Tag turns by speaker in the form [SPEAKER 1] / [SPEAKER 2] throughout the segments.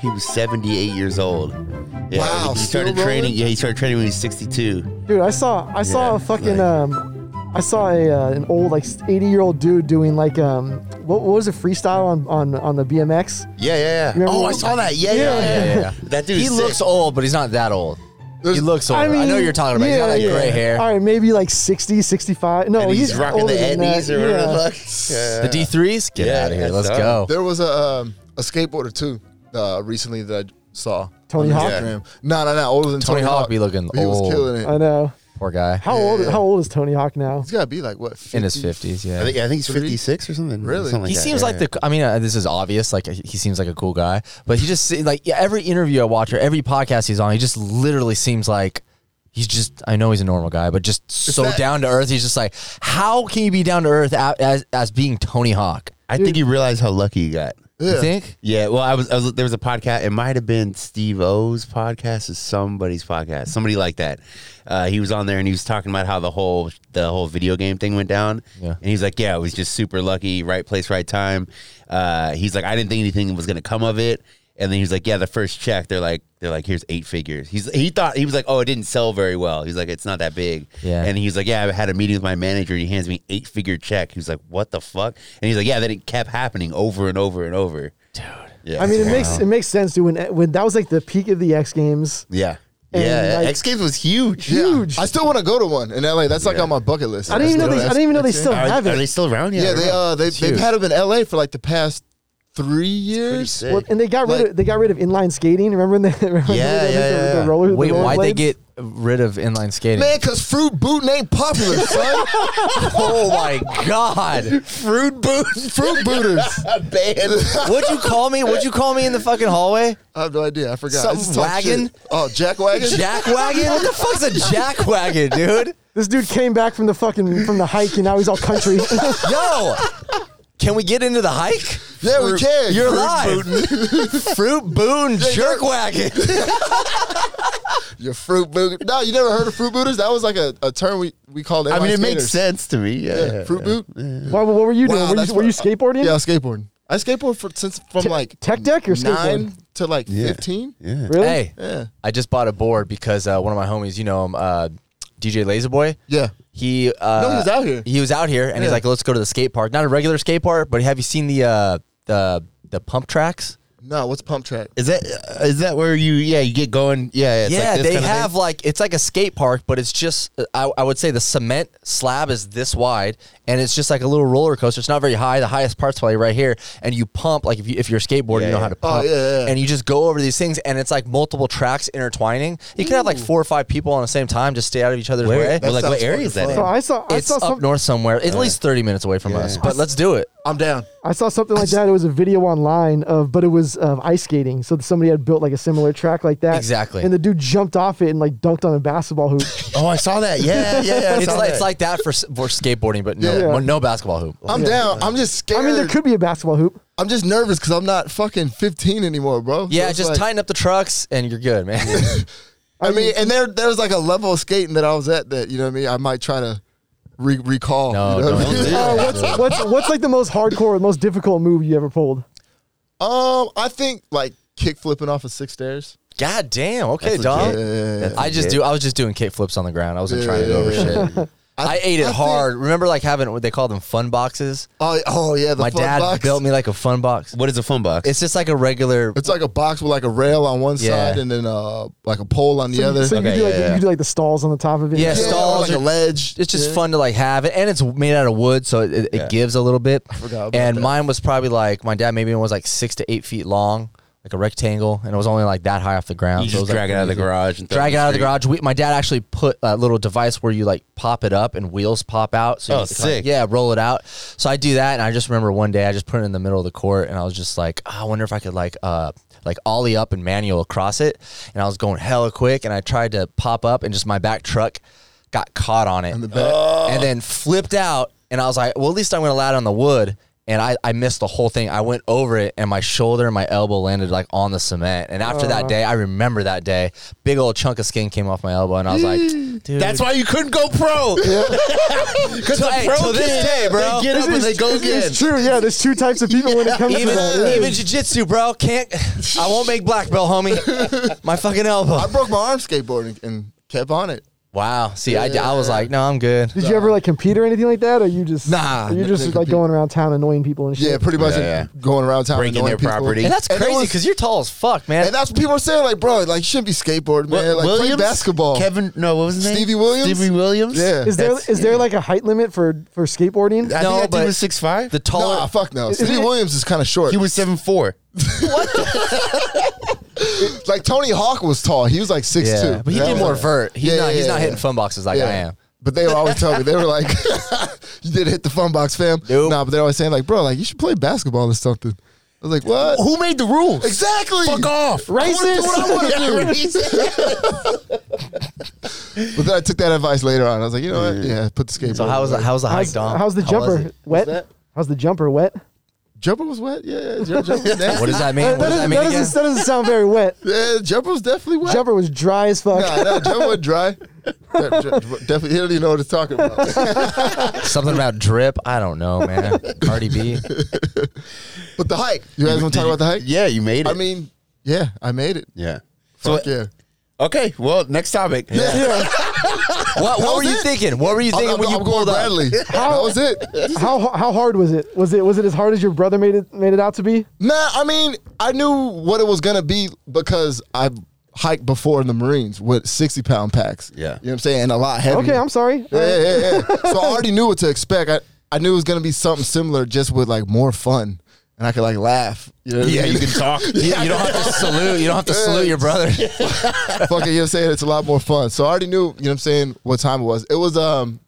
[SPEAKER 1] He was 78 years old. Yeah,
[SPEAKER 2] Wow,
[SPEAKER 1] He
[SPEAKER 2] still
[SPEAKER 1] started training.
[SPEAKER 2] rolling?
[SPEAKER 1] Yeah, he started training when he was 62.
[SPEAKER 3] Dude, I saw I saw
[SPEAKER 1] Yeah,
[SPEAKER 3] a fucking
[SPEAKER 1] like-
[SPEAKER 3] um, I saw a uh, an old like eighty year old dude doing like um, what, what was it freestyle on on on the BMX?
[SPEAKER 1] Yeah, yeah, yeah.
[SPEAKER 3] Remember
[SPEAKER 1] oh,
[SPEAKER 3] when-
[SPEAKER 1] I saw that. Yeah, yeah, yeah. yeah, yeah. That dude.
[SPEAKER 4] He
[SPEAKER 1] is
[SPEAKER 4] looks
[SPEAKER 1] sick.
[SPEAKER 4] old, but he's not that old. he
[SPEAKER 2] There's-
[SPEAKER 4] looks old. I, know what you're talking about. he's got that
[SPEAKER 3] yeah,
[SPEAKER 4] gray
[SPEAKER 1] yeah.
[SPEAKER 4] hair.
[SPEAKER 3] All right, maybe like 60, 65. No,
[SPEAKER 1] And he's,
[SPEAKER 3] he's
[SPEAKER 1] rocking
[SPEAKER 3] older
[SPEAKER 1] the
[SPEAKER 3] than that.
[SPEAKER 1] Eddies or whatever
[SPEAKER 3] yeah.
[SPEAKER 1] the fuck. Yeah.
[SPEAKER 4] The D threes, get
[SPEAKER 1] Yeah,
[SPEAKER 4] out of here.
[SPEAKER 1] that's
[SPEAKER 4] Let's
[SPEAKER 1] dumb.
[SPEAKER 4] go.
[SPEAKER 2] There was a um, a skateboarder too uh, recently that I saw.
[SPEAKER 3] Tony
[SPEAKER 2] on
[SPEAKER 3] Hawk?
[SPEAKER 2] Instagram. No, no, no. Older than
[SPEAKER 4] Tony
[SPEAKER 2] Tony,
[SPEAKER 4] Hawk be looking
[SPEAKER 2] He
[SPEAKER 4] old.
[SPEAKER 2] was killing
[SPEAKER 3] I
[SPEAKER 2] it.
[SPEAKER 3] know.
[SPEAKER 4] Poor guy
[SPEAKER 3] How old how old is Tony Hawk now?
[SPEAKER 2] He's got to be like what? 50?
[SPEAKER 4] in his fifties. Yeah,
[SPEAKER 1] I think I think he's
[SPEAKER 2] Three?
[SPEAKER 1] 56 or something.
[SPEAKER 2] Really?
[SPEAKER 1] Something
[SPEAKER 4] he
[SPEAKER 1] that.
[SPEAKER 4] seems
[SPEAKER 1] Yeah,
[SPEAKER 4] like
[SPEAKER 1] yeah.
[SPEAKER 4] the. I mean, uh, this is obvious. Like he he seems like a cool guy, but he just se- like yeah, every interview I watch or every podcast he's on, he just literally seems like. He's just, I know he's a normal guy, but just so
[SPEAKER 2] that-
[SPEAKER 4] down to earth. He's just like, how can you be down to earth a- as, as being Tony Hawk?
[SPEAKER 1] I think he realized how lucky he got.
[SPEAKER 4] You
[SPEAKER 2] Yeah.
[SPEAKER 4] think?
[SPEAKER 1] Yeah, well, I was, I was there was a podcast. It might have been Steve O's podcast or somebody's podcast, somebody like that. Uh, he was on there and he was talking about how the whole the whole video game thing went down.
[SPEAKER 4] Yeah.
[SPEAKER 1] and he's like, "Yeah, I was just super lucky, right place, right time." Uh, he's like, "I didn't think anything was gonna come of it." And then he's like, "Yeah, the first check, they're like, they're like, here's eight figures." He's he thought he was like, "Oh, it didn't sell very well." He's like, "It's not that big."
[SPEAKER 4] Yeah.
[SPEAKER 1] and he's like, "Yeah, I had a meeting with my manager. and He hands me eight figure check." He's like, "What the fuck?" And he's like, "Yeah, then it kept happening over and over and over." Yeah.
[SPEAKER 3] I mean, it makes it makes sense dude. when when that was like the peak of the X Games.
[SPEAKER 1] yeah.
[SPEAKER 3] And,
[SPEAKER 1] yeah.
[SPEAKER 3] like-
[SPEAKER 1] X Games was huge.
[SPEAKER 2] Yeah.
[SPEAKER 3] Huge.
[SPEAKER 2] I still want to go to one in LA. That's like on my bucket list.
[SPEAKER 3] I didn't even know they I didn't even know they still
[SPEAKER 1] Are, are
[SPEAKER 3] have
[SPEAKER 1] they
[SPEAKER 3] it.
[SPEAKER 1] still around?
[SPEAKER 2] Yeah, they uh they they've
[SPEAKER 4] huge.
[SPEAKER 2] had them in LA for like the past three years.
[SPEAKER 1] sick.
[SPEAKER 3] Well, and they got rid
[SPEAKER 2] Like-
[SPEAKER 3] of they got rid of inline skating. Remember when they remember when
[SPEAKER 1] Yeah,
[SPEAKER 3] they
[SPEAKER 1] yeah,
[SPEAKER 3] did
[SPEAKER 1] yeah, yeah.
[SPEAKER 3] roller the
[SPEAKER 4] Wait,
[SPEAKER 3] roller
[SPEAKER 4] why'd they
[SPEAKER 3] blades?
[SPEAKER 4] get rid of inline skating?
[SPEAKER 2] Man, cause fruit booting ain't popular, son.
[SPEAKER 4] Oh my god!
[SPEAKER 1] Fruit boots.
[SPEAKER 2] fruit booters.
[SPEAKER 4] What'd you call me? What'd you call me in the fucking hallway?
[SPEAKER 2] I have no idea. I forgot.
[SPEAKER 4] Something
[SPEAKER 2] I just talk
[SPEAKER 4] wagon?
[SPEAKER 2] shit. Oh, jack wagon.
[SPEAKER 4] Jack wagon? What the fuck's a jack wagon, dude?
[SPEAKER 3] This dude came back from the fucking from the hike and now he's all country.
[SPEAKER 4] Yo, can we get into the hike?
[SPEAKER 2] Yeah, we can.
[SPEAKER 4] You're
[SPEAKER 2] Fruit
[SPEAKER 4] alive. Fruit boon jerk wagon.
[SPEAKER 2] Your fruit boot. No, you never heard of fruit booters? That was like a, a term we, we called
[SPEAKER 1] I mean,
[SPEAKER 2] inline
[SPEAKER 1] it makes
[SPEAKER 2] skaters.
[SPEAKER 1] sense to me. Yeah.
[SPEAKER 2] Yeah, fruit boot.
[SPEAKER 3] Why, what were you doing?
[SPEAKER 2] Wow,
[SPEAKER 3] were,
[SPEAKER 2] that's
[SPEAKER 3] you, were
[SPEAKER 2] what-
[SPEAKER 3] you skateboarding?
[SPEAKER 2] Yeah, skateboarding. I skateboarded for, since from like
[SPEAKER 3] tech deck or skateboard?
[SPEAKER 2] nine to like
[SPEAKER 1] Yeah.
[SPEAKER 2] fifteen.
[SPEAKER 1] Yeah.
[SPEAKER 3] Really?
[SPEAKER 4] Hey,
[SPEAKER 2] Yeah.
[SPEAKER 4] I just bought a board because uh, one of my homies, you know him, uh, DJ Laserboy.
[SPEAKER 2] Yeah.
[SPEAKER 4] He uh,
[SPEAKER 2] No, he was out here.
[SPEAKER 4] He was out here, and he's
[SPEAKER 2] Yeah.
[SPEAKER 4] like, "Let's go to the skate park." Not a regular skate park, but have you seen the uh, the the pump tracks?
[SPEAKER 2] No, what's pump track?
[SPEAKER 1] Is that uh, is that where you yeah you get going yeah it's
[SPEAKER 4] yeah,
[SPEAKER 1] like this
[SPEAKER 4] they
[SPEAKER 1] kind of thing.
[SPEAKER 4] have like it's like a skate park, but it's just I, I would say the cement slab is this wide, and it's just like a little roller coaster. It's not very high. The highest part's probably right here, and you pump like if you if you're a skateboarder, you know
[SPEAKER 1] yeah.
[SPEAKER 4] how to
[SPEAKER 2] Oh,
[SPEAKER 4] pump,
[SPEAKER 2] yeah, yeah, yeah.
[SPEAKER 4] and you just go over these things, and it's like multiple tracks intertwining. You can have like four or five people on the same time, just stay out of each other's way.
[SPEAKER 1] Well, like what
[SPEAKER 2] sounds
[SPEAKER 1] area is that?
[SPEAKER 2] fucking
[SPEAKER 1] In?
[SPEAKER 3] So I saw I
[SPEAKER 4] It's
[SPEAKER 3] saw
[SPEAKER 4] up
[SPEAKER 3] some,
[SPEAKER 4] north somewhere, at least thirty minutes away from us. But let's do it.
[SPEAKER 2] I'm down.
[SPEAKER 3] I saw something like that. It was a video online of, but it was of ice skating. So somebody had built like a similar track like that.
[SPEAKER 4] Exactly.
[SPEAKER 3] And the dude jumped off it and like dunked on a basketball hoop.
[SPEAKER 1] Oh, I saw that. Yeah, yeah. yeah I
[SPEAKER 4] It's
[SPEAKER 1] saw
[SPEAKER 4] like,
[SPEAKER 1] that.
[SPEAKER 4] it's like that for s- for skateboarding, but no
[SPEAKER 3] Yeah.
[SPEAKER 4] no basketball hoop.
[SPEAKER 2] I'm down. I'm just scared.
[SPEAKER 3] I mean, there could be a basketball hoop.
[SPEAKER 2] I'm just nervous because I'm not fucking 15 anymore, bro. So
[SPEAKER 4] Yeah,
[SPEAKER 2] it's
[SPEAKER 4] just
[SPEAKER 2] like-
[SPEAKER 4] tighten up the trucks, and you're good, man.
[SPEAKER 2] I mean, and there there's like a level of skating that I was at that you know what I mean. I might try to re- recall.
[SPEAKER 4] No,
[SPEAKER 2] you know what I
[SPEAKER 4] don't
[SPEAKER 2] mean?
[SPEAKER 4] do
[SPEAKER 3] Uh, what's, what's what's like the most hardcore, most difficult move you ever pulled?
[SPEAKER 2] Um, I think like kick flipping off of six stairs.
[SPEAKER 4] God damn. Okay,
[SPEAKER 1] That's
[SPEAKER 4] dog.
[SPEAKER 1] legit. That's
[SPEAKER 4] I just
[SPEAKER 1] legit.
[SPEAKER 4] do. I was just doing kick flips on the ground. I wasn't trying to
[SPEAKER 2] Yeah.
[SPEAKER 4] go over shit. I, ate it
[SPEAKER 2] I think-
[SPEAKER 4] hard. Remember, like having what they call them fun boxes.
[SPEAKER 2] Oh, oh yeah, the
[SPEAKER 4] My
[SPEAKER 2] fun
[SPEAKER 4] dad
[SPEAKER 2] box.
[SPEAKER 4] built me like a fun box.
[SPEAKER 1] what is a phone box?
[SPEAKER 4] It's just like a regular.
[SPEAKER 2] It's like a box with like a rail on one
[SPEAKER 4] Yeah.
[SPEAKER 2] side and then uh like a pole on the other.
[SPEAKER 3] So you
[SPEAKER 1] Okay,
[SPEAKER 3] could do like
[SPEAKER 1] yeah,
[SPEAKER 3] the-
[SPEAKER 1] yeah.
[SPEAKER 3] you could do like the stalls on the top of it.
[SPEAKER 4] Yeah,
[SPEAKER 2] Yeah, or
[SPEAKER 4] stalls
[SPEAKER 2] like
[SPEAKER 4] are-
[SPEAKER 2] a ledge.
[SPEAKER 4] It's just
[SPEAKER 2] Yeah.
[SPEAKER 4] fun to like have it, and it's made out of wood, so it, it, it gives a little bit. I
[SPEAKER 2] forgot about
[SPEAKER 4] and
[SPEAKER 2] that.
[SPEAKER 4] mine was probably like my dad maybe was like six to eight feet long, like a rectangle, and it was only like that high off the ground.
[SPEAKER 1] you
[SPEAKER 4] so
[SPEAKER 1] just
[SPEAKER 4] it was, like,
[SPEAKER 1] drag it out of the
[SPEAKER 4] easy.
[SPEAKER 1] garage and throw it
[SPEAKER 4] drag
[SPEAKER 1] in
[SPEAKER 4] it out of the
[SPEAKER 1] street.
[SPEAKER 4] garage. We, my dad actually put a little device where you like pop it up and wheels pop out. So
[SPEAKER 1] Oh,
[SPEAKER 4] you can, like,
[SPEAKER 1] sick.
[SPEAKER 4] yeah, roll it out. So I do that, and I just remember one day I just put it in the middle of the court, and I was just like, "Ah, I wonder if I could like uh like ollie up and manual across it. And I was going hella quick, and I tried to pop up, and just my back truck got caught on it, and then flipped out. And I was like, well, at least I'm gonna land on the wood. And I, I missed the whole thing. I went over it, and my shoulder and my elbow landed like on the cement. And after that day, I remember that day. Big old chunk of skin came off my elbow, and I was like, Dude.
[SPEAKER 1] That's why you couldn't go pro. Because
[SPEAKER 4] Till- hey, till this day, bro.
[SPEAKER 1] They get up and they go
[SPEAKER 3] it's,
[SPEAKER 1] again.
[SPEAKER 3] It's true. Yeah, there's two types of people when it comes to
[SPEAKER 4] Even
[SPEAKER 3] that. yeah.
[SPEAKER 4] even jujitsu, bro. Can't I won't make black belt, homie. My fucking elbow.
[SPEAKER 2] I broke my arm skateboarding and kept on it.
[SPEAKER 4] Wow. See, I, I was like, no, I'm good.
[SPEAKER 3] Did you ever like compete or anything like that? Or you just
[SPEAKER 4] Nah,
[SPEAKER 3] Or you just
[SPEAKER 2] didn't
[SPEAKER 3] like
[SPEAKER 2] compete.
[SPEAKER 3] going around town annoying people and shit.
[SPEAKER 2] Yeah, pretty much
[SPEAKER 1] Yeah, yeah.
[SPEAKER 2] going around town
[SPEAKER 1] Breaking
[SPEAKER 2] annoying
[SPEAKER 1] their
[SPEAKER 2] people.
[SPEAKER 1] property.
[SPEAKER 4] And that's
[SPEAKER 2] And it
[SPEAKER 4] crazy
[SPEAKER 2] was-
[SPEAKER 4] because you're tall as fuck, man.
[SPEAKER 2] And that's what people are saying, like, bro, like, you shouldn't be skateboarding, man. Like, play basketball.
[SPEAKER 1] Kevin, no, what was his name?
[SPEAKER 2] Stevie Williams?
[SPEAKER 1] Stevie Williams.
[SPEAKER 2] Yeah.
[SPEAKER 3] Is there
[SPEAKER 1] That's-
[SPEAKER 3] is there like a height limit for for skateboarding?
[SPEAKER 1] I
[SPEAKER 4] No,
[SPEAKER 1] think that
[SPEAKER 4] but-
[SPEAKER 1] dude was six five.
[SPEAKER 4] the taller.
[SPEAKER 2] Nah, fuck no. Stevie
[SPEAKER 3] it-
[SPEAKER 2] Williams is kind of short.
[SPEAKER 1] he was seven four.
[SPEAKER 2] like Tony Hawk was tall. He was like six
[SPEAKER 4] yeah,
[SPEAKER 2] two.
[SPEAKER 4] but he did more vert. He's not. he's not hitting
[SPEAKER 2] fun
[SPEAKER 4] fun boxes like I am.
[SPEAKER 2] But they would always tell me they were like, "You did hit the fun box, fam."
[SPEAKER 4] Nope.
[SPEAKER 2] Nah, but they're always saying like, "Bro, like you should play basketball or something." I was like, "What?"
[SPEAKER 1] Who made the rules?
[SPEAKER 2] Exactly.
[SPEAKER 1] Fuck off.
[SPEAKER 3] Racist.
[SPEAKER 2] But then I took that advice later on. I was like, "You know what? Yeah, put the skateboard."
[SPEAKER 4] So how was the,
[SPEAKER 2] away.
[SPEAKER 4] how was the hike,
[SPEAKER 3] How's,
[SPEAKER 4] Dom?
[SPEAKER 3] how's the
[SPEAKER 4] How was
[SPEAKER 3] jumper
[SPEAKER 4] it?
[SPEAKER 2] that?
[SPEAKER 3] wet? How's the jumper wet?
[SPEAKER 2] jumper was wet? Yeah, yeah, jump- jumper was
[SPEAKER 4] What
[SPEAKER 2] nasty.
[SPEAKER 4] does that mean?
[SPEAKER 3] That,
[SPEAKER 4] What does that
[SPEAKER 3] doesn't,
[SPEAKER 4] mean
[SPEAKER 3] that,
[SPEAKER 4] again?
[SPEAKER 3] doesn't, that doesn't sound very wet.
[SPEAKER 2] Yeah, jumper was definitely wet.
[SPEAKER 3] Jumper was dry as fuck.
[SPEAKER 2] Nah, nah, jumper was dry. Dr- dr- definitely, he don't even know what he's talking about.
[SPEAKER 4] Something about drip. I don't know, man. Cardi B.
[SPEAKER 2] But the hike. You guys want to talk about the hike?
[SPEAKER 1] Yeah, you made it.
[SPEAKER 2] I mean, yeah, I made it.
[SPEAKER 1] yeah.
[SPEAKER 2] Fuck
[SPEAKER 1] so,
[SPEAKER 2] yeah.
[SPEAKER 1] Okay, well, next topic.
[SPEAKER 4] What, what were
[SPEAKER 2] was
[SPEAKER 4] you
[SPEAKER 2] it.
[SPEAKER 4] thinking? What were you thinking
[SPEAKER 2] I'm,
[SPEAKER 4] when you
[SPEAKER 2] I'm going
[SPEAKER 4] pulled up?
[SPEAKER 2] Bradley. that was it.
[SPEAKER 3] How how hard was it? Was it was it as hard as your brother made it made it out to be?
[SPEAKER 2] Nah, I mean, I knew what it was gonna be because I hiked before in the Marines with sixty pound packs.
[SPEAKER 1] Yeah.
[SPEAKER 2] you know what I'm saying, and a lot heavier.
[SPEAKER 3] Okay, I'm sorry.
[SPEAKER 2] Yeah, yeah, yeah, yeah. so I already knew what to expect. I, I knew it was gonna be something similar, just with like more fun, and I could like laugh. You know what I
[SPEAKER 1] Yeah,
[SPEAKER 2] mean?
[SPEAKER 1] you can talk.
[SPEAKER 4] You, you don't have to salute. You don't have to salute your brother.
[SPEAKER 2] fucking, you know what I'm saying? It's a lot more fun. So I already knew, you know what I'm saying, what time it was. It was um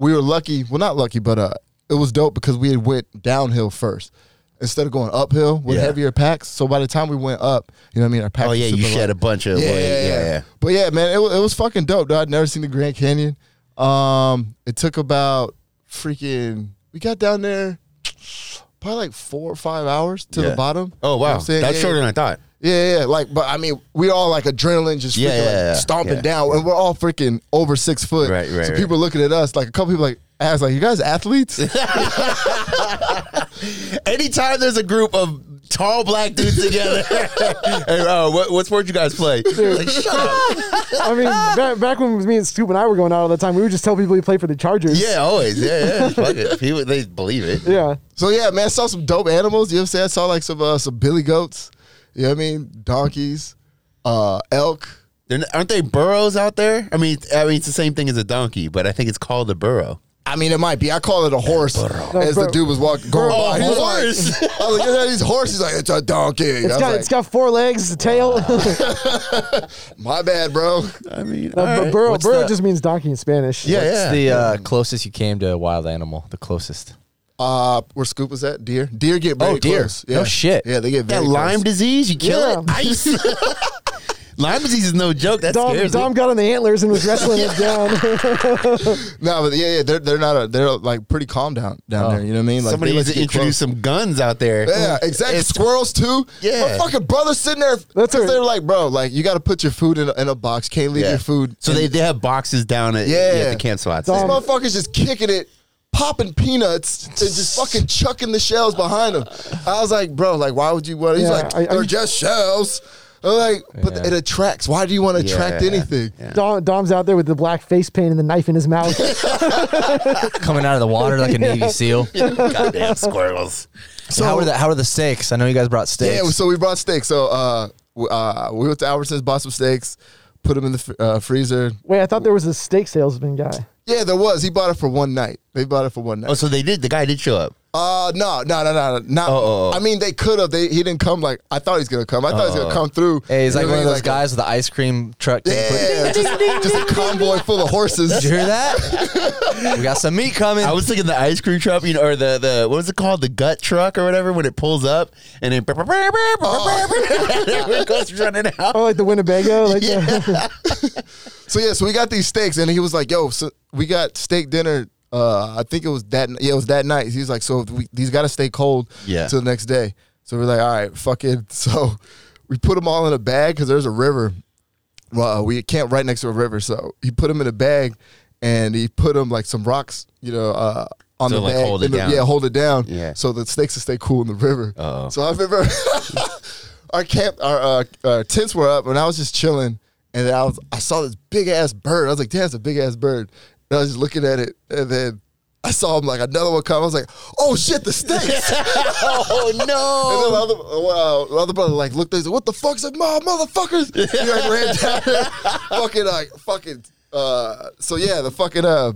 [SPEAKER 2] we were lucky, well not lucky, but uh it was dope because we had went downhill first. Instead of going uphill with
[SPEAKER 1] Yeah.
[SPEAKER 2] heavier packs. So by the time we went up, you know what I mean, our packs
[SPEAKER 1] Oh
[SPEAKER 2] were
[SPEAKER 1] yeah, you
[SPEAKER 2] super light.
[SPEAKER 1] shed a bunch of
[SPEAKER 2] yeah,
[SPEAKER 1] weight.
[SPEAKER 2] yeah, yeah. But yeah, man, it, wa- it was fucking dope, though. I'd never seen the Grand Canyon. Um it took about freaking we got down there probably like four or five hours to
[SPEAKER 1] Yeah.
[SPEAKER 2] the bottom.
[SPEAKER 1] Oh
[SPEAKER 2] You know what
[SPEAKER 1] wow,
[SPEAKER 2] I'm saying?
[SPEAKER 1] that's
[SPEAKER 2] Yeah,
[SPEAKER 1] shorter
[SPEAKER 2] yeah.
[SPEAKER 1] than I thought.
[SPEAKER 2] Yeah, yeah, like, but I mean, we all like adrenaline just freaking
[SPEAKER 1] Yeah, yeah,
[SPEAKER 2] like,
[SPEAKER 1] yeah, yeah.
[SPEAKER 2] stomping
[SPEAKER 1] Yeah.
[SPEAKER 2] down, and we're all freaking over six foot.
[SPEAKER 1] Right, right,
[SPEAKER 2] So
[SPEAKER 1] right.
[SPEAKER 2] people looking at us, like a couple people, like ask, like, "You guys athletes?"
[SPEAKER 1] Anytime there's a group of tall black dudes together, hey, uh, what, what sport you guys play? Like, shut up.
[SPEAKER 3] I mean, back, back when me and Scoop and I were going out all the time, we would just tell people we played for the Chargers.
[SPEAKER 1] Yeah, always. Yeah, yeah. Fuck it. People, they believe it.
[SPEAKER 3] Yeah.
[SPEAKER 2] so yeah, man, I saw some dope animals. You know what I'm saying? I saw like some uh, some billy goats. You know what I mean? Donkeys, uh, elk.
[SPEAKER 1] They're, n- aren't they burros out there? I mean, I mean, it's the same thing as a donkey, but I think it's called a burro.
[SPEAKER 2] I mean, it might be. I call it a horse. As
[SPEAKER 3] No,
[SPEAKER 2] the
[SPEAKER 3] bro.
[SPEAKER 2] dude was walking, going
[SPEAKER 1] Oh,
[SPEAKER 2] by, he was
[SPEAKER 1] horse.
[SPEAKER 2] Like, I was like, "Look at these horses!" Like it's a donkey. I
[SPEAKER 3] It's
[SPEAKER 2] was
[SPEAKER 3] got
[SPEAKER 2] like,
[SPEAKER 3] it's got four legs, a tail.
[SPEAKER 2] "My bad, bro."
[SPEAKER 1] I mean,
[SPEAKER 3] Uh,
[SPEAKER 1] all
[SPEAKER 3] but
[SPEAKER 1] right.
[SPEAKER 3] burro
[SPEAKER 4] What's
[SPEAKER 3] burro
[SPEAKER 4] the-
[SPEAKER 3] just means donkey in Spanish.
[SPEAKER 1] Yeah,
[SPEAKER 4] What's
[SPEAKER 1] yeah.
[SPEAKER 4] the uh, closest you came to a wild animal? The closest.
[SPEAKER 2] Uh, where Scoop was at? Deer. Deer get very
[SPEAKER 4] Oh, deer.
[SPEAKER 2] close.
[SPEAKER 4] No shit.
[SPEAKER 2] Yeah, they get
[SPEAKER 1] that
[SPEAKER 2] very
[SPEAKER 1] Lyme
[SPEAKER 2] close.
[SPEAKER 1] disease, you kill it.
[SPEAKER 3] Yeah.
[SPEAKER 1] Ice. Lyme disease is no joke. That
[SPEAKER 3] Dom,
[SPEAKER 1] scares
[SPEAKER 3] Dom
[SPEAKER 1] me.
[SPEAKER 3] got on the antlers and was wrestling it down.
[SPEAKER 2] No, but yeah, yeah, they're they're not a, they're like pretty calm down down there. You know what I mean? Like
[SPEAKER 1] Somebody
[SPEAKER 2] they let
[SPEAKER 1] needs
[SPEAKER 2] you
[SPEAKER 1] to
[SPEAKER 2] get
[SPEAKER 1] introduce
[SPEAKER 2] close.
[SPEAKER 1] some guns out there.
[SPEAKER 2] Yeah, exactly. Squirrels too.
[SPEAKER 1] Yeah.
[SPEAKER 2] my fucking brother sitting there.
[SPEAKER 3] That's
[SPEAKER 2] That's
[SPEAKER 3] right.
[SPEAKER 2] they're like, bro, like you got to put your food in a, in a box. Can't leave
[SPEAKER 1] Yeah.
[SPEAKER 2] your food.
[SPEAKER 1] So they, they have boxes down at,
[SPEAKER 2] Yeah.
[SPEAKER 1] at the camp spots.
[SPEAKER 2] these
[SPEAKER 3] Dom-
[SPEAKER 2] motherfuckers just kicking it, popping peanuts and just fucking chucking the shells behind them. I was like, bro, like why would you want? He's
[SPEAKER 3] Yeah,
[SPEAKER 2] like,
[SPEAKER 3] I- I
[SPEAKER 2] they're
[SPEAKER 3] used-
[SPEAKER 2] just shells. I'm like, but
[SPEAKER 4] Yeah.
[SPEAKER 2] it attracts. Why do you want to
[SPEAKER 1] Yeah,
[SPEAKER 2] attract
[SPEAKER 1] yeah,
[SPEAKER 2] anything?
[SPEAKER 1] yeah.
[SPEAKER 3] Dom, Dom's out there with the black face paint and the knife in his mouth.
[SPEAKER 4] Coming out of the water like a Navy SEAL.
[SPEAKER 1] Goddamn squirrels.
[SPEAKER 4] So how were the how were the steaks? I know you guys brought steaks.
[SPEAKER 2] Yeah, so we brought steaks. So uh, w- uh, we went to Albertsons, bought some steaks, put them in the fr- uh, freezer.
[SPEAKER 3] Wait, I thought there was a steak salesman guy.
[SPEAKER 2] Yeah, there was. He bought it for one night. They bought it for one
[SPEAKER 1] Oh,
[SPEAKER 2] night.
[SPEAKER 1] so they did. The guy did show up.
[SPEAKER 2] Uh, no, no, no, no, no. Not,
[SPEAKER 1] Oh, oh, oh.
[SPEAKER 2] I mean, they could have. They he didn't come. Like I thought he was gonna come. I thought he was gonna come through.
[SPEAKER 4] Oh. Hey, he's
[SPEAKER 2] You
[SPEAKER 4] like
[SPEAKER 2] know
[SPEAKER 4] one
[SPEAKER 2] what
[SPEAKER 4] of
[SPEAKER 2] I mean?
[SPEAKER 4] those
[SPEAKER 2] Like,
[SPEAKER 4] guys with the ice cream truck. thing.
[SPEAKER 2] Yeah, just, just a convoy full of
[SPEAKER 4] Did you
[SPEAKER 2] horses.
[SPEAKER 4] hear that? we got some meat coming.
[SPEAKER 1] I was thinking the ice cream truck, you know, or the the what was it called, the gut truck or whatever, when it pulls up and then everyone goes running out.
[SPEAKER 3] Oh, like the Winnebago. Like the,
[SPEAKER 2] So yeah, so we got these steaks, and he was like, "Yo, so we got steak dinner." Uh, I think it was that. Yeah, it was that night. He was like, "So we, these got to stay cold,
[SPEAKER 1] Yeah.
[SPEAKER 2] till the next day." So we're like, "All right, fuck it." So we put them all in a bag because there's a river. well, uh, we camped right next to a river, so he put him in a bag, and he put him like some rocks, you know, uh, on
[SPEAKER 1] To,
[SPEAKER 2] the
[SPEAKER 1] like,
[SPEAKER 2] bag.
[SPEAKER 1] hold it
[SPEAKER 2] in the-
[SPEAKER 1] down.
[SPEAKER 2] Yeah, hold it down.
[SPEAKER 1] Yeah.
[SPEAKER 2] So the snakes would stay cool in the river.
[SPEAKER 1] Uh-oh.
[SPEAKER 2] So I remember our camp, our, uh, our tents were up, and I was just chilling, and then I was, I saw this big ass bird. I was like, "Damn, it's a big ass bird." And I was just looking at it, and then. I saw him like another one come. I was like, "Oh shit, the snakes!"
[SPEAKER 1] Oh no!
[SPEAKER 2] And then my other, uh, my other brother like looked at us, what the fuck's like, mom, motherfuckers? He like ran down there, fucking like fucking. Uh, so yeah, the fucking uh,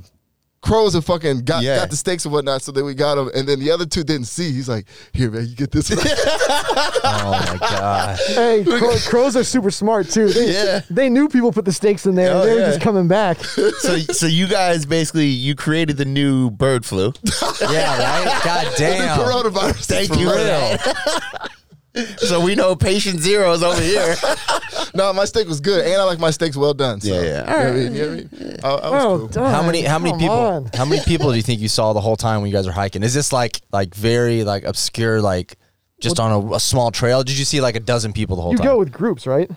[SPEAKER 2] crows and fucking got
[SPEAKER 1] Yeah.
[SPEAKER 2] got the stakes and whatnot. So then we got him, and then the other two didn't see. He's like, here, man, you get this. One.
[SPEAKER 4] Oh my god.
[SPEAKER 3] Hey, crow, crows are super smart too. They,
[SPEAKER 1] Yeah.
[SPEAKER 3] they knew people put the snakes in there.
[SPEAKER 1] Oh,
[SPEAKER 3] they were
[SPEAKER 1] yeah.
[SPEAKER 3] just coming back.
[SPEAKER 1] so, so you guys basically you created the new bird flu.
[SPEAKER 4] Yeah, right? God damn.
[SPEAKER 2] Coronavirus.
[SPEAKER 1] Thank you. so we know patient zero is over here.
[SPEAKER 2] No, my steak was good, and I like my steaks well done. So,
[SPEAKER 1] Yeah, yeah.
[SPEAKER 2] You know what I mean? You know what I mean? I, I was
[SPEAKER 3] Oh,
[SPEAKER 2] cool.
[SPEAKER 3] done.
[SPEAKER 4] How many how many
[SPEAKER 3] Come
[SPEAKER 4] people
[SPEAKER 3] on.
[SPEAKER 4] how many people do you think you saw the whole time when you guys were hiking? Is this like like very like obscure like just on a, a small trail? Did you see like a dozen people the whole
[SPEAKER 3] You
[SPEAKER 4] time?
[SPEAKER 3] go with groups, right?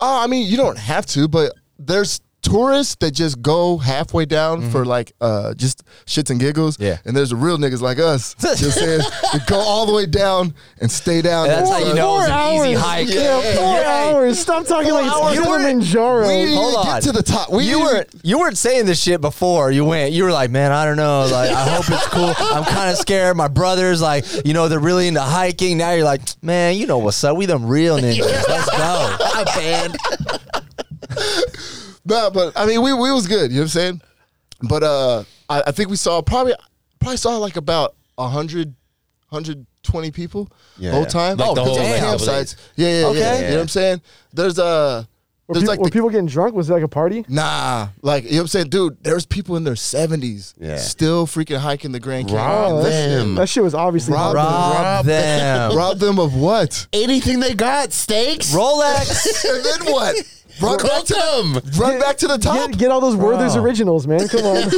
[SPEAKER 2] Oh, I mean, you don't have to, but there's tourists that just go halfway down for like uh just shits and giggles.
[SPEAKER 4] Mm-hmm. Yeah.
[SPEAKER 2] And there's real niggas like us just saying to go all the way down and stay down.
[SPEAKER 4] And that's how
[SPEAKER 2] there.
[SPEAKER 4] you know it's an easy
[SPEAKER 3] hours.
[SPEAKER 4] hike.
[SPEAKER 3] Yeah,
[SPEAKER 2] Yeah.
[SPEAKER 3] four
[SPEAKER 4] Yeah.
[SPEAKER 3] hours. Stop talking like
[SPEAKER 4] hours.
[SPEAKER 3] it's
[SPEAKER 4] You weren't-
[SPEAKER 3] Kilimanjaro.
[SPEAKER 2] we didn't
[SPEAKER 4] Hold
[SPEAKER 2] even
[SPEAKER 4] on.
[SPEAKER 2] get to the top. We
[SPEAKER 4] you
[SPEAKER 2] didn't-
[SPEAKER 4] weren't you weren't saying this shit before you went. You were like, man, I don't know. Like, I hope it's cool. I'm kind of scared. My brothers, like, you know, they're really into hiking. Now you're like, man, you know what's up? We them real ninjas. Let's go.
[SPEAKER 1] I'm banned.
[SPEAKER 2] Nah, but I mean, we we was good. You know what I'm saying? But uh, I, I think we saw probably probably saw like about 100, 120 people
[SPEAKER 1] Yeah.
[SPEAKER 2] the whole time. Oh,
[SPEAKER 1] Like
[SPEAKER 4] the
[SPEAKER 2] because
[SPEAKER 4] whole,
[SPEAKER 2] of
[SPEAKER 4] like,
[SPEAKER 2] campsites. Yeah, yeah, yeah.
[SPEAKER 4] Okay.
[SPEAKER 2] You know what I'm saying? There's uh,
[SPEAKER 3] Were,
[SPEAKER 2] there's
[SPEAKER 3] peop-
[SPEAKER 2] like
[SPEAKER 3] were
[SPEAKER 2] the-
[SPEAKER 3] people getting drunk? Was it like a party?
[SPEAKER 2] Nah, like you know what I'm saying, dude. There's people in their 70s,
[SPEAKER 1] Yeah.
[SPEAKER 2] still freaking hiking the Grand Canyon.
[SPEAKER 1] Rob
[SPEAKER 3] Oh, that-
[SPEAKER 1] them.
[SPEAKER 3] That shit was obviously
[SPEAKER 2] Rob
[SPEAKER 3] hot.
[SPEAKER 4] Rob, them.
[SPEAKER 2] Rob them of what?
[SPEAKER 1] Anything they got, steaks.
[SPEAKER 4] Rolex.
[SPEAKER 2] and then what? Run back to
[SPEAKER 1] Welcome.
[SPEAKER 2] run back to the top.
[SPEAKER 3] Get, get all those Werther's
[SPEAKER 4] Bro.
[SPEAKER 3] originals, man. Come on.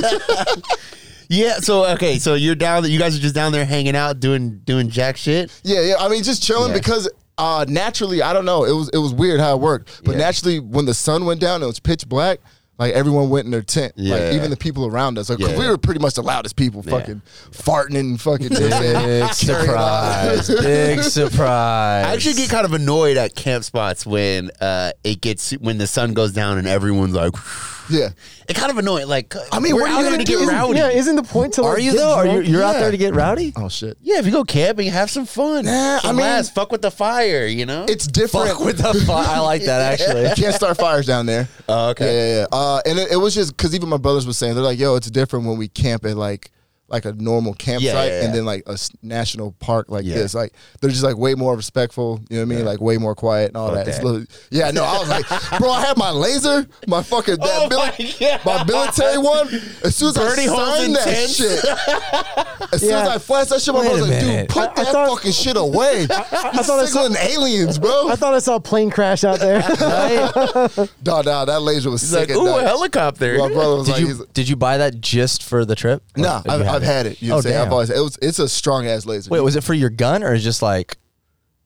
[SPEAKER 1] Yeah. So okay. So you're down. You guys are just down there hanging out, doing doing jack shit.
[SPEAKER 2] Yeah, yeah. I mean, just chilling
[SPEAKER 1] Yeah.
[SPEAKER 2] because uh, naturally, I don't know. It was it was weird how it worked, but
[SPEAKER 1] Yeah.
[SPEAKER 2] naturally, when the sun went down, it was pitch black. Like everyone went in their tent,
[SPEAKER 1] Yeah.
[SPEAKER 2] like even the people around us. Like 'cause
[SPEAKER 1] Yeah.
[SPEAKER 2] we were pretty much the loudest people, fucking farting and fucking.
[SPEAKER 4] Big surprise. Big surprise.
[SPEAKER 1] I actually get kind of annoyed at camp spots when uh it gets when the sun goes down and everyone's like,
[SPEAKER 2] yeah,
[SPEAKER 1] it kind of annoying. Like
[SPEAKER 2] I mean,
[SPEAKER 1] we're
[SPEAKER 2] what are
[SPEAKER 1] out
[SPEAKER 2] you
[SPEAKER 1] here
[SPEAKER 2] gonna
[SPEAKER 1] to get
[SPEAKER 2] do?
[SPEAKER 1] rowdy.
[SPEAKER 3] Yeah, isn't the point to like
[SPEAKER 4] Are you
[SPEAKER 3] get
[SPEAKER 4] though? Are you
[SPEAKER 3] drunk?
[SPEAKER 4] you're out
[SPEAKER 2] Yeah.
[SPEAKER 4] there to get rowdy?
[SPEAKER 2] Oh shit.
[SPEAKER 1] Yeah, if you go camping, have some fun.
[SPEAKER 2] Nah, I mean-
[SPEAKER 1] Relax, fuck with the fire, you know.
[SPEAKER 2] It's different.
[SPEAKER 4] Fuck with the fuck. I like that actually.
[SPEAKER 2] you can't start fires down there.
[SPEAKER 1] Oh, okay.
[SPEAKER 2] Yeah, yeah, yeah. Uh, and it, it was just because even my brothers were saying they're like, "Yo, it's different when we camp at like like a normal campsite
[SPEAKER 1] Yeah, yeah, yeah.
[SPEAKER 2] and then like a s- national park like
[SPEAKER 1] Yeah.
[SPEAKER 2] this. Like they're just like way more respectful. You know what I mean? Like way more quiet and all
[SPEAKER 1] Fuck
[SPEAKER 2] that. It's
[SPEAKER 1] that.
[SPEAKER 2] little- yeah, no, I was like, bro, I had my laser, my fucking that
[SPEAKER 1] Oh my
[SPEAKER 2] mili-
[SPEAKER 1] God.
[SPEAKER 2] my, military one. As soon as
[SPEAKER 1] Birdie
[SPEAKER 2] I
[SPEAKER 1] holes
[SPEAKER 2] signed
[SPEAKER 1] and
[SPEAKER 2] that
[SPEAKER 1] tents.
[SPEAKER 2] shit, as soon as
[SPEAKER 3] Yeah.
[SPEAKER 2] I flashed that shit, my
[SPEAKER 4] Wait a
[SPEAKER 2] brother's like, dude,
[SPEAKER 4] minute.
[SPEAKER 2] put
[SPEAKER 3] I- I
[SPEAKER 2] that
[SPEAKER 3] thought-
[SPEAKER 2] fucking shit away. I,
[SPEAKER 3] thought I saw-
[SPEAKER 2] aliens, bro.
[SPEAKER 3] I thought I saw a plane crash out there.
[SPEAKER 2] Dog, dog, that laser was
[SPEAKER 1] It's
[SPEAKER 2] sick.
[SPEAKER 1] like,
[SPEAKER 2] at
[SPEAKER 1] ooh,
[SPEAKER 2] night.
[SPEAKER 1] a helicopter.
[SPEAKER 2] My brother was
[SPEAKER 4] Did
[SPEAKER 2] like, he's,
[SPEAKER 4] you did you buy that just for the trip? Or
[SPEAKER 2] nah,
[SPEAKER 4] did you
[SPEAKER 2] I've,
[SPEAKER 4] have
[SPEAKER 2] I've had it. You know
[SPEAKER 4] Oh,
[SPEAKER 2] what I'm saying? I've
[SPEAKER 4] damn.
[SPEAKER 2] always, it was, it's a strong ass laser.
[SPEAKER 4] Wait, was it for your gun or is just like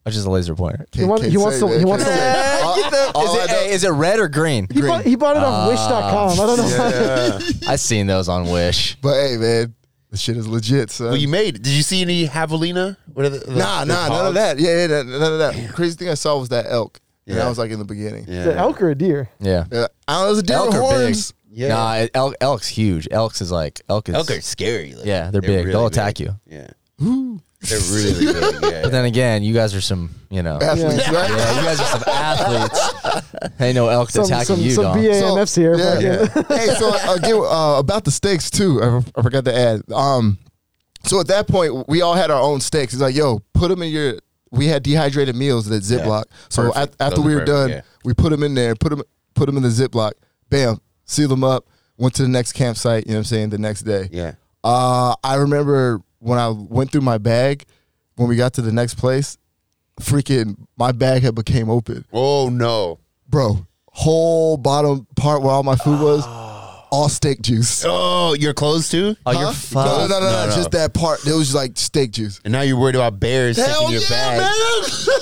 [SPEAKER 4] oh, just a laser pointer?
[SPEAKER 2] Can't-
[SPEAKER 3] want-
[SPEAKER 2] can't
[SPEAKER 3] he wants
[SPEAKER 2] say,
[SPEAKER 3] to-
[SPEAKER 2] man.
[SPEAKER 3] he wants
[SPEAKER 2] Can't
[SPEAKER 3] to-
[SPEAKER 2] say.
[SPEAKER 4] Eh,
[SPEAKER 2] All-
[SPEAKER 4] get the-
[SPEAKER 2] all
[SPEAKER 4] is,
[SPEAKER 2] I
[SPEAKER 4] it,
[SPEAKER 2] know-
[SPEAKER 4] hey, is it red or green?
[SPEAKER 3] he, bought, he bought it off Wish.com. I don't know. why.
[SPEAKER 4] I seen those on Wish.
[SPEAKER 2] But hey, man, the shit is legit, son.
[SPEAKER 1] Well, you made. it. Did you see any javelina? What are the, the-
[SPEAKER 2] nah,
[SPEAKER 1] the
[SPEAKER 2] nah, none of
[SPEAKER 1] hogs?
[SPEAKER 2] that. Yeah, yeah, that- none of that. Crazy thing I saw was that elk. And
[SPEAKER 1] Yeah.
[SPEAKER 2] I was like in the beginning.
[SPEAKER 1] Yeah.
[SPEAKER 3] Is it elk or a deer?
[SPEAKER 4] Yeah.
[SPEAKER 2] Yeah. I don't know, it was a deer
[SPEAKER 4] Elk
[SPEAKER 2] with
[SPEAKER 4] are big.
[SPEAKER 2] horns.
[SPEAKER 1] Yeah.
[SPEAKER 4] Nah, it- elk, elk's huge. Elk's is like elk is
[SPEAKER 1] Elk are scary. like,
[SPEAKER 4] Yeah, they're big. They'll attack you.
[SPEAKER 1] Yeah. They're really big. Yeah.
[SPEAKER 4] But then again, you guys are some, you know, yeah,
[SPEAKER 2] Athletes, right?
[SPEAKER 4] you guys are some athletes. Ain't no elk
[SPEAKER 3] Some
[SPEAKER 4] attacking
[SPEAKER 3] some,
[SPEAKER 4] you,
[SPEAKER 3] some
[SPEAKER 4] dog.
[SPEAKER 3] BAMFs here.
[SPEAKER 2] yeah.
[SPEAKER 3] fucking-
[SPEAKER 2] hey, so again, uh, about the steaks too. I, I forgot to add. Um, so at that point, we all had our own steaks. He's like, "Yo, put them in your." We had dehydrated meals that Ziploc. so
[SPEAKER 1] Perfect.
[SPEAKER 2] at, after
[SPEAKER 1] Those are
[SPEAKER 2] we were
[SPEAKER 1] perfect,
[SPEAKER 2] done,
[SPEAKER 1] yeah.
[SPEAKER 2] we put them in there. Put them put them in the Ziploc. Bam, seal them up. Went to the next campsite. You know what I'm saying? The next day.
[SPEAKER 1] Yeah.
[SPEAKER 2] Uh, I remember when I went through my bag when we got to the next place. Freaking, my bag had became open
[SPEAKER 1] Oh no.
[SPEAKER 2] bro, whole bottom part where all my food was, all steak juice.
[SPEAKER 1] Oh, your clothes too.
[SPEAKER 4] Oh, you're
[SPEAKER 2] Huh? No, no,
[SPEAKER 4] fucked.
[SPEAKER 2] no, no,
[SPEAKER 1] No, no.
[SPEAKER 2] just that part. It was just like steak juice.
[SPEAKER 1] And now you're worried about bears
[SPEAKER 2] Hell
[SPEAKER 1] taking
[SPEAKER 2] yeah,
[SPEAKER 1] your bag.
[SPEAKER 2] man!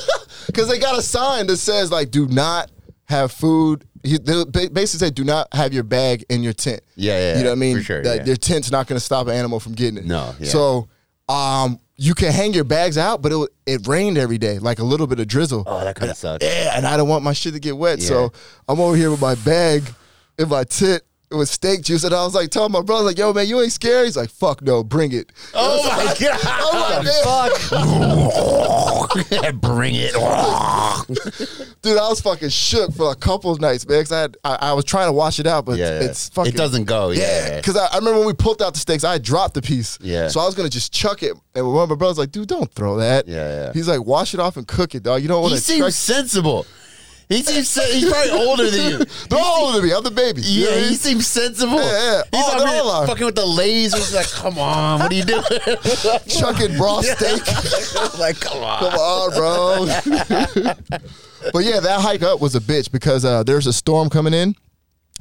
[SPEAKER 2] Because they got a sign that says like, "Do not have food he, they ba- basically say do not have your bag in your tent.
[SPEAKER 1] Yeah, yeah,
[SPEAKER 2] You know what I mean?
[SPEAKER 1] for sure,
[SPEAKER 2] That
[SPEAKER 1] yeah.
[SPEAKER 2] Your tent's not going to stop an animal from getting it.
[SPEAKER 1] No, yeah.
[SPEAKER 2] So, um, you can hang your bags out, but it wa- it rained every day, like a little bit of drizzle.
[SPEAKER 1] Oh, that kind of sucks.
[SPEAKER 2] Yeah, and I don't want my shit to get wet. So I'm over here with my bag in my tent with steak juice. And I was like, telling my brother, like, yo, man, you ain't scared? He's like, fuck no, bring it.
[SPEAKER 1] Oh my god!
[SPEAKER 2] I'm like, "Man." Oh
[SPEAKER 1] Bring it!
[SPEAKER 2] Dude, I was fucking shook for a couple of nights, man. Cause I, had, I, I was trying to wash it out, but
[SPEAKER 1] yeah,
[SPEAKER 2] it's fucking.
[SPEAKER 1] It doesn't go.
[SPEAKER 2] Yeah,
[SPEAKER 1] Yeah,
[SPEAKER 2] because I, I remember when we pulled out the steaks, I had dropped the piece.
[SPEAKER 1] Yeah.
[SPEAKER 2] So I was gonna just chuck it, and one of my brothers like, "Dude, don't throw that."
[SPEAKER 1] Yeah, yeah.
[SPEAKER 2] He's like, "Wash it off and cook it, dog. You don't want
[SPEAKER 1] he
[SPEAKER 2] to."
[SPEAKER 1] seems sensible. He seems se- he's probably older than you.
[SPEAKER 2] They're all older than me. I'm the baby. You know
[SPEAKER 1] Yeah,
[SPEAKER 2] what I
[SPEAKER 1] he
[SPEAKER 2] mean?
[SPEAKER 1] seems sensible.
[SPEAKER 2] Yeah, yeah.
[SPEAKER 1] He's
[SPEAKER 2] Oh,
[SPEAKER 1] out
[SPEAKER 2] they're
[SPEAKER 1] here
[SPEAKER 2] all are.
[SPEAKER 1] fucking with the ladies. He's like, come on, what are you doing?
[SPEAKER 2] chucking raw steak.
[SPEAKER 1] like, come on.
[SPEAKER 2] Come on, bro. but yeah, that hike up was a bitch because uh, there's a storm coming in.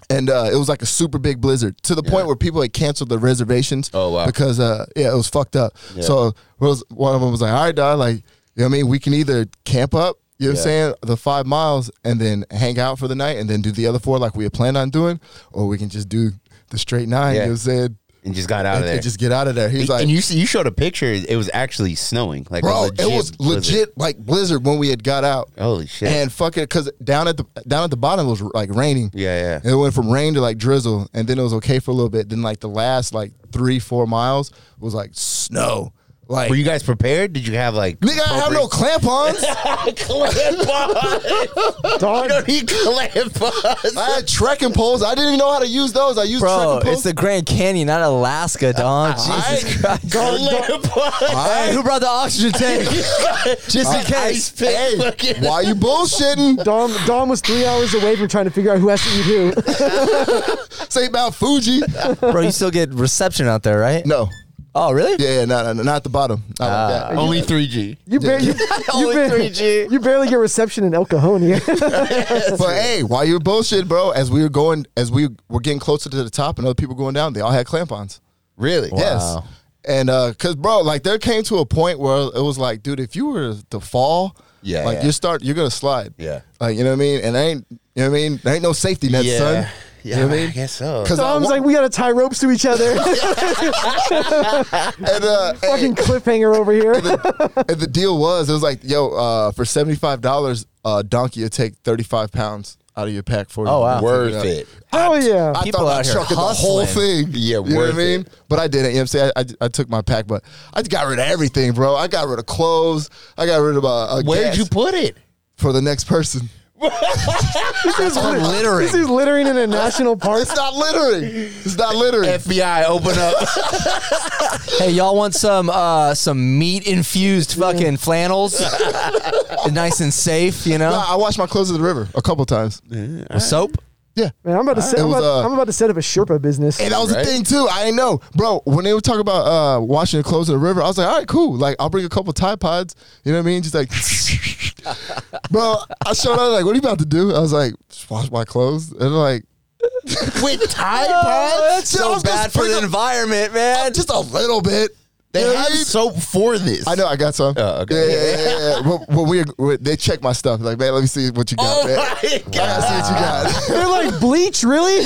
[SPEAKER 2] And uh, it was like a super big blizzard to the point where people had canceled their reservations.
[SPEAKER 1] Oh, wow.
[SPEAKER 2] Because uh, yeah, it was fucked up. So it was, one of them was like, "All right, dog, like you know what I mean? We can either camp up, you know what I'm saying, the five miles, and then hang out for the night, and then do the other four like we had planned on doing, or we can just do the straight
[SPEAKER 1] Yeah.
[SPEAKER 2] nine. You know what I'm saying?
[SPEAKER 1] And just got out of
[SPEAKER 2] And,
[SPEAKER 1] there.
[SPEAKER 2] and just get out of there." He was like,
[SPEAKER 1] and you see- you showed a picture. It was actually snowing. Like, a
[SPEAKER 2] "Bro,
[SPEAKER 1] legit
[SPEAKER 2] it was
[SPEAKER 1] blizzard.
[SPEAKER 2] legit like blizzard when we had got out."
[SPEAKER 1] Holy shit.
[SPEAKER 2] And fucking, cause down at the down at the bottom it was like raining.
[SPEAKER 1] yeah, yeah.
[SPEAKER 2] And it went from rain to like drizzle, and then it was okay for a little bit. Then like the last like three four miles was like snow. Like
[SPEAKER 1] Were you guys prepared? Did you have like?
[SPEAKER 2] nigga, I have no clampons.
[SPEAKER 3] Dog,
[SPEAKER 1] He clampons.
[SPEAKER 2] I had trekking poles. I didn't even know how to use those. I used
[SPEAKER 4] Bro,
[SPEAKER 2] trekking poles.
[SPEAKER 4] it's the Grand Canyon, not Alaska, dog. Jesus Christ.
[SPEAKER 1] Clampons.
[SPEAKER 4] Hey, who brought the oxygen tank? Just in
[SPEAKER 1] Ice
[SPEAKER 4] case.
[SPEAKER 1] pick.
[SPEAKER 2] Hey,
[SPEAKER 1] fucking-
[SPEAKER 2] why you bullshitting?
[SPEAKER 3] Dom, Dom was three hours away from trying to figure out who has to eat who.
[SPEAKER 2] Say about Fuji.
[SPEAKER 4] Bro, you still get reception out there, right?
[SPEAKER 2] No.
[SPEAKER 4] Oh, really?
[SPEAKER 2] Yeah, yeah, no, no, no, not at the bottom. Not
[SPEAKER 1] Ah.
[SPEAKER 2] like that.
[SPEAKER 1] Only 3G.
[SPEAKER 3] You, bar- you, you,
[SPEAKER 4] Only
[SPEAKER 3] bar-
[SPEAKER 4] 3G.
[SPEAKER 3] you barely get reception in El Cajon here.
[SPEAKER 2] But hey, why you bullshitting, bro? As we were going, as we were getting closer to the top, and other people going down, they all had clampons.
[SPEAKER 1] Really?
[SPEAKER 2] Yes. And uh, cause bro, like there came to a point where it was like, dude, if you were to fall,
[SPEAKER 1] Yeah,
[SPEAKER 2] like
[SPEAKER 1] yeah.
[SPEAKER 2] you start, you're gonna slide.
[SPEAKER 1] Yeah.
[SPEAKER 2] Like you know what I mean? And I ain't, you know what I mean? There ain't no safety net,
[SPEAKER 1] Yeah.
[SPEAKER 2] son.
[SPEAKER 1] Yeah,
[SPEAKER 2] You know what
[SPEAKER 1] I guess so.
[SPEAKER 2] Cause I
[SPEAKER 3] Dom's
[SPEAKER 2] wa-
[SPEAKER 3] like, we gotta tie ropes to each other.
[SPEAKER 2] and, uh,
[SPEAKER 3] Fucking
[SPEAKER 2] and,
[SPEAKER 3] cliffhanger over here.
[SPEAKER 2] and the deal was, it was like, yo, uh, for seventy five dollars, uh, donkey will take thirty five pounds out of your pack for you.
[SPEAKER 4] Oh, wow.
[SPEAKER 1] Worth it.
[SPEAKER 3] Hell yeah.
[SPEAKER 2] I
[SPEAKER 4] People
[SPEAKER 2] thought I
[SPEAKER 4] out here
[SPEAKER 2] chucked the whole
[SPEAKER 4] hustling.
[SPEAKER 2] thing.
[SPEAKER 1] Yeah,
[SPEAKER 2] you know what I
[SPEAKER 1] worth it.
[SPEAKER 2] mean. But I didn't. You know what I'm saying? I, I, I took my pack, but I got rid of everything, bro. I got rid of clothes. I got rid of uh, a
[SPEAKER 1] Where'd
[SPEAKER 2] gas
[SPEAKER 1] you put it?
[SPEAKER 2] for the next person.
[SPEAKER 3] This is
[SPEAKER 4] I'm
[SPEAKER 3] lit-
[SPEAKER 4] littering.
[SPEAKER 3] This is littering in a national park.
[SPEAKER 2] It's not littering. It's not littering.
[SPEAKER 1] FBI, open up.
[SPEAKER 4] Hey, y'all want some uh, some meat infused fucking flannels? nice and safe, you know?
[SPEAKER 2] Nah, I washed my clothes in the river a couple times.
[SPEAKER 4] With soap?
[SPEAKER 2] Yeah.
[SPEAKER 3] Man, I'm about to set,
[SPEAKER 2] It
[SPEAKER 3] I'm,
[SPEAKER 2] was,
[SPEAKER 3] about,
[SPEAKER 2] uh,
[SPEAKER 3] I'm about to set up a Sherpa business.
[SPEAKER 2] And that was
[SPEAKER 1] Right.
[SPEAKER 2] the thing too. I didn't know, bro. When they were talking about uh, washing your clothes in the river, I was like, all right, cool. Like, I'll bring a couple Tide Pods. You know what I mean? Just like, bro. I showed up like, what are you about to do? I was like, just wash my clothes. And they're like,
[SPEAKER 1] With Tide
[SPEAKER 4] Oh,
[SPEAKER 1] Pods?
[SPEAKER 4] that's
[SPEAKER 2] Yeah, I
[SPEAKER 4] so
[SPEAKER 2] was gonna
[SPEAKER 4] bad for
[SPEAKER 2] bring
[SPEAKER 4] the
[SPEAKER 2] up-
[SPEAKER 4] environment, man.
[SPEAKER 2] just a little bit.
[SPEAKER 1] They
[SPEAKER 2] You know what I
[SPEAKER 1] have
[SPEAKER 2] mean?
[SPEAKER 1] soap for this.
[SPEAKER 2] I know I got some.
[SPEAKER 1] Oh, okay.
[SPEAKER 2] Yeah, yeah, yeah. yeah. when, when we when they check my stuff, like, man, let me see what you got.
[SPEAKER 1] Oh
[SPEAKER 2] man.
[SPEAKER 1] my
[SPEAKER 2] I gotta
[SPEAKER 1] god!
[SPEAKER 2] see what you got.
[SPEAKER 3] They're like bleach, really?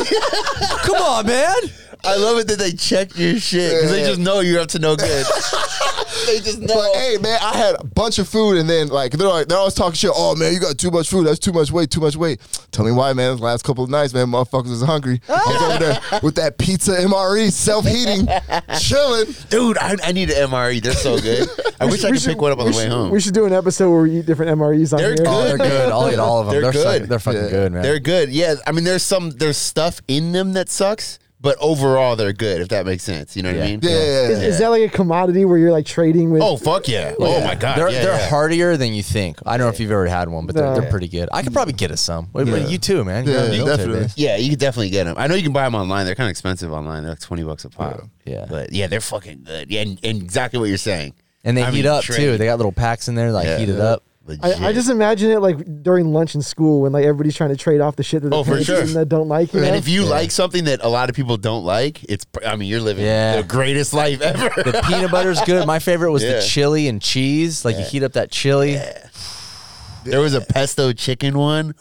[SPEAKER 4] Come on, man.
[SPEAKER 1] I love it that they check your shit because they
[SPEAKER 2] Yeah.
[SPEAKER 1] just know you're up to no good. eh, they just know.
[SPEAKER 2] But hey, man, I had a bunch of food, and then like they're like they're always talking shit. Oh man, you got too much food. That's too much weight. Too much weight. Tell me why, man. The last couple of nights, man, motherfuckers was hungry. I was over there with that pizza MRE, self heating, chilling.
[SPEAKER 1] Dude, I, I need an MRE. They're so good. I wish I could pick one up on
[SPEAKER 3] we
[SPEAKER 1] the way
[SPEAKER 3] should-
[SPEAKER 1] home.
[SPEAKER 3] We should do an episode where we eat different MREs on
[SPEAKER 1] They're
[SPEAKER 3] here.
[SPEAKER 1] good.
[SPEAKER 4] Oh, they're good. I'll eat all of them.
[SPEAKER 1] They're
[SPEAKER 4] They're,
[SPEAKER 1] good.
[SPEAKER 4] suck- they're fucking
[SPEAKER 2] Yeah.
[SPEAKER 4] good, man.
[SPEAKER 1] They're good. Yeah, I mean, there's some there's stuff in them that sucks, but overall they're good. If that makes sense, you know what I mean?
[SPEAKER 2] Yeah, yeah,
[SPEAKER 3] Is,
[SPEAKER 2] yeah.
[SPEAKER 3] is that like a commodity where you're like trading with?
[SPEAKER 1] Oh fuck yeah! Oh my god!
[SPEAKER 4] They're,
[SPEAKER 1] yeah,
[SPEAKER 4] they're
[SPEAKER 1] yeah.
[SPEAKER 4] hardier than you think. I don't know if you've ever had one, but they're,
[SPEAKER 3] No.
[SPEAKER 4] they're pretty good. I could probably get us some. Wait, wait, you too, man. You're
[SPEAKER 2] Yeah,
[SPEAKER 4] on the military
[SPEAKER 2] definitely.
[SPEAKER 4] base.
[SPEAKER 1] Yeah, you can definitely get them. I know you can buy them online. They're kind of expensive online. They're like twenty bucks a pop.
[SPEAKER 4] Yeah. Yeah.
[SPEAKER 1] but yeah, they're fucking good. Yeah, and, and exactly what you're saying.
[SPEAKER 4] And they
[SPEAKER 1] I
[SPEAKER 4] heat
[SPEAKER 1] mean,
[SPEAKER 4] up
[SPEAKER 1] trade.
[SPEAKER 4] too. They got little packs in there, like
[SPEAKER 1] Yeah.
[SPEAKER 4] heat it up.
[SPEAKER 3] I, I
[SPEAKER 1] Legit.
[SPEAKER 3] just imagine it like during lunch in school when like everybody's trying to trade off the shit that the
[SPEAKER 1] Oh, for
[SPEAKER 3] parents
[SPEAKER 1] sure.
[SPEAKER 3] eat and that don't like. You know?
[SPEAKER 1] And if you like something that a lot of people don't like, it's pr- I mean you're living
[SPEAKER 4] Yeah.
[SPEAKER 1] the greatest life ever.
[SPEAKER 4] The peanut butter's good. My favorite was
[SPEAKER 1] Yeah.
[SPEAKER 4] the chili and cheese. Like you heat up that chili.
[SPEAKER 1] there was a pesto chicken one.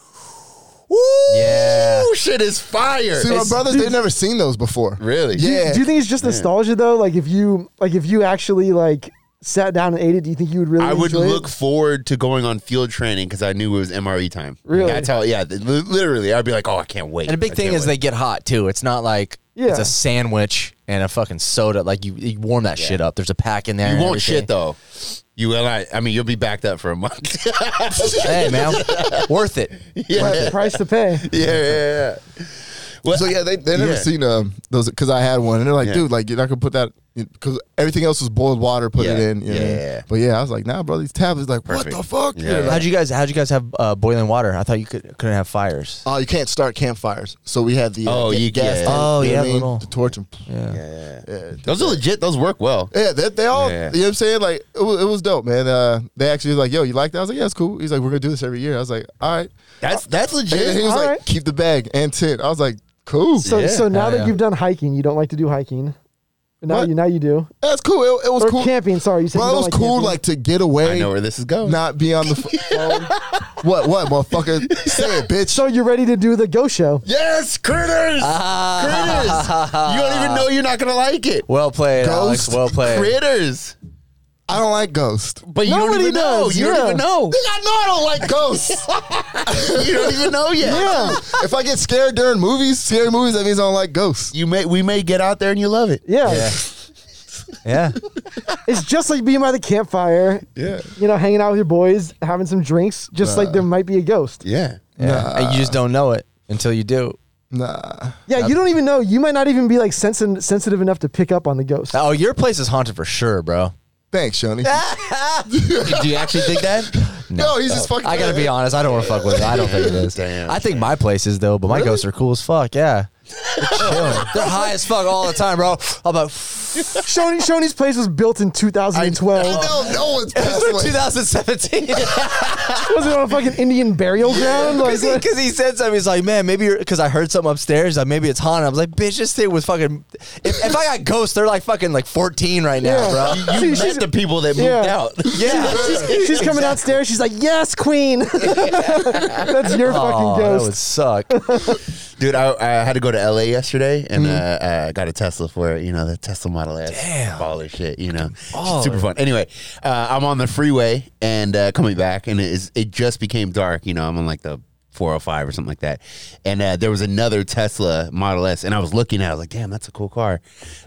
[SPEAKER 1] Woo!
[SPEAKER 4] Yeah.
[SPEAKER 1] Shit is fire.
[SPEAKER 2] See, my brothers, they've never seen those before.
[SPEAKER 1] Really?
[SPEAKER 2] Yeah.
[SPEAKER 3] Do you think it's just nostalgia though? Like if you like if you actually like sat down and ate it, do you think you would really?
[SPEAKER 1] I would
[SPEAKER 3] enjoy it?
[SPEAKER 1] look forward to going on field training because I knew it was MRE time.
[SPEAKER 3] Really?
[SPEAKER 1] That's how. Yeah, th- li- literally, I'd be like, "Oh, I can't wait."
[SPEAKER 4] And a big
[SPEAKER 1] I
[SPEAKER 4] thing
[SPEAKER 1] can't
[SPEAKER 4] is
[SPEAKER 1] wait.
[SPEAKER 4] they get hot too. It's not like it's
[SPEAKER 3] Yeah.
[SPEAKER 4] a sandwich and a fucking soda. Like you, you warm that shit up. There's a pack in there.
[SPEAKER 1] You
[SPEAKER 4] and
[SPEAKER 1] won't shit
[SPEAKER 4] everything.
[SPEAKER 1] though. You will not. I mean, you'll be backed up for a month.
[SPEAKER 4] Hey man, worth it.
[SPEAKER 3] Pri- price to pay.
[SPEAKER 1] yeah, yeah, yeah. Well,
[SPEAKER 2] So yeah, they they never
[SPEAKER 1] Yeah.
[SPEAKER 2] seen um those because I had one and they're like,
[SPEAKER 1] Yeah.
[SPEAKER 2] dude, like you're not gonna put that because everything else was boiled water, put it
[SPEAKER 1] Yeah.
[SPEAKER 2] in. You know what I mean?
[SPEAKER 1] Yeah.
[SPEAKER 2] But yeah, I was like, nah, bro, these tablets, like,
[SPEAKER 1] Perfect.
[SPEAKER 2] what the fuck?
[SPEAKER 1] Yeah.
[SPEAKER 2] They're like,
[SPEAKER 4] How'd you guys? How'd you guys have uh, boiling water? I thought you could couldn't have fires.
[SPEAKER 2] Oh, you can't start campfires. So we had the uh,
[SPEAKER 1] Oh,
[SPEAKER 2] ga-
[SPEAKER 1] you
[SPEAKER 2] gas.
[SPEAKER 1] can't.
[SPEAKER 2] tank,
[SPEAKER 4] Oh,
[SPEAKER 2] you know
[SPEAKER 4] yeah,
[SPEAKER 2] what I mean?
[SPEAKER 4] little-
[SPEAKER 2] the torch and
[SPEAKER 4] Yeah.
[SPEAKER 1] yeah, yeah. those are legit. Those work well.
[SPEAKER 2] yeah, they, they all.
[SPEAKER 1] Yeah.
[SPEAKER 2] You know what I'm saying? Like it was, it was dope, man. Uh, they actually was like, yo, you like that? I was like, yeah, it's cool. He's like, we're gonna do this every year. I was like, all right.
[SPEAKER 1] That's that's
[SPEAKER 2] And then he
[SPEAKER 1] legit.
[SPEAKER 2] was
[SPEAKER 3] All
[SPEAKER 2] like,
[SPEAKER 3] right.
[SPEAKER 2] keep the bag and tent. I was like, cool.
[SPEAKER 3] So
[SPEAKER 1] Yeah.
[SPEAKER 3] so now
[SPEAKER 4] Oh,
[SPEAKER 3] that
[SPEAKER 4] yeah.
[SPEAKER 3] you've done hiking, you don't like to do hiking. But now
[SPEAKER 2] What?
[SPEAKER 3] you now you do.
[SPEAKER 2] That's cool. It, it was
[SPEAKER 3] Or
[SPEAKER 2] cool.
[SPEAKER 3] camping, sorry. You said
[SPEAKER 2] Bro,
[SPEAKER 3] you
[SPEAKER 2] it
[SPEAKER 3] don't
[SPEAKER 2] was
[SPEAKER 3] like
[SPEAKER 2] cool,
[SPEAKER 3] camping.
[SPEAKER 2] like to get away.
[SPEAKER 1] I know where this is going.
[SPEAKER 2] not be on the f- phone. What? What, motherfucker? Say it, bitch.
[SPEAKER 3] So you're ready to do the go show.
[SPEAKER 1] Yes, critters. critters. You don't even know you're not gonna like it.
[SPEAKER 4] Well played, Alex.
[SPEAKER 2] Ghost
[SPEAKER 4] Well played.
[SPEAKER 1] Critters.
[SPEAKER 2] I don't like ghosts.
[SPEAKER 1] But you
[SPEAKER 3] Nobody
[SPEAKER 1] don't even know.
[SPEAKER 3] does,
[SPEAKER 1] You
[SPEAKER 3] yeah.
[SPEAKER 1] don't even know.
[SPEAKER 2] I know I don't like ghosts.
[SPEAKER 1] you don't even know yet.
[SPEAKER 2] yeah. If I get scared during movies, scary movies, that means I don't like ghosts.
[SPEAKER 1] You may we may get out there and you love it.
[SPEAKER 3] Yeah.
[SPEAKER 4] Yeah. yeah.
[SPEAKER 3] It's just like being by the campfire,
[SPEAKER 2] Yeah.
[SPEAKER 3] you know, hanging out with your boys, having some drinks, just like there might be a ghost.
[SPEAKER 1] Yeah.
[SPEAKER 4] Yeah. And you just don't know it until you do.
[SPEAKER 2] Nah.
[SPEAKER 3] Yeah, you don't even know. You might not even be like sensitive sensitive enough to pick up on the ghost.
[SPEAKER 4] Oh, your place is haunted for sure, bro.
[SPEAKER 2] Thanks, Shoney.
[SPEAKER 1] Do you actually think that?
[SPEAKER 2] No, he's just fucking.
[SPEAKER 4] I gotta be honest. I don't want to fuck with it. I don't think it is.
[SPEAKER 1] Damn.
[SPEAKER 4] I think my place is though, but my ghosts are cool as fuck. Yeah, they're chilling. They're high as fuck all the time, bro. I'm like
[SPEAKER 3] Shoney Shoney's place was built in 2012.
[SPEAKER 2] No, no one's passed away.
[SPEAKER 4] 2017
[SPEAKER 3] was it on a fucking Indian burial ground? Like,
[SPEAKER 4] because he, 'cause he said something. He's like, man, maybe you're because I heard something upstairs. Like maybe it's haunted. I was like, bitch, this thing was fucking. If, if I got ghosts, they're like fucking like 14 right now,
[SPEAKER 3] Yeah.
[SPEAKER 4] bro.
[SPEAKER 1] You
[SPEAKER 3] See, she's-
[SPEAKER 1] met the people that moved
[SPEAKER 3] Yeah.
[SPEAKER 1] out.
[SPEAKER 4] Yeah.
[SPEAKER 3] she's coming downstairs. She's like, "Yes, queen." That's your fucking
[SPEAKER 4] Oh, that
[SPEAKER 3] ghost.
[SPEAKER 4] would suck.
[SPEAKER 1] Dude, I, I had to go to LA yesterday and uh, I got a Tesla for it. You know, the Tesla Model S.
[SPEAKER 4] Mm-hmm. Damn.
[SPEAKER 1] Baller shit, you know.
[SPEAKER 4] baller.
[SPEAKER 1] Super fun. Anyway, uh, I'm on the freeway and uh, coming back, and it, is, it just became dark. You know, I'm on like the 405 or something like that. And uh, there was another Tesla Model S, and I was looking at it. I was like, damn, that's a cool car.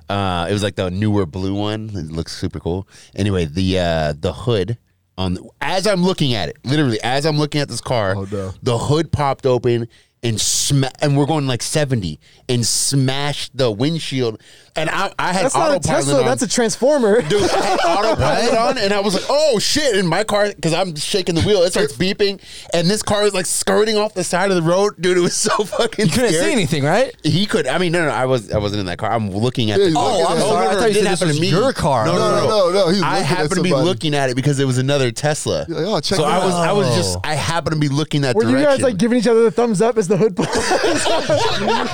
[SPEAKER 1] Uh, it was like the newer blue one. It looks super cool. Anyway, the uh, the hood. On the, as I'm looking at it, literally as I'm looking at this car,
[SPEAKER 2] Oh, no.
[SPEAKER 1] the hood popped open and sma- and we're going like 70 and smashed the windshield and I, I had
[SPEAKER 3] That's not a
[SPEAKER 1] autopilot
[SPEAKER 3] Tesla.
[SPEAKER 1] on.
[SPEAKER 3] That's a transformer.
[SPEAKER 1] Dude, I had autopilot on, and I was like, "Oh shit!" In my car, because I'm shaking the wheel, it starts beeping, and this car is like skirting off the side of the road, dude. It was so fucking.
[SPEAKER 4] You couldn't
[SPEAKER 1] scary.
[SPEAKER 4] see anything, right?
[SPEAKER 1] He could. I mean, no, no, I was, I wasn't in that car. I'm looking at.
[SPEAKER 2] Yeah,
[SPEAKER 1] the
[SPEAKER 2] he's looking
[SPEAKER 1] car.
[SPEAKER 2] at it.
[SPEAKER 1] it
[SPEAKER 4] I thought you said
[SPEAKER 1] didn't
[SPEAKER 4] this
[SPEAKER 1] happen
[SPEAKER 4] was
[SPEAKER 1] to me.
[SPEAKER 4] your car.
[SPEAKER 1] No, no,
[SPEAKER 2] No,
[SPEAKER 1] no,
[SPEAKER 2] no, no, he's
[SPEAKER 1] I
[SPEAKER 2] looking at
[SPEAKER 1] happened to be
[SPEAKER 2] somebody.
[SPEAKER 1] looking at it because it was another Tesla.
[SPEAKER 2] You're like, oh, check
[SPEAKER 1] so
[SPEAKER 2] it
[SPEAKER 1] I was,
[SPEAKER 2] out.
[SPEAKER 1] I was just, I happened to be looking that
[SPEAKER 3] Were
[SPEAKER 1] direction.
[SPEAKER 3] you guys like giving each other the thumbs up as the hood? popped?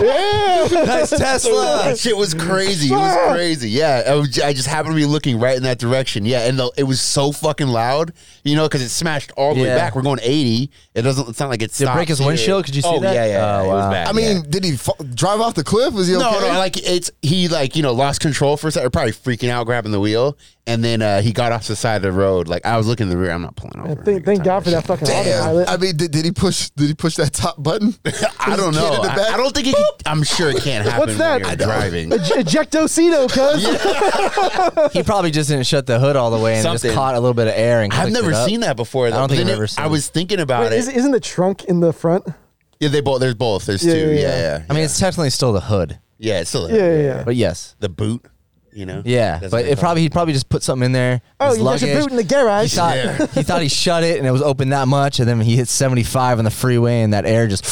[SPEAKER 3] yeah.
[SPEAKER 4] Nice Tesla.
[SPEAKER 1] That shit was crazy. It was crazy. Yeah, I, was, ju- I just happened to be looking right in that direction. Yeah, and the, it was so fucking loud, you know, because it smashed all the way
[SPEAKER 4] Yeah.
[SPEAKER 1] back. We're going eighty. It doesn't. It's not like it's.
[SPEAKER 4] Did it break his windshield? Could you see
[SPEAKER 1] oh,
[SPEAKER 4] that?
[SPEAKER 1] Yeah, yeah. yeah.
[SPEAKER 4] Oh,
[SPEAKER 1] It was
[SPEAKER 4] wow.
[SPEAKER 1] bad.
[SPEAKER 2] I mean,
[SPEAKER 1] yeah.
[SPEAKER 2] did he fa- drive off the cliff? Was he okay?
[SPEAKER 1] No, no, like it's he like you know lost control for a second, probably freaking out, grabbing the wheel, and then uh, he got off the side of the road. Like I was looking in the rear, I'm not pulling over.
[SPEAKER 3] Thank, thank God for that fucking
[SPEAKER 2] Damn.
[SPEAKER 3] autopilot.
[SPEAKER 2] I mean, did, did he push? Did he push that top button?
[SPEAKER 1] I don't know.
[SPEAKER 2] In the back?
[SPEAKER 1] I, I don't think it. Can, I'm sure it can't happen.
[SPEAKER 3] What's that?
[SPEAKER 1] When
[SPEAKER 3] I
[SPEAKER 1] you're
[SPEAKER 3] don't-
[SPEAKER 1] driving.
[SPEAKER 3] Ej- Ejectocito, cuz.
[SPEAKER 4] He probably just didn't shut the hood all the way and
[SPEAKER 1] Something.
[SPEAKER 4] just caught a little bit of air. And
[SPEAKER 1] I've
[SPEAKER 4] clicked
[SPEAKER 1] never
[SPEAKER 4] it up.
[SPEAKER 1] seen that before. though.
[SPEAKER 4] don't think
[SPEAKER 1] Then
[SPEAKER 4] I've
[SPEAKER 1] it-
[SPEAKER 4] ever seen
[SPEAKER 1] I was thinking about
[SPEAKER 3] Wait,
[SPEAKER 1] it.
[SPEAKER 3] is, isn't the trunk in the front?
[SPEAKER 1] Yeah, they both. There's both. There's
[SPEAKER 3] Yeah,
[SPEAKER 1] two.
[SPEAKER 3] yeah,
[SPEAKER 1] Yeah,
[SPEAKER 3] yeah.
[SPEAKER 1] yeah.
[SPEAKER 4] I mean, it's technically still the hood,
[SPEAKER 1] yeah, it's still
[SPEAKER 3] Yeah, yeah, yeah.
[SPEAKER 4] but yes,
[SPEAKER 1] the boot. You know.
[SPEAKER 4] yeah.
[SPEAKER 1] That's what
[SPEAKER 4] but
[SPEAKER 1] they
[SPEAKER 4] it
[SPEAKER 1] call
[SPEAKER 4] probably he probably just put something in there.
[SPEAKER 3] Oh,
[SPEAKER 4] his
[SPEAKER 3] you got your
[SPEAKER 4] luggage.
[SPEAKER 3] boot in the
[SPEAKER 4] He
[SPEAKER 3] garage.
[SPEAKER 4] thought,
[SPEAKER 1] Yeah.
[SPEAKER 4] he thought he shut it and it was open that much, and then he hit 75 on the freeway, and that air just.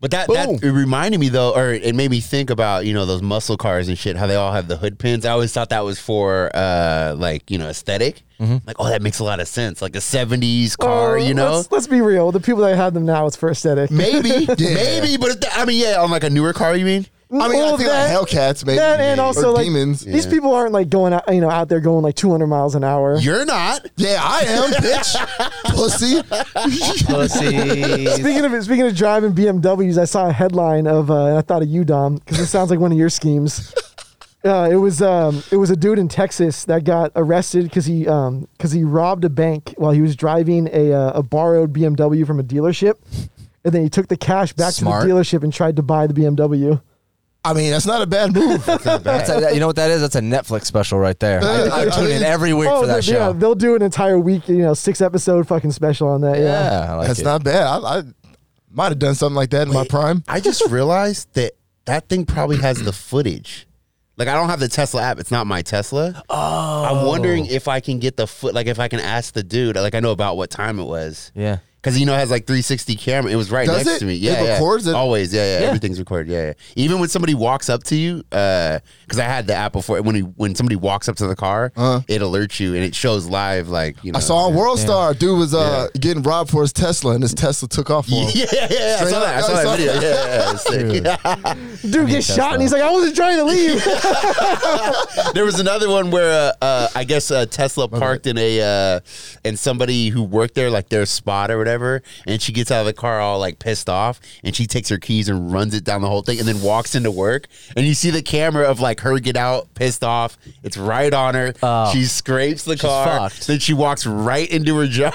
[SPEAKER 1] But that, that it reminded me though, or it made me think about you know those muscle cars and shit. How they all have the hood pins. I always thought that was for uh like you know esthetic
[SPEAKER 4] Mm-hmm.
[SPEAKER 1] Like oh that makes a lot of sense. Like a '70s car,
[SPEAKER 3] Oh,
[SPEAKER 1] you know.
[SPEAKER 3] Let's, let's be real. The people that have them now, it's for aesthetic.
[SPEAKER 1] Maybe, maybe, but if the- I mean, yeah, on like a newer car, you mean?
[SPEAKER 2] I mean, I
[SPEAKER 3] all of
[SPEAKER 2] think
[SPEAKER 3] that,
[SPEAKER 2] like Hellcats, maybe,
[SPEAKER 3] that and
[SPEAKER 2] or
[SPEAKER 3] also like
[SPEAKER 2] demons.
[SPEAKER 3] These people aren't like going out, you know, out there going like 200 miles an hour.
[SPEAKER 1] You're not.
[SPEAKER 2] Yeah, I am, bitch, pussy.
[SPEAKER 4] Pussies.
[SPEAKER 3] Speaking of speaking of driving BMWs, I saw a headline of uh, and I thought of you, Dom, because it sounds like one of your schemes. Uh, it was um, it was a dude in Texas that got arrested because he um, cause he robbed a bank while he was driving a uh, a borrowed BMW from a dealership, and then he took the cash back
[SPEAKER 4] Smart.
[SPEAKER 3] to the dealership and tried to buy the BMW.
[SPEAKER 2] I mean, that's not a bad move.
[SPEAKER 4] That's a, you know what that is? That's a Netflix special right there. I, I
[SPEAKER 2] Yeah.
[SPEAKER 4] tune in every week for that
[SPEAKER 3] they- Oh, yeah,
[SPEAKER 4] show.
[SPEAKER 3] they'll do an entire week, you know, six episode fucking special on that. Yeah,
[SPEAKER 4] Yeah, I like
[SPEAKER 2] That's
[SPEAKER 4] it.
[SPEAKER 2] not bad. I, I might have done something like that in my prime.
[SPEAKER 1] I just realized that that thing probably has the footage. Like I don't have the Tesla app. It's not my Tesla. Oh. I'm wondering if I can get the foot. Like if I can ask the dude. Like I know about what time it was.
[SPEAKER 4] Yeah.
[SPEAKER 1] Because you know it has like 360 camera. It was right
[SPEAKER 2] Does
[SPEAKER 1] next
[SPEAKER 2] it?
[SPEAKER 1] to me.
[SPEAKER 2] It
[SPEAKER 1] Yeah, yeah.
[SPEAKER 2] records it?
[SPEAKER 1] Always. Yeah, yeah, Everything's recorded. Yeah, yeah. Even when somebody walks up to you, because I had the app before. When he, when somebody walks up to the car, it alerts you and it shows live. Like you know.
[SPEAKER 2] Uh-huh. I
[SPEAKER 4] Oh,
[SPEAKER 2] saw on World Star, dude was uh, getting robbed for his Tesla, and his Tesla took off for
[SPEAKER 1] Yeah,
[SPEAKER 2] him.
[SPEAKER 1] yeah, yeah. yeah. I
[SPEAKER 2] Straight
[SPEAKER 1] saw
[SPEAKER 2] up.
[SPEAKER 1] that. I
[SPEAKER 2] Oh,
[SPEAKER 1] saw
[SPEAKER 2] you
[SPEAKER 1] that
[SPEAKER 2] saw
[SPEAKER 1] video.
[SPEAKER 2] that?
[SPEAKER 1] Yeah, yeah, yeah. It's sick.
[SPEAKER 3] dude gets shot and he's like, I wasn't trying to leave.
[SPEAKER 1] There was another one where uh, uh, I guess uh, Tesla parked in a uh, and somebody who worked there, like their spot or whatever, and she gets out of the car all like pissed off, and she takes her keys and runs it down the whole thing, and then walks into work, and you see the camera of like her get out pissed off. It's right on her. she scrapes the car,
[SPEAKER 4] Oh. fucked.
[SPEAKER 1] then she walks right into her job.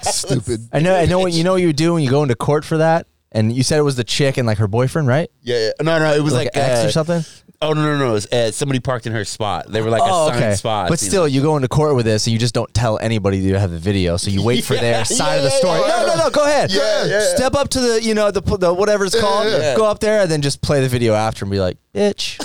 [SPEAKER 2] Stupid.
[SPEAKER 4] I know. I know. What, you know what you do when you go into court for that? And you said it was the chick and like her boyfriend, right?
[SPEAKER 1] yeah, yeah. no, no, it was
[SPEAKER 4] Like
[SPEAKER 1] like,
[SPEAKER 4] an ex or
[SPEAKER 1] uh,
[SPEAKER 4] something?
[SPEAKER 1] Oh no, no, no! It was, uh, somebody parked in her spot. They were like
[SPEAKER 4] oh,
[SPEAKER 1] assigned
[SPEAKER 4] okay.
[SPEAKER 1] spots,
[SPEAKER 4] but
[SPEAKER 1] you know?
[SPEAKER 4] still, you go into court with this, and you just don't tell anybody that you have the video. So you wait for
[SPEAKER 1] Yeah,
[SPEAKER 4] their side
[SPEAKER 1] yeah,
[SPEAKER 4] of the
[SPEAKER 1] yeah,
[SPEAKER 4] story.
[SPEAKER 1] yeah.
[SPEAKER 4] No, no, no. Go ahead.
[SPEAKER 2] Yeah, yeah,
[SPEAKER 1] yeah.
[SPEAKER 4] Step up to the, you know, the, the whatever it's called.
[SPEAKER 1] yeah.
[SPEAKER 4] Go up there and then just play the video after and be like, bitch.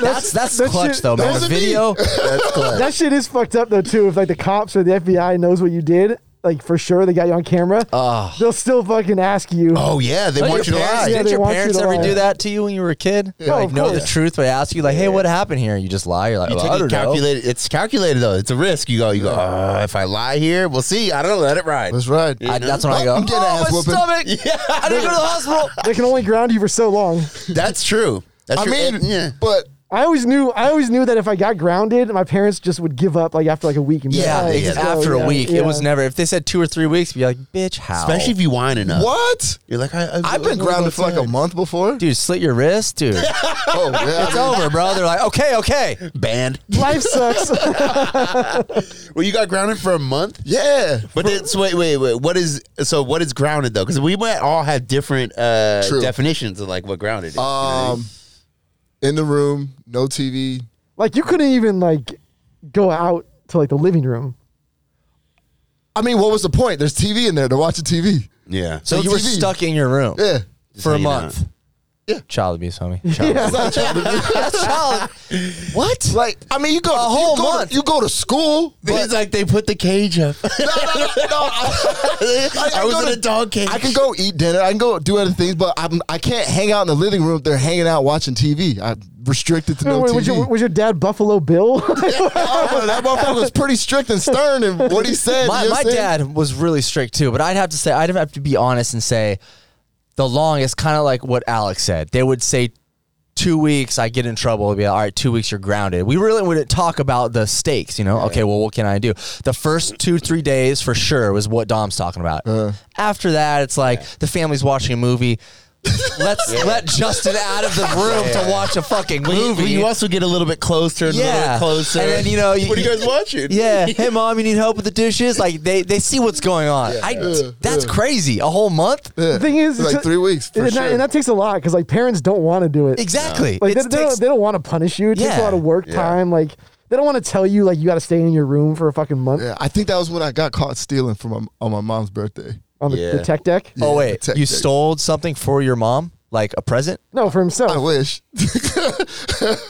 [SPEAKER 4] that's that's
[SPEAKER 3] that
[SPEAKER 4] clutch
[SPEAKER 3] shit-
[SPEAKER 4] though, man.
[SPEAKER 2] those
[SPEAKER 4] The
[SPEAKER 2] are me.
[SPEAKER 4] video.
[SPEAKER 1] That's clutch.
[SPEAKER 3] That shit is fucked up though too. If like the cops or the FBI knows what you did, like for sure they got you on camera.
[SPEAKER 4] Ah.
[SPEAKER 3] they'll still fucking ask you.
[SPEAKER 1] Oh yeah, they want you to
[SPEAKER 4] parents,
[SPEAKER 1] lie.
[SPEAKER 3] Yeah,
[SPEAKER 4] Did
[SPEAKER 3] they
[SPEAKER 4] your
[SPEAKER 3] want you
[SPEAKER 4] parents
[SPEAKER 3] to
[SPEAKER 4] ever
[SPEAKER 3] lie.
[SPEAKER 4] do that to you when you were a kid?
[SPEAKER 3] Oh,
[SPEAKER 4] like
[SPEAKER 3] of
[SPEAKER 4] know the
[SPEAKER 3] course.
[SPEAKER 4] truth, but ask you like, hey, what happened here? You just lie. You're like,
[SPEAKER 1] You
[SPEAKER 4] well,
[SPEAKER 1] take
[SPEAKER 4] I
[SPEAKER 1] it
[SPEAKER 4] don't know.
[SPEAKER 1] calculated. It's calculated though. It's a risk. You go. You go. Uh, if I lie here, we'll see. I don't know. Let it ride.
[SPEAKER 2] That's right.
[SPEAKER 4] I, that's when I go.
[SPEAKER 2] I'm getting
[SPEAKER 4] oh,
[SPEAKER 2] ass
[SPEAKER 4] my
[SPEAKER 2] whooping."
[SPEAKER 4] stomach. I didn't go to the hospital.
[SPEAKER 3] They can only ground you for so long.
[SPEAKER 1] That's true. That's
[SPEAKER 2] I
[SPEAKER 1] true.
[SPEAKER 2] mean,
[SPEAKER 1] And- yeah.
[SPEAKER 2] but
[SPEAKER 3] I always knew. I always knew that if I got grounded, my parents just would give up like after like a week. And be like,
[SPEAKER 4] Yeah,
[SPEAKER 3] "All right,
[SPEAKER 1] they
[SPEAKER 4] it's
[SPEAKER 3] just
[SPEAKER 1] get
[SPEAKER 3] go,"
[SPEAKER 4] after
[SPEAKER 3] yeah,
[SPEAKER 4] a week.
[SPEAKER 3] yeah.
[SPEAKER 4] It was never. If they said two or three weeks, be like, bitch, how?
[SPEAKER 1] especially if you whine enough.
[SPEAKER 2] what?
[SPEAKER 1] You're like, I, I,
[SPEAKER 2] I've been grounded for like a month before.
[SPEAKER 4] dude, slit your wrist, dude. it's
[SPEAKER 2] Oh, yeah. I mean,
[SPEAKER 4] over, bro. They're like, okay, okay.
[SPEAKER 1] band.
[SPEAKER 3] Life sucks.
[SPEAKER 1] Well, you got grounded for a month.
[SPEAKER 2] yeah.
[SPEAKER 1] But then, so wait, wait, wait. What is so? What is grounded though? Because we might all have different uh,
[SPEAKER 2] True.
[SPEAKER 1] definitions of like what grounded is. you know what I mean?
[SPEAKER 2] Um, in the room, no TV.
[SPEAKER 3] like you couldn't even like go out to like the living room.
[SPEAKER 2] I mean, what was the point? There's TV in there. They're watching TV.
[SPEAKER 1] yeah.
[SPEAKER 4] So
[SPEAKER 2] No
[SPEAKER 4] you were
[SPEAKER 2] TV.
[SPEAKER 4] stuck in your room
[SPEAKER 2] Yeah.
[SPEAKER 4] for a
[SPEAKER 1] hanging out.
[SPEAKER 4] month. Child abuse, homie. Child
[SPEAKER 3] Yeah.
[SPEAKER 4] That's child. What?
[SPEAKER 2] Like, I mean, you go a you
[SPEAKER 4] whole
[SPEAKER 2] go
[SPEAKER 4] month.
[SPEAKER 2] To, you go to school.
[SPEAKER 1] it's like they put the cage up.
[SPEAKER 2] No, no, no, no. I,
[SPEAKER 1] I,
[SPEAKER 2] I
[SPEAKER 1] was
[SPEAKER 2] go
[SPEAKER 1] in
[SPEAKER 2] to-
[SPEAKER 1] a dog cage.
[SPEAKER 2] I can go eat dinner. I can go do other things, but I'm, I can't hang out in the living room. if They're hanging out watching TV. I'm restricted to no
[SPEAKER 3] was,
[SPEAKER 2] TV.
[SPEAKER 3] your, was your dad Buffalo Bill?
[SPEAKER 2] Oh, that motherfucker was pretty strict and stern in what he said.
[SPEAKER 4] My,
[SPEAKER 2] you know
[SPEAKER 4] my
[SPEAKER 2] what I'm saying?
[SPEAKER 4] dad was really strict too, but I'd have to say I'd have to be honest and say the longest, kind of like what Alex said. They would say two weeks, I get in trouble. It'd be like, all right, two weeks, you're grounded. We really wouldn't talk about the stakes, you know. Okay, well, what can I do? The first two three days for sure was what Dom's talking about.
[SPEAKER 2] Uh-huh.
[SPEAKER 4] After that, it's like the family's watching a movie. Let's let Justin out of the room to watch a fucking
[SPEAKER 1] But you-
[SPEAKER 4] movie.
[SPEAKER 1] but you also get a little bit closer and a little
[SPEAKER 4] Yeah.
[SPEAKER 1] bit closer.
[SPEAKER 4] And then, you know, you-
[SPEAKER 1] what are you guys watching?
[SPEAKER 4] Yeah. Hey, mom, you need help with the dishes? Like, they, they see what's going on. I, that's crazy. A whole month?
[SPEAKER 2] Yeah.
[SPEAKER 3] the thing is,
[SPEAKER 2] It's like
[SPEAKER 3] it's-
[SPEAKER 2] three weeks for
[SPEAKER 3] and,
[SPEAKER 2] sure.
[SPEAKER 3] that, and that takes a lot because like parents don't want to do it.
[SPEAKER 4] Exactly.
[SPEAKER 3] Like they,
[SPEAKER 4] It
[SPEAKER 3] they
[SPEAKER 4] takes-
[SPEAKER 3] don't, they don't want to punish you. It takes a
[SPEAKER 4] Yeah.
[SPEAKER 3] lot of work time. Like they don't want to tell you like you got to stay in your room for a fucking month
[SPEAKER 2] yeah, I think that was when I got caught stealing from my, on my mom's birthday.
[SPEAKER 3] on the,
[SPEAKER 1] Yeah.
[SPEAKER 3] the tech deck.
[SPEAKER 4] oh, wait.
[SPEAKER 2] protect
[SPEAKER 4] You
[SPEAKER 2] it.
[SPEAKER 4] stole something for your mom? Like a present?
[SPEAKER 3] No, for himself.
[SPEAKER 2] I wish.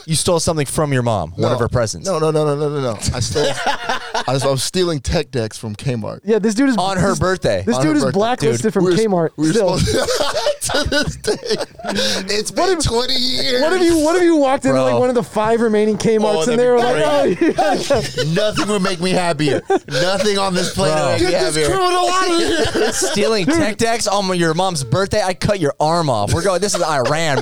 [SPEAKER 4] You stole something from your mom, one
[SPEAKER 2] No.
[SPEAKER 4] of her presents.
[SPEAKER 2] No, no, no, no, no, no, no. I stole. I was, I was stealing tech decks from Kmart.
[SPEAKER 3] yeah, this dude is
[SPEAKER 4] On her
[SPEAKER 3] this-
[SPEAKER 4] birthday.
[SPEAKER 3] This
[SPEAKER 2] On
[SPEAKER 3] dude
[SPEAKER 2] her
[SPEAKER 3] is
[SPEAKER 2] birthday.
[SPEAKER 3] blacklisted
[SPEAKER 2] Dude,
[SPEAKER 3] from
[SPEAKER 2] we were-
[SPEAKER 3] Kmart.
[SPEAKER 2] we were
[SPEAKER 3] still,
[SPEAKER 2] supposed- to this day. It's been 20 years.
[SPEAKER 3] What if you What if you walked into
[SPEAKER 4] Bro.
[SPEAKER 3] like one of the five remaining Kmart's
[SPEAKER 1] that'd
[SPEAKER 3] and they were
[SPEAKER 1] be
[SPEAKER 3] like, "Oh, yeah."
[SPEAKER 1] Nothing would make me happier. Nothing on this planet
[SPEAKER 4] Bro.
[SPEAKER 1] would make me
[SPEAKER 2] Get this
[SPEAKER 1] happier.
[SPEAKER 2] criminal out of here.
[SPEAKER 4] Stealing tech decks on your mom's birthday, I cut your arm off. We're going. This is Iran,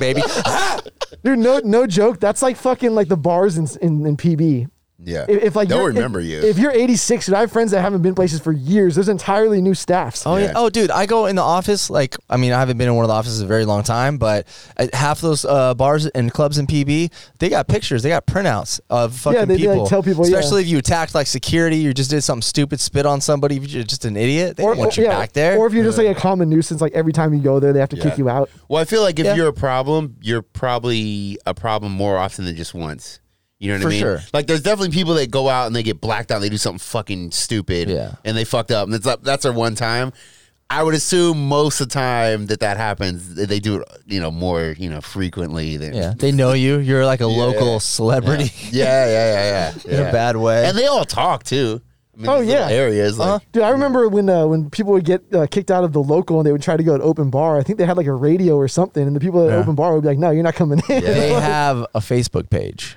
[SPEAKER 4] baby.
[SPEAKER 3] "Oh, dude, no, no joke. That's like fucking like the bars in in, in PB.
[SPEAKER 1] Yeah.
[SPEAKER 3] If, if like
[SPEAKER 1] they'll
[SPEAKER 3] you're-
[SPEAKER 1] remember
[SPEAKER 3] if,
[SPEAKER 1] you.
[SPEAKER 3] If you're 86, and I have friends that haven't been places for years, there's entirely new staffs.
[SPEAKER 4] Oh, yeah.
[SPEAKER 1] Yeah.
[SPEAKER 4] oh, dude, I go in the office. Like, I mean, I haven't been in one of the offices in a very long time, but at half those uh, bars and clubs in PB, they got pictures, they got printouts of fucking
[SPEAKER 3] they, like,
[SPEAKER 4] people.
[SPEAKER 3] tell people, yeah.
[SPEAKER 4] especially if you attacked like security, you just did something stupid, spit on somebody, if you're just an idiot. They don't want you
[SPEAKER 3] yeah,
[SPEAKER 4] back there.
[SPEAKER 3] Or if you're just like a common nuisance, like every time you go there, they have to
[SPEAKER 1] Yeah.
[SPEAKER 3] kick you out.
[SPEAKER 1] Well, I feel like if
[SPEAKER 3] Yeah.
[SPEAKER 1] you're a problem, you're probably a problem more often than just once. You know what
[SPEAKER 4] For
[SPEAKER 1] I mean?
[SPEAKER 4] sure.
[SPEAKER 1] Like, there's definitely people that go out and they get blacked out. And they do something fucking stupid.
[SPEAKER 4] Yeah.
[SPEAKER 1] And they fucked up. And it's like, that's their one time. I would assume most of the time that that happens, they do it, you know, more, you know, frequently than.
[SPEAKER 4] yeah, they know you. You're like a local celebrity
[SPEAKER 1] Yeah, yeah, yeah, yeah.
[SPEAKER 4] in
[SPEAKER 1] yeah.
[SPEAKER 4] a bad way.
[SPEAKER 1] And they all talk too. I mean,
[SPEAKER 3] Oh,
[SPEAKER 1] these little
[SPEAKER 3] yeah.
[SPEAKER 1] Areas
[SPEAKER 4] Uh-huh.
[SPEAKER 1] like.
[SPEAKER 3] Dude, I remember when uh, when people would get uh, kicked out of the local and they would try to go to open bar. I think they had like a radio or something, and the people at open bar would be like, "No, you're not coming in."
[SPEAKER 1] Yeah.
[SPEAKER 4] they have a Facebook page.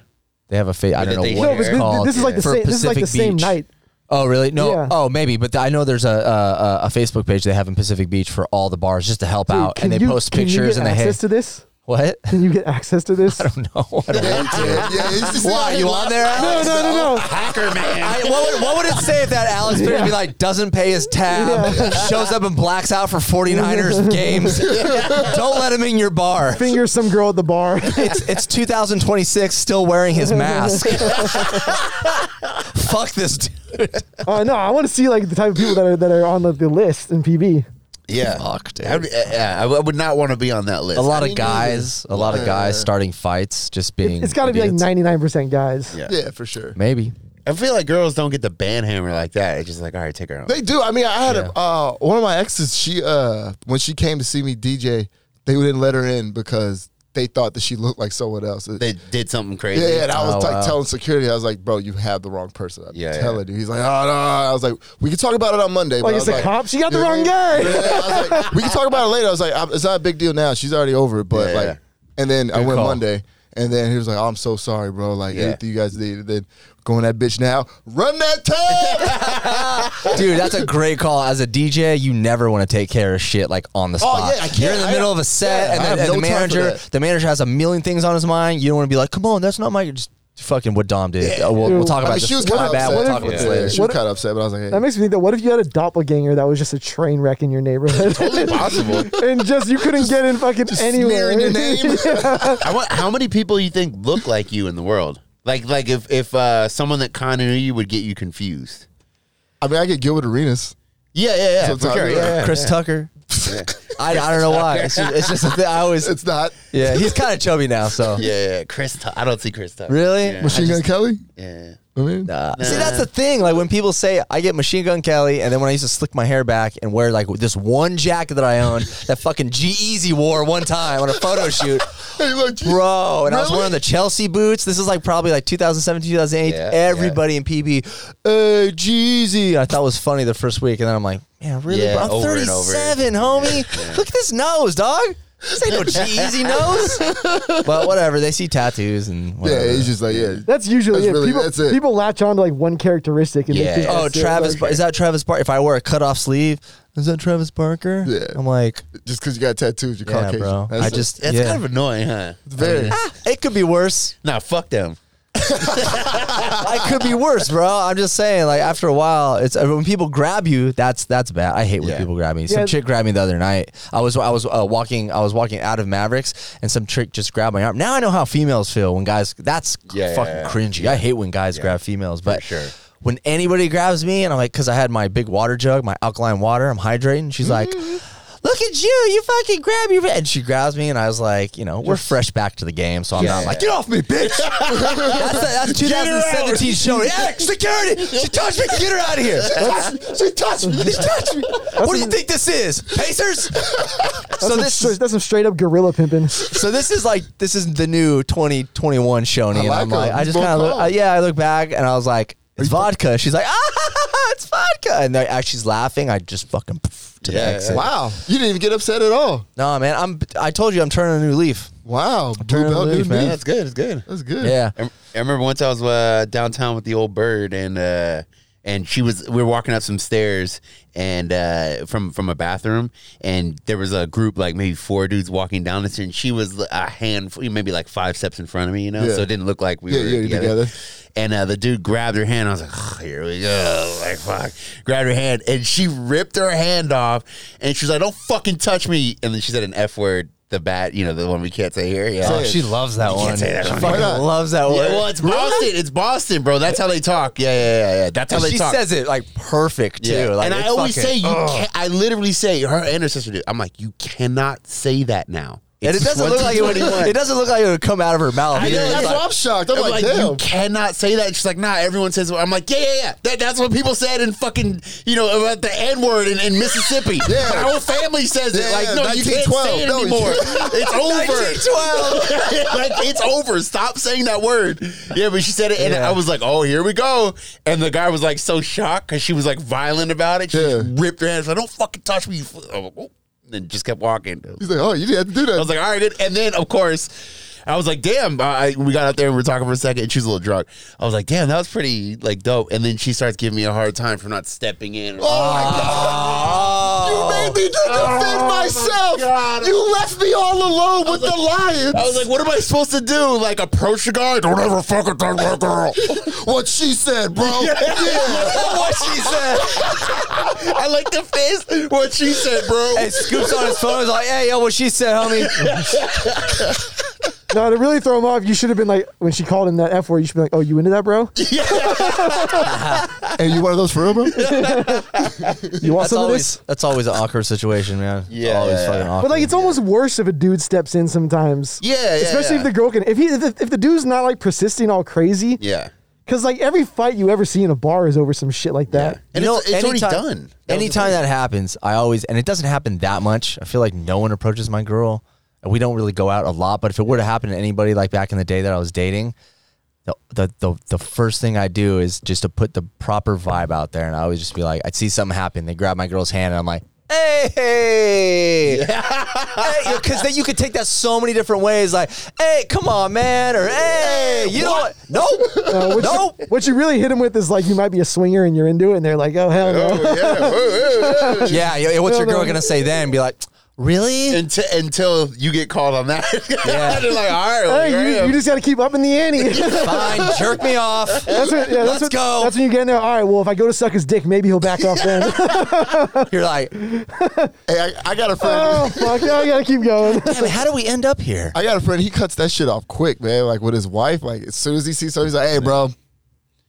[SPEAKER 4] They have a face. I
[SPEAKER 1] Yeah,
[SPEAKER 4] don't know
[SPEAKER 1] they-
[SPEAKER 4] what
[SPEAKER 1] No,
[SPEAKER 4] it's
[SPEAKER 1] but thi-
[SPEAKER 4] called.
[SPEAKER 3] this is like the
[SPEAKER 4] for
[SPEAKER 3] same- this is like the
[SPEAKER 4] Pacific
[SPEAKER 3] same
[SPEAKER 4] Beach.
[SPEAKER 3] night.
[SPEAKER 4] Oh really? No.
[SPEAKER 3] Yeah.
[SPEAKER 4] Oh maybe, but I know there's a, a a- a Facebook page they have in Pacific Beach for all the bars just to help
[SPEAKER 3] Dude,
[SPEAKER 4] out, and they
[SPEAKER 3] can you-
[SPEAKER 4] post
[SPEAKER 3] can you
[SPEAKER 4] pictures
[SPEAKER 3] get
[SPEAKER 4] and they hey,
[SPEAKER 3] access to this.
[SPEAKER 4] what?
[SPEAKER 3] Can you get access to this?
[SPEAKER 4] no. I don't know.
[SPEAKER 2] Yeah, it's just-
[SPEAKER 4] Why you on there?
[SPEAKER 3] No,
[SPEAKER 4] Alex?
[SPEAKER 3] no, no, no.
[SPEAKER 1] Hacker man.
[SPEAKER 4] I, what, would, what would it say if that Alex Perry be like doesn't pay his tab, shows up and blacks out for 49ers games? Don't let him in your bar.
[SPEAKER 3] Finger some girl at the bar.
[SPEAKER 4] It's it's 2026, still wearing his mask. Fuck this dude.
[SPEAKER 3] uh, no, I want to see like the type of people that are that are on the, the list in PB.
[SPEAKER 1] Yeah.
[SPEAKER 4] Fuck, dude.
[SPEAKER 1] I'd be- uh, yeah, I w- I would not want to be on that list.
[SPEAKER 4] A lot
[SPEAKER 2] mean,
[SPEAKER 4] of guys, a lot of guys starting fights, just being.
[SPEAKER 3] It's got to be like
[SPEAKER 4] idiots.
[SPEAKER 3] 99% guys.
[SPEAKER 1] Yeah.
[SPEAKER 2] Yeah, for sure.
[SPEAKER 4] Maybe.
[SPEAKER 1] I feel like girls don't get the banhammer like that. It's just like, all right, take her home.
[SPEAKER 2] They do. I mean, I had
[SPEAKER 4] Yeah.
[SPEAKER 2] a, uh, one of my exes. She uh, when she came to see me DJ, they didn't let her in because they thought that she looked like someone else.
[SPEAKER 1] they did something crazy.
[SPEAKER 2] yeah, yeah, and I was
[SPEAKER 4] Oh,
[SPEAKER 2] like
[SPEAKER 4] wow.
[SPEAKER 2] telling security, I was like, "Bro, you have the wrong person." I'm
[SPEAKER 1] Yeah,
[SPEAKER 2] telling you. He's like, "Oh no!" I was like, "We can talk about it on Monday." but
[SPEAKER 3] Like
[SPEAKER 2] I
[SPEAKER 3] it's
[SPEAKER 2] was
[SPEAKER 3] a cop. She got the
[SPEAKER 2] Yeah,
[SPEAKER 3] wrong
[SPEAKER 2] we-
[SPEAKER 3] guy.
[SPEAKER 2] Yeah, I was like, we can talk about it later. I was like, I'm- it's not a big deal now. She's already over it, but
[SPEAKER 1] Yeah,
[SPEAKER 2] like,
[SPEAKER 1] yeah.
[SPEAKER 2] and then I went
[SPEAKER 4] call.
[SPEAKER 2] Monday, and then he was like, oh, I'm so sorry, bro. Like
[SPEAKER 1] Yeah.
[SPEAKER 2] anything you guys need, and then going that bitch now, run that tab.
[SPEAKER 4] Dude, that's a great call. As a DJ, you never want to take care of shit like on the spot.
[SPEAKER 2] yeah, I can't-
[SPEAKER 4] You're in the
[SPEAKER 2] I-
[SPEAKER 4] middle of a set,
[SPEAKER 2] yeah, I
[SPEAKER 4] and,
[SPEAKER 2] have
[SPEAKER 4] then,
[SPEAKER 2] no
[SPEAKER 4] and the
[SPEAKER 2] time for
[SPEAKER 4] manager,
[SPEAKER 2] that.
[SPEAKER 4] the manager has a million things on his mind. You don't want to be like, "Come on, that's not my." Just fucking what Dom did. Uh, we'll, we'll
[SPEAKER 2] I
[SPEAKER 4] talk about
[SPEAKER 2] mean,
[SPEAKER 4] this.
[SPEAKER 2] she was
[SPEAKER 4] My
[SPEAKER 2] kind of
[SPEAKER 4] bad.
[SPEAKER 2] upset.
[SPEAKER 4] We'll talk about this
[SPEAKER 1] Yeah.
[SPEAKER 4] later.
[SPEAKER 2] She
[SPEAKER 3] What
[SPEAKER 2] was
[SPEAKER 3] if-
[SPEAKER 2] kind of upset, but I was like,
[SPEAKER 3] That
[SPEAKER 2] hey.
[SPEAKER 3] makes me think that what if you had a doppelganger that was just a train wreck in your neighborhood?
[SPEAKER 1] Totally possible.
[SPEAKER 3] and just you couldn't get in fucking anywhere.
[SPEAKER 2] smearing your name.
[SPEAKER 1] I want, how many people you think look like you in the world? Like, like if if uh, someone that kind of knew you would get you confused.
[SPEAKER 2] I mean, I get Gilbert Arenas.
[SPEAKER 1] Yeah, yeah, yeah. For
[SPEAKER 2] Sometimes,
[SPEAKER 1] sure.
[SPEAKER 2] yeah.
[SPEAKER 1] Yeah,
[SPEAKER 4] Chris Tucker. I, I don't know why. It's just, it's just a thing. I always.
[SPEAKER 2] It's not
[SPEAKER 4] Yeah, he's kind of chubby now. So
[SPEAKER 1] yeah, yeah. yeah. Chris, Tu- I don't see Chris Tucker.
[SPEAKER 4] really,
[SPEAKER 1] Yeah.
[SPEAKER 2] Machine Gun Kelly.
[SPEAKER 1] Yeah.
[SPEAKER 2] I mean,
[SPEAKER 4] Nah. See, that's the thing. Like when people say I get Machine Gun Kelly, and then when I used to slick my hair back and wear like this one jacket that I owned, that fucking G Easy wore one time on a photo shoot,
[SPEAKER 2] Hey, look, geez.
[SPEAKER 4] bro. And I was
[SPEAKER 2] Really?
[SPEAKER 4] wearing the Chelsea boots. This is like probably like 2007, 2008.
[SPEAKER 1] Yeah,
[SPEAKER 4] Everybody in PB, hey Jeezy. I thought it was funny the first week, and then I'm like, man, really?
[SPEAKER 1] Yeah,
[SPEAKER 4] bro? I'm
[SPEAKER 1] over and over.
[SPEAKER 4] 37, homie. Look at this nose, dog. This ain't no Jeezy nose. but whatever, they see tattoos and
[SPEAKER 2] yeah,
[SPEAKER 4] whatever.
[SPEAKER 2] it's just like yeah.
[SPEAKER 3] That's usually
[SPEAKER 2] That's
[SPEAKER 3] it.
[SPEAKER 2] really-
[SPEAKER 3] people,
[SPEAKER 2] that's it.
[SPEAKER 3] people latch on to like one characteristic and
[SPEAKER 1] Yeah.
[SPEAKER 3] they think
[SPEAKER 4] Oh,
[SPEAKER 3] that's it.
[SPEAKER 4] Travis,
[SPEAKER 3] Like,
[SPEAKER 4] Bar- is that Travis Barker? If I wear a cutoff sleeve, is that Travis Barker?
[SPEAKER 2] Yeah.
[SPEAKER 4] I'm like,
[SPEAKER 2] Just because you got tattoos, you're
[SPEAKER 4] yeah,
[SPEAKER 2] Caucasian.
[SPEAKER 4] bro.
[SPEAKER 2] That's
[SPEAKER 4] I
[SPEAKER 2] it.
[SPEAKER 4] just,
[SPEAKER 1] That's
[SPEAKER 4] yeah.
[SPEAKER 1] kind of annoying, huh?
[SPEAKER 2] very.
[SPEAKER 4] it could be worse.
[SPEAKER 1] Nah, fuck them.
[SPEAKER 4] I could be worse, bro. I'm just saying, like after a while, it's uh, when people grab you. That's that's bad. I hate when
[SPEAKER 1] Yeah.
[SPEAKER 4] people grab me. Some
[SPEAKER 3] Yeah.
[SPEAKER 4] chick grabbed me the other night. I was I was uh, walking I was walking out of Mavericks, and some chick just grabbed my arm. Now I know how females feel when guys. That's
[SPEAKER 1] Yeah,
[SPEAKER 4] fucking
[SPEAKER 1] yeah, yeah.
[SPEAKER 4] cringy. I hate when guys grab females, but
[SPEAKER 1] sure.
[SPEAKER 4] when anybody grabs me, and I'm like, because I had my big water jug, my alkaline water, I'm hydrating. She's like. Look at you! You fucking grab your and she grabs me, and I was like, you know, we're fresh back to the game, so I'm not like,
[SPEAKER 2] Get off me, bitch!
[SPEAKER 4] that's, that's 2017 show. Yeah, security. She touched me. Get her out of here.
[SPEAKER 2] she touched me.
[SPEAKER 4] She touched me. What do you think this is? Pacers? Oh, So
[SPEAKER 3] that's,
[SPEAKER 4] this
[SPEAKER 3] some,
[SPEAKER 4] is,
[SPEAKER 3] that's some straight up gorilla pimping.
[SPEAKER 4] so this is like this is the new 2021 Shoney.
[SPEAKER 2] I
[SPEAKER 4] and
[SPEAKER 2] like
[SPEAKER 4] I'm like,
[SPEAKER 2] her.
[SPEAKER 4] I just
[SPEAKER 2] Well
[SPEAKER 4] kind of look,
[SPEAKER 2] called.
[SPEAKER 4] uh, yeah, I look back and I was like, it's vodka. She's like, ah, that's vodka. And I, as she's laughing, I just fucking poof to
[SPEAKER 1] Yeah,
[SPEAKER 4] the exit.
[SPEAKER 2] Wow. You didn't even get upset at all.
[SPEAKER 4] No, man, I'm. I told you, I'm turning a new leaf.
[SPEAKER 2] Wow. Blue
[SPEAKER 4] turning
[SPEAKER 2] belt,
[SPEAKER 4] loose,
[SPEAKER 2] new
[SPEAKER 4] man.
[SPEAKER 1] Yeah,
[SPEAKER 2] leaf.
[SPEAKER 1] it's good. It's good.
[SPEAKER 2] That's good.
[SPEAKER 4] Yeah.
[SPEAKER 1] I I remember once I was uh, downtown with the old bird, and uh, and she was we were walking up some stairs, and uh, from from a bathroom, and there was a group like maybe four dudes walking down the street, and she was a handful, maybe like five steps in front of me, you know,
[SPEAKER 2] Yeah.
[SPEAKER 1] so it didn't look like we
[SPEAKER 2] Yeah,
[SPEAKER 1] were
[SPEAKER 2] yeah, you're
[SPEAKER 1] together.
[SPEAKER 2] together.
[SPEAKER 1] And uh, the dude grabbed her hand. I was like, "Ugh, "Here we go!" Like, fuck. Grabbed her hand, and she ripped her hand off, and she was like, "Don't fucking touch me!" And then she said an f word, the bat, you know, the one we can't say here. Yeah,
[SPEAKER 2] Say it.
[SPEAKER 4] Oh, she loves that
[SPEAKER 1] You can't
[SPEAKER 4] one.
[SPEAKER 1] say that
[SPEAKER 4] she
[SPEAKER 1] one.
[SPEAKER 4] fucking
[SPEAKER 2] Why not?
[SPEAKER 4] loves that one.
[SPEAKER 1] yeah, well, it's Boston. It's Boston, bro. That's how they talk. Yeah, yeah, yeah. yeah. That's how
[SPEAKER 4] And
[SPEAKER 1] they
[SPEAKER 4] she
[SPEAKER 1] talk.
[SPEAKER 4] says it like perfect too.
[SPEAKER 1] yeah.
[SPEAKER 4] Like,
[SPEAKER 1] and I
[SPEAKER 4] it's
[SPEAKER 1] always
[SPEAKER 4] fucking-
[SPEAKER 1] say you.
[SPEAKER 4] Ugh.
[SPEAKER 1] Can't, I literally say her and her sister do. I'm like, you cannot say that now.
[SPEAKER 4] And it doesn't look like it would.
[SPEAKER 1] 2021.
[SPEAKER 4] It doesn't look like it would come out of her mouth.
[SPEAKER 1] I
[SPEAKER 4] either.
[SPEAKER 1] know,
[SPEAKER 4] It's
[SPEAKER 2] That's
[SPEAKER 4] like-
[SPEAKER 2] why I'm shocked. I'm,
[SPEAKER 1] I'm
[SPEAKER 2] like,
[SPEAKER 1] like, you
[SPEAKER 2] damn.
[SPEAKER 1] cannot say that. She's like, nah, everyone says. I'm like, yeah, yeah, yeah. That, that's what people said in fucking, you know, about the N word in, in Mississippi.
[SPEAKER 2] Yeah.
[SPEAKER 1] My whole family says it.
[SPEAKER 2] Yeah,
[SPEAKER 1] Like, no, you can't
[SPEAKER 2] 1912.
[SPEAKER 1] say it
[SPEAKER 2] No, you
[SPEAKER 1] anymore. it's over.
[SPEAKER 4] 1912.
[SPEAKER 1] like it's over. Stop saying that word. Yeah, but she said it, and
[SPEAKER 4] Yeah.
[SPEAKER 1] I was like, "Oh, here we go." And the guy was like so shocked because she was like violent about it. She
[SPEAKER 2] Yeah.
[SPEAKER 1] just ripped her hands. Like, don't fucking touch me. you fool." I'm like, "Oh," And just kept walking.
[SPEAKER 2] He's like, oh, you didn't have to do that.
[SPEAKER 1] I was like, all right, good. And then, of course, I was like, damn. I, we got out there and we are talking for a second, and she was a little drunk. I was like, damn, that was pretty like dope. And then she starts giving me a hard time for not stepping in. Oh.
[SPEAKER 2] oh, my God. You made me do
[SPEAKER 4] Oh
[SPEAKER 2] defend myself.
[SPEAKER 1] God.
[SPEAKER 2] You left me all alone with the lions.
[SPEAKER 1] I was like, what am I supposed to do? Like approach the guy? Don't ever fucking touch my girl.
[SPEAKER 2] what she said, bro. yeah.
[SPEAKER 4] what she said.
[SPEAKER 1] I like the face. What she said, bro.
[SPEAKER 4] Hey, Scoops on his phone. He's like, "Hey, yo, what she said, homie."
[SPEAKER 3] No, to really throw him off, you should have been like when she called him that F word. You should be like, "Oh, you into that, bro?
[SPEAKER 2] And you one of those for real, bro?
[SPEAKER 3] You want
[SPEAKER 4] That's
[SPEAKER 3] some of
[SPEAKER 4] always
[SPEAKER 3] this?"
[SPEAKER 4] that's always an awkward situation, man.
[SPEAKER 1] Yeah.
[SPEAKER 4] always fucking awkward.
[SPEAKER 3] But like, it's almost worse if a dude steps in sometimes.
[SPEAKER 1] Yeah, yeah,
[SPEAKER 3] Especially
[SPEAKER 1] yeah.
[SPEAKER 3] if the girl can, if he, if the, if the dude's not like persisting all crazy,
[SPEAKER 1] yeah.
[SPEAKER 3] because like every fight you ever see in a bar is over some shit like that.
[SPEAKER 1] And
[SPEAKER 4] You know,
[SPEAKER 1] it's, it's already done. That was the
[SPEAKER 4] anytime
[SPEAKER 1] thing.
[SPEAKER 4] that happens, I always and it doesn't happen that much. I feel like no one approaches my girl, and we don't really go out a lot. But if it were to happen to anybody like back in the day that I was dating, the the the, the first thing I do is just to put the proper vibe out there, and I always just be like, I'd see something happen, they grab my girl's hand, and I'm like. Hey, because then you could take that so many different ways. Like, hey, come on, man, or hey, you know what? Nope,
[SPEAKER 3] Uh, what,
[SPEAKER 4] nope.
[SPEAKER 3] you, what you really hit him with is like you might be a swinger and you're into it, and they're like, "Oh hell no!"
[SPEAKER 4] Yeah, yeah, what's your
[SPEAKER 3] No, no.
[SPEAKER 4] girl gonna say then? Be like, really?
[SPEAKER 1] until, until you get called on that.
[SPEAKER 4] Oh, Yeah.
[SPEAKER 1] They're like, all right, well,
[SPEAKER 3] Hey,
[SPEAKER 1] here I
[SPEAKER 3] you,
[SPEAKER 1] am.
[SPEAKER 3] you just got to keep up in the ante. that's
[SPEAKER 4] Fine, jerk me off.
[SPEAKER 3] what, yeah, that's
[SPEAKER 4] Let's
[SPEAKER 3] what,
[SPEAKER 4] go.
[SPEAKER 3] That's when you get in there. All right, well, if I go to suck his dick, maybe he'll back off then.
[SPEAKER 4] You're like, damn
[SPEAKER 2] Hey, I, I got a friend.
[SPEAKER 3] oh fuck! No, I gotta keep going.
[SPEAKER 4] it, how do we end up here?
[SPEAKER 2] I got a friend. He cuts that shit off quick, man. Like with his wife. Like as soon as he sees something, he's like, "Hey, bro,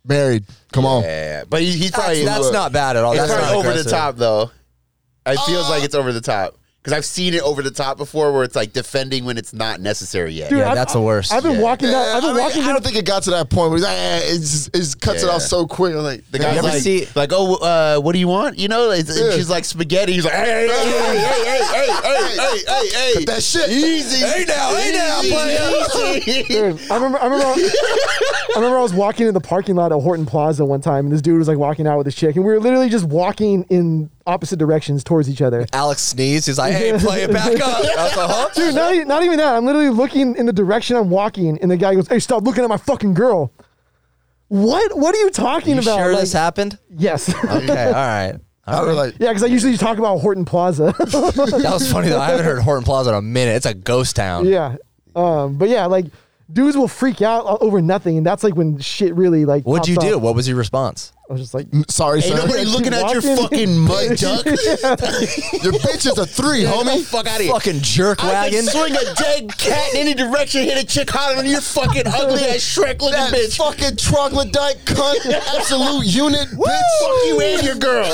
[SPEAKER 2] married. Come on."
[SPEAKER 1] yeah, but he, he's
[SPEAKER 4] That's,
[SPEAKER 1] probably
[SPEAKER 4] that's
[SPEAKER 1] look,
[SPEAKER 4] not bad at all.
[SPEAKER 1] It's
[SPEAKER 4] Oh, That's
[SPEAKER 1] probably
[SPEAKER 4] not
[SPEAKER 1] over the
[SPEAKER 4] aggressive.
[SPEAKER 1] top though. It feels like it's over the top because I've seen it over the top before, where it's like defending when it's not necessary yet.
[SPEAKER 3] Dude,
[SPEAKER 4] Yeah,
[SPEAKER 3] I've-
[SPEAKER 4] that's the worst.
[SPEAKER 3] I've been
[SPEAKER 1] Yeah.
[SPEAKER 3] walking down.
[SPEAKER 2] I,
[SPEAKER 3] I've been
[SPEAKER 2] mean,
[SPEAKER 3] walking
[SPEAKER 2] I
[SPEAKER 3] down.
[SPEAKER 2] don't think it got to that point where he's like, eh, it just, it just cuts it off
[SPEAKER 1] Yeah.
[SPEAKER 2] so quick. I'm like
[SPEAKER 1] The guy's
[SPEAKER 4] ever
[SPEAKER 1] like,
[SPEAKER 4] see-
[SPEAKER 1] like, oh, uh, what do you want? You know, it's, and
[SPEAKER 2] Yeah.
[SPEAKER 1] she's like spaghetti. He's like, hey, hey, hey, hey, hey, hey, hey, hey, hey, hey,
[SPEAKER 2] Cut that shit.
[SPEAKER 1] easy,
[SPEAKER 4] Hey now, hey now,
[SPEAKER 1] easy, easy.
[SPEAKER 3] Dude, I remember, I remember, I remember, I was walking in the parking lot at Horton Plaza one time, and this dude was like walking out with his chick, and we were literally just walking in opposite directions towards each other.
[SPEAKER 4] Alex sneezed. He's like, hey, play it back up. I was like, huh?
[SPEAKER 3] Dude, not, e- not even that. I'm literally looking in the direction I'm walking, and the guy goes, "Hey, stop looking at my fucking girl." What? What are you talking
[SPEAKER 4] You
[SPEAKER 3] about?
[SPEAKER 4] sure
[SPEAKER 3] Like,
[SPEAKER 4] this happened?
[SPEAKER 3] yes. yeah,
[SPEAKER 4] Okay, all right.
[SPEAKER 2] I was like,
[SPEAKER 3] because I usually talk about Horton Plaza.
[SPEAKER 4] That was funny though. I haven't heard Horton Plaza in a minute. It's a ghost town.
[SPEAKER 3] yeah, um, but yeah, like dudes will freak out o- over nothing, and that's like when shit really like.
[SPEAKER 4] What'd you
[SPEAKER 3] pops
[SPEAKER 4] do?
[SPEAKER 3] off.
[SPEAKER 4] What was your response?
[SPEAKER 3] I was just like,
[SPEAKER 2] "Sorry,
[SPEAKER 1] Ain't
[SPEAKER 2] sir.
[SPEAKER 1] nobody
[SPEAKER 3] Keep
[SPEAKER 1] looking at your
[SPEAKER 3] walking.
[SPEAKER 1] fucking mud duck,
[SPEAKER 2] Your bitch is a three,
[SPEAKER 1] homie.
[SPEAKER 2] homie."
[SPEAKER 1] Fuck out of here.
[SPEAKER 4] Fucking jerk
[SPEAKER 1] I can
[SPEAKER 4] wagon.
[SPEAKER 1] swing a dead cat in any direction, hit a chick hotter than your fucking ugly ass Shrek looking
[SPEAKER 2] That
[SPEAKER 1] bitch. Fuck,
[SPEAKER 2] fucking troglodyte cunt, absolute unit, bitch.
[SPEAKER 1] you and your girl.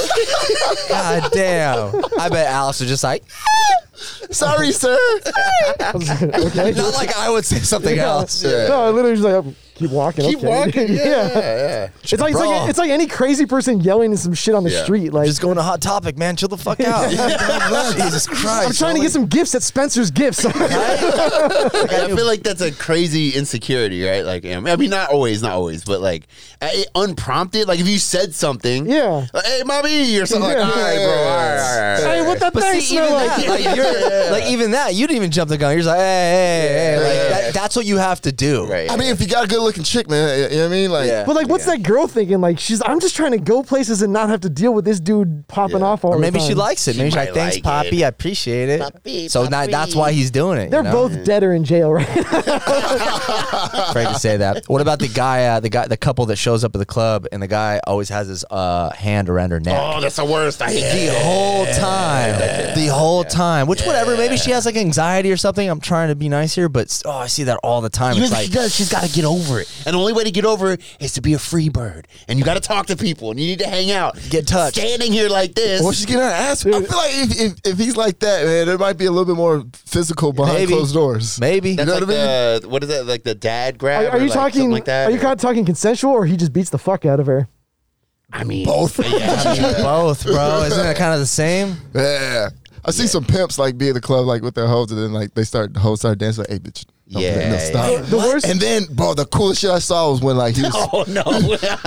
[SPEAKER 4] God damn. I bet Alex was just like,
[SPEAKER 2] Sorry, sir.
[SPEAKER 3] I was like, okay.
[SPEAKER 4] Not like I would say something else.
[SPEAKER 2] Yeah.
[SPEAKER 3] No, I literally just like oh, keep walking.
[SPEAKER 1] Keep
[SPEAKER 3] okay.
[SPEAKER 1] walking. Yeah, yeah.
[SPEAKER 3] It's like, it's
[SPEAKER 4] Bro.
[SPEAKER 3] like it's like any crazy person yelling at some shit on the
[SPEAKER 1] Yeah.
[SPEAKER 3] street. Like
[SPEAKER 4] Just going to hot topic, man. Chill the fuck out. Jesus Christ.
[SPEAKER 3] I'm trying to get some gifts at Spencer's Gifts.
[SPEAKER 1] Like, I feel like that's a crazy insecurity, right? Like, I mean, I mean, not always, not always, but like I- unprompted. Like if you said something,
[SPEAKER 3] Yeah.
[SPEAKER 1] like, hey, mommy, or something.
[SPEAKER 3] Yeah.
[SPEAKER 1] Like, all right, bro, all right, all right, all right.
[SPEAKER 3] hey, what that
[SPEAKER 4] But
[SPEAKER 3] thing
[SPEAKER 4] see, even
[SPEAKER 3] smell like?
[SPEAKER 4] that, like, you're, like even that, you didn't even jump the gun. You're just like, hey, hey, hey, like,
[SPEAKER 1] Yeah.
[SPEAKER 4] that- that's what you have to do.
[SPEAKER 1] Right.
[SPEAKER 2] I mean, if you got a good looking chick, man, you know what I mean? Like,
[SPEAKER 1] Yeah.
[SPEAKER 3] But like, what's
[SPEAKER 1] Yeah.
[SPEAKER 3] that girl thinking? Like, she's I'm just trying to go places and not have to deal with this dude popping
[SPEAKER 1] Yeah.
[SPEAKER 3] off all
[SPEAKER 4] Or
[SPEAKER 3] the
[SPEAKER 4] maybe
[SPEAKER 3] time.
[SPEAKER 4] she likes it.
[SPEAKER 1] She
[SPEAKER 4] Maybe she's like,
[SPEAKER 1] might
[SPEAKER 4] thanks,
[SPEAKER 1] like
[SPEAKER 4] Poppy.
[SPEAKER 1] it.
[SPEAKER 4] I appreciate it.
[SPEAKER 1] Poppy,
[SPEAKER 4] so now
[SPEAKER 1] Poppy.
[SPEAKER 4] that's why he's doing it. you
[SPEAKER 3] They're
[SPEAKER 4] know?
[SPEAKER 3] both dead or in jail right now.
[SPEAKER 4] afraid to say that. What about the guy, uh, the guy, the couple that shows up at the club and the guy always has his uh, hand around her neck?
[SPEAKER 1] Oh, that's the worst. I hate
[SPEAKER 4] The whole time, the whole time. Which, whatever. Maybe she has like anxiety or something. I'm trying to be nice here, but s- oh, I see that all the time.
[SPEAKER 1] Even
[SPEAKER 4] It's
[SPEAKER 1] if
[SPEAKER 4] like
[SPEAKER 1] she does, she's got to get over it. And the only way to get over it is to be a free bird. And you got to talk to people, and you need to hang out.
[SPEAKER 4] Get touched.
[SPEAKER 1] Standing here like this.
[SPEAKER 2] Well, she's getting her ass. I feel like if, if, if he's like that, man, there might be a little bit more physical behind
[SPEAKER 4] Maybe.
[SPEAKER 2] closed doors.
[SPEAKER 4] maybe.
[SPEAKER 1] that's
[SPEAKER 2] know
[SPEAKER 1] like
[SPEAKER 2] what
[SPEAKER 1] the what is that? Like the dad grab?
[SPEAKER 3] Are, are
[SPEAKER 1] or
[SPEAKER 3] you
[SPEAKER 1] like
[SPEAKER 3] talking?
[SPEAKER 1] something like that?
[SPEAKER 3] are you
[SPEAKER 1] or-
[SPEAKER 3] kind of talking consensual, or he just beats the fuck out of her?
[SPEAKER 1] I mean,
[SPEAKER 2] Both.
[SPEAKER 1] Yeah, I mean,
[SPEAKER 4] both, bro. Isn't that kind of the same?
[SPEAKER 2] Yeah. I see some pimps like be at the club like with their hoes, and then like they start the hoes start dancing like, "Hey, bitch, don't do that.
[SPEAKER 1] Yeah,
[SPEAKER 2] no,
[SPEAKER 1] yeah.
[SPEAKER 2] stop."
[SPEAKER 3] The worst.
[SPEAKER 2] And then, bro, the coolest shit I saw was when like he was
[SPEAKER 1] oh no.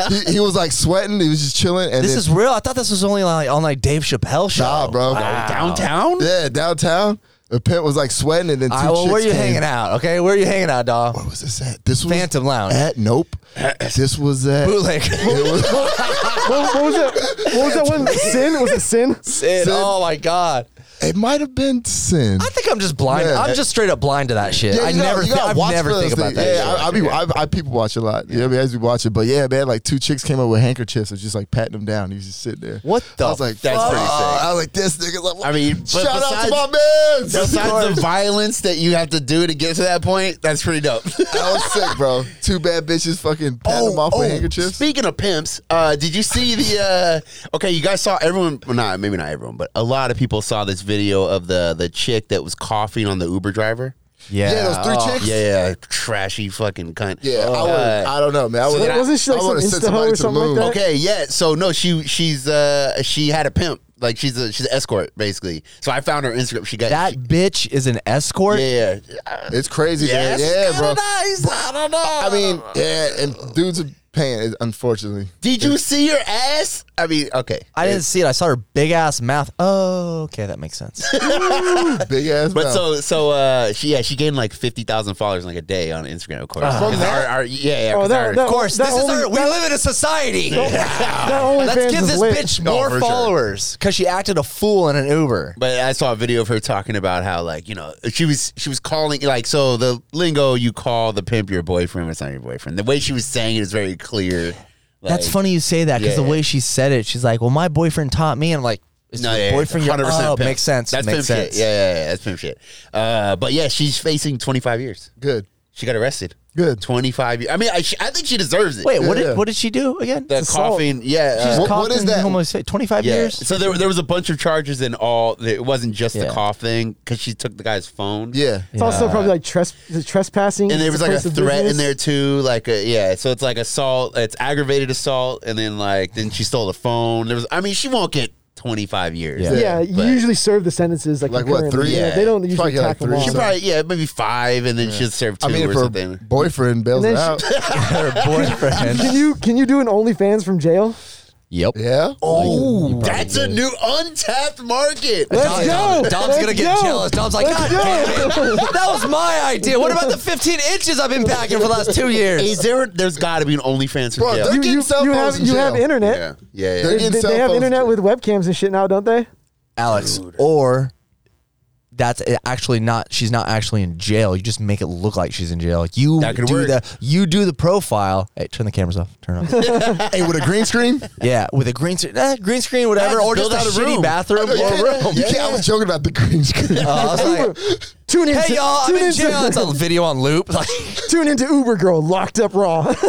[SPEAKER 2] he, he was like sweating, he was just chilling, and
[SPEAKER 4] This
[SPEAKER 2] then,
[SPEAKER 4] is real. I thought this was only like on like Dave Chappelle show.
[SPEAKER 2] nah, bro,
[SPEAKER 1] Downtown?
[SPEAKER 2] yeah, downtown. The pimp was like sweating, and then two
[SPEAKER 4] All right, well,
[SPEAKER 2] chicks
[SPEAKER 4] where you
[SPEAKER 2] came.
[SPEAKER 4] hanging out? Okay, where you hanging out, dog?
[SPEAKER 2] What was this at? This was
[SPEAKER 4] Phantom Lounge.
[SPEAKER 2] At nope. this was at.
[SPEAKER 4] Bootleg.
[SPEAKER 2] It was-
[SPEAKER 3] what, what was that? What was that one? Sin? Was it sin?
[SPEAKER 4] Sid, Oh my god.
[SPEAKER 2] It might have been sin.
[SPEAKER 4] I think I'm just blind.
[SPEAKER 2] Yeah.
[SPEAKER 4] I'm just straight up blind to that shit.
[SPEAKER 2] Yeah,
[SPEAKER 4] I
[SPEAKER 2] you gotta-
[SPEAKER 4] never,
[SPEAKER 2] you
[SPEAKER 4] thi-
[SPEAKER 2] gotta
[SPEAKER 4] I've
[SPEAKER 2] watch
[SPEAKER 4] never
[SPEAKER 2] for those
[SPEAKER 4] think about
[SPEAKER 2] things.
[SPEAKER 4] that. shit.
[SPEAKER 2] Yeah, I, I be, I, I people watch a lot. Yeah, I mean, I just be watching. But yeah, man, like two chicks came up with handkerchiefs and just like patting them down. He was just sitting there.
[SPEAKER 4] What the
[SPEAKER 2] I was like,
[SPEAKER 1] That's
[SPEAKER 2] fuck.
[SPEAKER 1] pretty sick.
[SPEAKER 2] I was like, this nigga's like,
[SPEAKER 1] I mean, but
[SPEAKER 2] shout out to
[SPEAKER 1] besides-
[SPEAKER 2] my man.
[SPEAKER 1] Besides the violence that you have to do to get to that point, that's pretty dope. Oh,
[SPEAKER 2] That was sick, bro. Two bad bitches fucking patting them off with handkerchiefs.
[SPEAKER 1] Speaking of pimps, uh, did you see the? Uh, okay, you guys saw everyone. Well, not maybe not everyone, but a lot of people saw this video of the the chick that was coughing on the Uber driver.
[SPEAKER 2] yeah, those three
[SPEAKER 4] oh.
[SPEAKER 2] chicks.
[SPEAKER 1] Yeah, yeah, trashy fucking cunt.
[SPEAKER 2] Yeah, I,
[SPEAKER 1] Uh,
[SPEAKER 2] would, I don't know, man. I would,
[SPEAKER 3] Wasn't she like
[SPEAKER 2] I would've
[SPEAKER 3] some
[SPEAKER 2] sent
[SPEAKER 3] insta
[SPEAKER 2] somebody
[SPEAKER 3] hoe or
[SPEAKER 2] to the
[SPEAKER 3] something like
[SPEAKER 2] moon.
[SPEAKER 3] that?
[SPEAKER 1] Okay, yeah. So no, she she's uh she had a pimp. Like she's a she's an escort basically. So I found her Instagram. She got
[SPEAKER 4] That bitch is an escort.
[SPEAKER 1] She, yeah, yeah. Uh,
[SPEAKER 2] It's crazy,
[SPEAKER 1] yeah,
[SPEAKER 2] man.
[SPEAKER 1] it's
[SPEAKER 2] Yeah, bro.
[SPEAKER 1] kinda nice. I don't know.
[SPEAKER 2] I mean, yeah, and dudes are paying, it, unfortunately.
[SPEAKER 1] did you see her ass? I mean, okay.
[SPEAKER 4] I didn't see it. I saw her big ass mouth. Oh, okay, that makes sense.
[SPEAKER 2] Big ass.
[SPEAKER 1] But
[SPEAKER 2] mouth.
[SPEAKER 1] so so uh she yeah she gained like fifty thousand followers in like a day on Instagram of course.
[SPEAKER 4] Uh-huh.
[SPEAKER 1] 'Cause our, our, yeah, yeah.
[SPEAKER 3] Oh,
[SPEAKER 1] 'cause
[SPEAKER 3] that-
[SPEAKER 1] our-
[SPEAKER 3] that-
[SPEAKER 4] Of course,
[SPEAKER 3] That
[SPEAKER 4] this is
[SPEAKER 3] only-
[SPEAKER 4] our. We
[SPEAKER 3] that-
[SPEAKER 4] live in a society.
[SPEAKER 3] That only
[SPEAKER 4] Let's give this
[SPEAKER 3] lit.
[SPEAKER 4] bitch
[SPEAKER 1] Oh,
[SPEAKER 4] more
[SPEAKER 1] for sure.
[SPEAKER 4] followers because she acted a fool in an Uber.
[SPEAKER 1] But I saw a video of her talking about how like you know she was she was calling like so the lingo you call the pimp your boyfriend it's not your boyfriend the way she was saying it is very clear.
[SPEAKER 4] That's
[SPEAKER 1] like-
[SPEAKER 4] funny you say that because
[SPEAKER 1] Yeah.
[SPEAKER 4] the way she said it, she's like, "Well, my boyfriend taught me," and I'm like, "Is
[SPEAKER 1] No,
[SPEAKER 4] your
[SPEAKER 1] yeah,
[SPEAKER 4] boyfriend your
[SPEAKER 1] 100%
[SPEAKER 4] oh,
[SPEAKER 1] pimp.
[SPEAKER 4] makes sense?
[SPEAKER 1] That's
[SPEAKER 4] makes
[SPEAKER 1] pimp
[SPEAKER 4] sense.
[SPEAKER 1] shit. Yeah, yeah, yeah, that's pimp shit. Uh, but yeah, she's facing 25 years.
[SPEAKER 2] good.
[SPEAKER 1] She got arrested.
[SPEAKER 2] Good.
[SPEAKER 1] 25 years. I mean, I, she, I think she deserves it.
[SPEAKER 4] Wait, what
[SPEAKER 2] Yeah.
[SPEAKER 4] did what did she do again?
[SPEAKER 1] the coughing. Yeah. uh,
[SPEAKER 2] What- what is that?
[SPEAKER 4] Twenty five
[SPEAKER 1] yeah.
[SPEAKER 4] years.
[SPEAKER 1] So there, there was a bunch of charges and all. It wasn't just the
[SPEAKER 4] Yeah.
[SPEAKER 1] cough thing because she took the guy's phone.
[SPEAKER 2] Yeah.
[SPEAKER 3] It's also probably like tresp- is it trespassing.
[SPEAKER 1] And there
[SPEAKER 3] It's
[SPEAKER 1] was like a
[SPEAKER 3] place of
[SPEAKER 1] threat in
[SPEAKER 3] business?
[SPEAKER 1] there too, like a, yeah. So it's like assault, it's aggravated assault, and then like then she stole the phone. There was, I mean, she won't get twenty five years.
[SPEAKER 4] Yeah.
[SPEAKER 3] Yeah, you
[SPEAKER 1] But-
[SPEAKER 3] usually serve the sentences like
[SPEAKER 2] Like what,
[SPEAKER 3] concurrently.
[SPEAKER 1] three?
[SPEAKER 3] Yeah,
[SPEAKER 1] Yeah.
[SPEAKER 3] they don't
[SPEAKER 2] It's
[SPEAKER 3] usually
[SPEAKER 2] probably like
[SPEAKER 3] tack them
[SPEAKER 2] three
[SPEAKER 3] on.
[SPEAKER 1] She
[SPEAKER 2] So-
[SPEAKER 1] probably yeah, maybe five, and then she'll serve two
[SPEAKER 2] I mean,
[SPEAKER 1] or
[SPEAKER 2] if her
[SPEAKER 1] something.
[SPEAKER 2] boyfriend bails
[SPEAKER 3] And
[SPEAKER 2] her
[SPEAKER 3] then
[SPEAKER 2] out.
[SPEAKER 4] Her boyfriend.
[SPEAKER 3] Can you can you do an OnlyFans from jail?
[SPEAKER 4] yep.
[SPEAKER 2] yeah.
[SPEAKER 1] Oh, that's a new untapped market.
[SPEAKER 3] Let's go.
[SPEAKER 4] Dom's
[SPEAKER 3] Let's
[SPEAKER 4] gonna get
[SPEAKER 3] go.
[SPEAKER 4] jealous. Dom's like, God
[SPEAKER 3] Let's
[SPEAKER 4] damn it.
[SPEAKER 3] go.
[SPEAKER 4] That was my idea. What about the 15 inches I've been packing for the last two years?
[SPEAKER 1] Is there? There's got to be an OnlyFans for
[SPEAKER 2] Bro,
[SPEAKER 1] jail.
[SPEAKER 2] they're
[SPEAKER 3] You-
[SPEAKER 2] getting
[SPEAKER 3] you-
[SPEAKER 2] cell
[SPEAKER 3] you
[SPEAKER 2] phones
[SPEAKER 3] have-
[SPEAKER 2] in
[SPEAKER 3] you
[SPEAKER 2] jail.
[SPEAKER 3] have internet.
[SPEAKER 2] Yeah.
[SPEAKER 1] yeah, yeah.
[SPEAKER 2] They're
[SPEAKER 3] They,
[SPEAKER 2] getting
[SPEAKER 3] they
[SPEAKER 2] cell
[SPEAKER 3] have
[SPEAKER 2] phones in
[SPEAKER 3] internet
[SPEAKER 2] jail.
[SPEAKER 3] with webcams and shit now, don't they?
[SPEAKER 4] Alex, or that's actually not. She's not actually in jail. You just make it look like she's in jail. You
[SPEAKER 1] That could
[SPEAKER 4] do
[SPEAKER 1] work.
[SPEAKER 4] the you do the profile. Hey, turn the cameras off. Turn it off.
[SPEAKER 2] Hey, with a green screen?
[SPEAKER 4] yeah, with a green screen, eh, green screen, whatever,
[SPEAKER 1] Yeah,
[SPEAKER 4] or
[SPEAKER 1] just
[SPEAKER 4] just a
[SPEAKER 1] build out a
[SPEAKER 4] shitty
[SPEAKER 1] room.
[SPEAKER 4] bathroom
[SPEAKER 2] You
[SPEAKER 4] or
[SPEAKER 2] can't-
[SPEAKER 4] room.
[SPEAKER 2] you can't- I was joking about the green screen.
[SPEAKER 4] Uh, I was like,
[SPEAKER 3] Tune in.
[SPEAKER 4] hey
[SPEAKER 3] to,
[SPEAKER 4] y'all, I'm
[SPEAKER 3] tune
[SPEAKER 4] in
[SPEAKER 3] into-
[SPEAKER 4] jail. It's a video on loop. Like
[SPEAKER 3] Tune into Uber Girl locked up raw.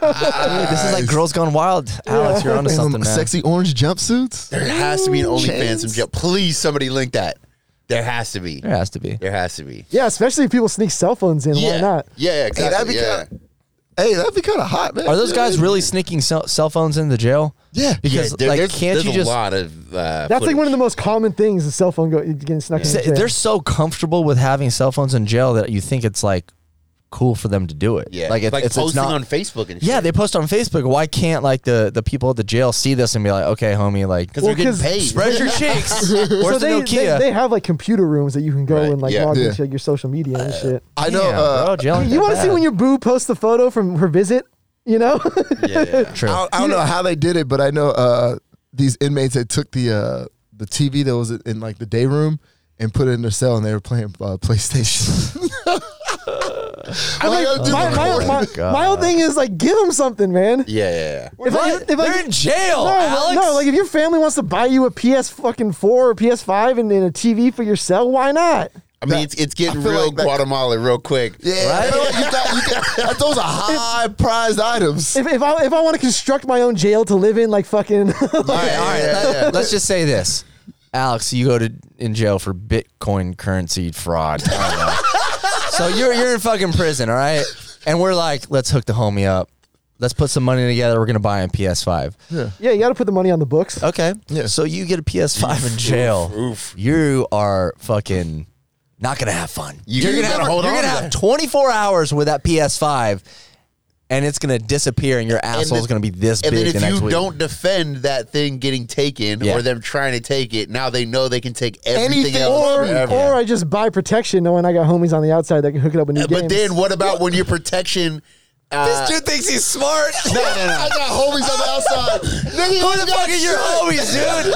[SPEAKER 4] this is like Girls Gone Wild. Alex, you're onto
[SPEAKER 2] And them
[SPEAKER 4] something, man.
[SPEAKER 2] sexy orange jumpsuits.
[SPEAKER 1] There has to be an OnlyFans
[SPEAKER 2] Chance?
[SPEAKER 1] from jail. Please, somebody link that. There has to be.
[SPEAKER 4] There has to be.
[SPEAKER 1] There has to be.
[SPEAKER 3] Yeah, especially if people sneak cell phones in. Why
[SPEAKER 1] Yeah.
[SPEAKER 3] not?
[SPEAKER 5] Yeah, exactly.
[SPEAKER 2] that'd be
[SPEAKER 5] yeah.
[SPEAKER 2] kinda- Hey, that'd be kind of hot, man.
[SPEAKER 4] Are those guys really sneaking cell, cell phones into jail?
[SPEAKER 2] Yeah.
[SPEAKER 4] Because
[SPEAKER 1] yeah, there-
[SPEAKER 4] like,
[SPEAKER 1] there's,
[SPEAKER 4] can't
[SPEAKER 1] there's
[SPEAKER 4] you
[SPEAKER 1] a
[SPEAKER 4] just?
[SPEAKER 1] lot of uh,
[SPEAKER 3] That's like
[SPEAKER 1] footage.
[SPEAKER 3] one of the most common things: the cell phone go, getting snuck in.
[SPEAKER 4] Th-
[SPEAKER 3] the jail.
[SPEAKER 4] They're so comfortable with having cell phones in jail that you think it's like cool for them to do it.
[SPEAKER 1] yeah,
[SPEAKER 4] like, it, it's,
[SPEAKER 1] posting
[SPEAKER 4] it's not.
[SPEAKER 1] on Facebook and shit.
[SPEAKER 4] yeah, they post on Facebook. Why can't like the the people at the jail see this and be like, okay, homie, like
[SPEAKER 1] because they're getting
[SPEAKER 3] 'cause-
[SPEAKER 1] paid.
[SPEAKER 4] spread your cheeks. Where's
[SPEAKER 3] so
[SPEAKER 4] the
[SPEAKER 3] they,
[SPEAKER 4] Nokia?
[SPEAKER 3] they they have like computer rooms that you can go
[SPEAKER 1] Right,
[SPEAKER 3] and like
[SPEAKER 5] yeah.
[SPEAKER 3] log
[SPEAKER 2] Yeah.
[SPEAKER 3] into your social media and shit.
[SPEAKER 2] I know.
[SPEAKER 4] Damn,
[SPEAKER 2] uh,
[SPEAKER 4] bro, jail ain't
[SPEAKER 3] you
[SPEAKER 4] that
[SPEAKER 3] want to see
[SPEAKER 4] bad.
[SPEAKER 3] when your boo posts the photo from her visit? You know,
[SPEAKER 1] Yeah, yeah.
[SPEAKER 4] True.
[SPEAKER 2] I don't, I don't know how they did it, but I know uh, these inmates that took the uh, the TV that was in like the day room and put it in their cell, and they were playing uh, PlayStation.
[SPEAKER 3] I'm
[SPEAKER 2] Why
[SPEAKER 3] like,
[SPEAKER 2] gotta do
[SPEAKER 3] my,
[SPEAKER 2] the
[SPEAKER 3] my,
[SPEAKER 2] recording?
[SPEAKER 3] my,
[SPEAKER 4] oh God.
[SPEAKER 3] my whole thing is like, give him something, man.
[SPEAKER 1] yeah, yeah, yeah.
[SPEAKER 3] If I-
[SPEAKER 4] What?
[SPEAKER 3] if I-
[SPEAKER 4] They're in jail,
[SPEAKER 3] No,
[SPEAKER 4] Alex.
[SPEAKER 3] no, like if your family wants to buy you a PS fucking four or PS five and, and a TV for your cell, why not?
[SPEAKER 1] I mean, it's, it's getting
[SPEAKER 2] I feel
[SPEAKER 1] real
[SPEAKER 2] like that-
[SPEAKER 1] Guatemala real quick.
[SPEAKER 2] yeah, you
[SPEAKER 4] Right?
[SPEAKER 2] know, you got, you got, like, those are high prized items.
[SPEAKER 3] If, if I if I want to construct my own jail to live in, like fucking,
[SPEAKER 4] all right, all right.
[SPEAKER 2] Yeah,
[SPEAKER 4] let, us just say this, Alex. You go to in jail for Bitcoin currency fraud. I don't know. so you're you're in fucking prison, all right? And we're like, let's hook the homie up. Let's put some money together. We're gonna buy him PS5.
[SPEAKER 3] yeah, you got to put the money on the books.
[SPEAKER 4] Okay. So you get a PS5 in jail. You are fucking not gonna have fun. You, are
[SPEAKER 1] you
[SPEAKER 4] gonna
[SPEAKER 1] gotta
[SPEAKER 4] have,
[SPEAKER 1] hold
[SPEAKER 4] you're
[SPEAKER 1] on
[SPEAKER 4] gonna
[SPEAKER 1] to
[SPEAKER 4] have 24 hours with that PS5, and it's gonna disappear, and your asshole's
[SPEAKER 1] then-
[SPEAKER 4] gonna be this
[SPEAKER 1] And then
[SPEAKER 4] big
[SPEAKER 1] if
[SPEAKER 4] the next
[SPEAKER 1] you
[SPEAKER 4] week.
[SPEAKER 1] don't defend that thing getting taken
[SPEAKER 4] Yeah.
[SPEAKER 1] or them trying to take it, now they know they can take everything
[SPEAKER 2] Anything
[SPEAKER 1] else
[SPEAKER 3] Or,
[SPEAKER 1] forever.
[SPEAKER 3] or I just buy protection, knowing I got homies on the outside that can hook it up with new
[SPEAKER 1] Uh, but
[SPEAKER 3] games.
[SPEAKER 1] then what about when your protection? Uh,
[SPEAKER 4] this dude thinks he's smart.
[SPEAKER 2] I got homies on the outside. Nigga,
[SPEAKER 4] Who the fuck is your homies, dude?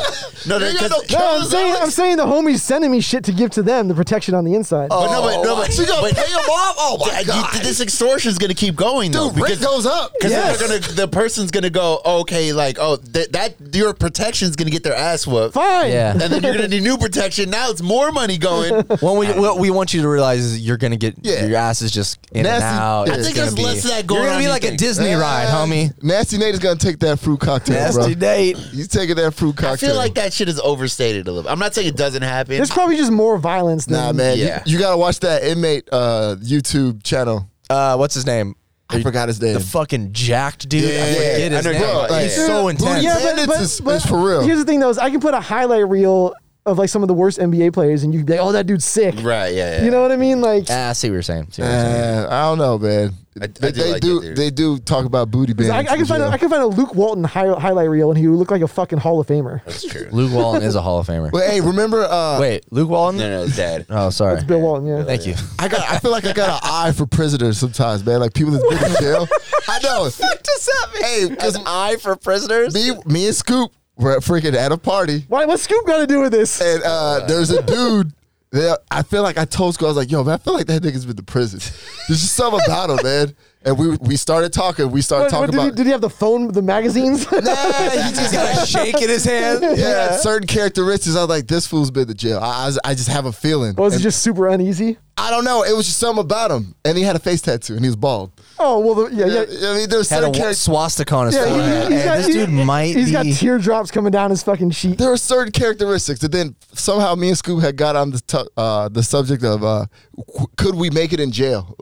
[SPEAKER 1] no, no,
[SPEAKER 2] you
[SPEAKER 1] 'cause-
[SPEAKER 2] got no
[SPEAKER 3] no, I'm
[SPEAKER 2] cameras,
[SPEAKER 3] saying
[SPEAKER 2] Alex?
[SPEAKER 3] I'm saying the homies sending me shit to give to them the protection on the inside.
[SPEAKER 1] but no, but no, but,
[SPEAKER 2] She gonna
[SPEAKER 1] but-
[SPEAKER 2] pay him off? Oh my
[SPEAKER 1] I-
[SPEAKER 2] god,
[SPEAKER 1] you- this extortion is going to keep going though.
[SPEAKER 2] dude, rent goes up.
[SPEAKER 1] Because
[SPEAKER 3] Yes.
[SPEAKER 1] they're gonna, the person's gonna go, okay, like, oh, th- that your protection's gonna get their ass whooped,
[SPEAKER 3] Fine.
[SPEAKER 4] Yeah.
[SPEAKER 1] and then you're gonna need new protection. Now it's more money going.
[SPEAKER 4] Well, we, what we want you to realize is you're gonna get
[SPEAKER 2] Yeah.
[SPEAKER 4] your ass is just in
[SPEAKER 2] Nasty-
[SPEAKER 4] and out.
[SPEAKER 2] I
[SPEAKER 4] It's
[SPEAKER 1] think
[SPEAKER 4] gonna
[SPEAKER 1] there's less of that going
[SPEAKER 4] You're gonna
[SPEAKER 1] on
[SPEAKER 4] be
[SPEAKER 1] than
[SPEAKER 4] like
[SPEAKER 1] you
[SPEAKER 4] a
[SPEAKER 1] think.
[SPEAKER 4] Disney ride, homie.
[SPEAKER 2] Nasty Nate is gonna take that fruit cocktail, bro.
[SPEAKER 4] Nasty date.
[SPEAKER 2] He's taking that fruit cocktail.
[SPEAKER 1] I feel like that shit is overstated a little. bit. I'm not saying it doesn't happen.
[SPEAKER 3] There's probably just more violence than
[SPEAKER 2] Nah, man, you-
[SPEAKER 1] Yeah.
[SPEAKER 2] you, gotta watch that inmate uh, YouTube channel.
[SPEAKER 4] Uh, what's his name?
[SPEAKER 2] I forgot his name.
[SPEAKER 4] The fucking jacked dude. I
[SPEAKER 1] Yeah,
[SPEAKER 4] forget
[SPEAKER 1] I
[SPEAKER 4] his
[SPEAKER 1] know
[SPEAKER 4] name.
[SPEAKER 1] you're talking
[SPEAKER 4] He's
[SPEAKER 1] about.
[SPEAKER 4] so
[SPEAKER 2] Yeah.
[SPEAKER 4] intense.
[SPEAKER 3] Yeah, but,
[SPEAKER 2] Bandits
[SPEAKER 3] but,
[SPEAKER 2] is-
[SPEAKER 3] but
[SPEAKER 2] is for real.
[SPEAKER 3] Here's the thing, though: is I can put a highlight reel of like some of the worst NBA players, and you can be like, "Oh, that dude's sick."
[SPEAKER 1] right? Yeah, yeah.
[SPEAKER 3] You know what I mean? Like,
[SPEAKER 4] Ah, I see what you're saying. See what you're saying.
[SPEAKER 2] Uh, I don't know, man.
[SPEAKER 1] I- I
[SPEAKER 2] They-
[SPEAKER 1] do
[SPEAKER 2] they
[SPEAKER 1] like
[SPEAKER 2] do.
[SPEAKER 1] that dude.
[SPEAKER 2] they do talk about booty bands.
[SPEAKER 3] I, I can find a, I can find a Luke Walton hi- highlight reel, and he would look like a fucking Hall of Famer.
[SPEAKER 1] that's true.
[SPEAKER 4] Luke Walton is a Hall of Famer.
[SPEAKER 2] but hey, remember? Uh,
[SPEAKER 4] Wait, Luke Walton?
[SPEAKER 1] No, no, it's dad.
[SPEAKER 4] Oh, sorry.
[SPEAKER 3] Bill Walton, yeah.
[SPEAKER 4] Thank you.
[SPEAKER 2] I got. I feel like I got an eye for prisoners sometimes, man. Like people that's been in jail. I know.
[SPEAKER 4] does that
[SPEAKER 2] Hey, because
[SPEAKER 4] eye for prisoners?
[SPEAKER 2] me, me and Scoop were at freaking at a party,
[SPEAKER 3] Why? What's Scoop got to do with this?
[SPEAKER 2] and uh, there's a dude. That I feel like I told Scoop. I was like, "Yo, man, I feel like that nigga's been to prison. There's just something about him, man." And we we started talking. We started
[SPEAKER 3] What- what
[SPEAKER 2] talking
[SPEAKER 3] did, he,
[SPEAKER 2] about.
[SPEAKER 3] did he have the phone, the magazines?
[SPEAKER 4] he just got a shake in his hand.
[SPEAKER 2] yeah, certain characteristics. I was like, this fool's been to jail. I, I, was- I just have a feeling.
[SPEAKER 3] or was he
[SPEAKER 2] And
[SPEAKER 3] just super uneasy?
[SPEAKER 2] I don't know. It was just something about him, and he had a face tattoo, and he was bald.
[SPEAKER 3] Oh well, the, yeah, yeah.
[SPEAKER 2] I mean, there's
[SPEAKER 4] Had a
[SPEAKER 2] certain
[SPEAKER 4] wa-
[SPEAKER 2] characters.
[SPEAKER 4] swastika on his
[SPEAKER 3] Yeah,
[SPEAKER 4] forehead.
[SPEAKER 3] he, has
[SPEAKER 4] Hey,
[SPEAKER 3] got,
[SPEAKER 4] this
[SPEAKER 3] he-
[SPEAKER 4] dude might
[SPEAKER 3] he's
[SPEAKER 4] be.
[SPEAKER 3] got teardrops coming down his fucking cheek.
[SPEAKER 2] There are certain characteristics that then somehow me and Scoop had got on the tu uh, the subject of uh, qu- could we make it in jail?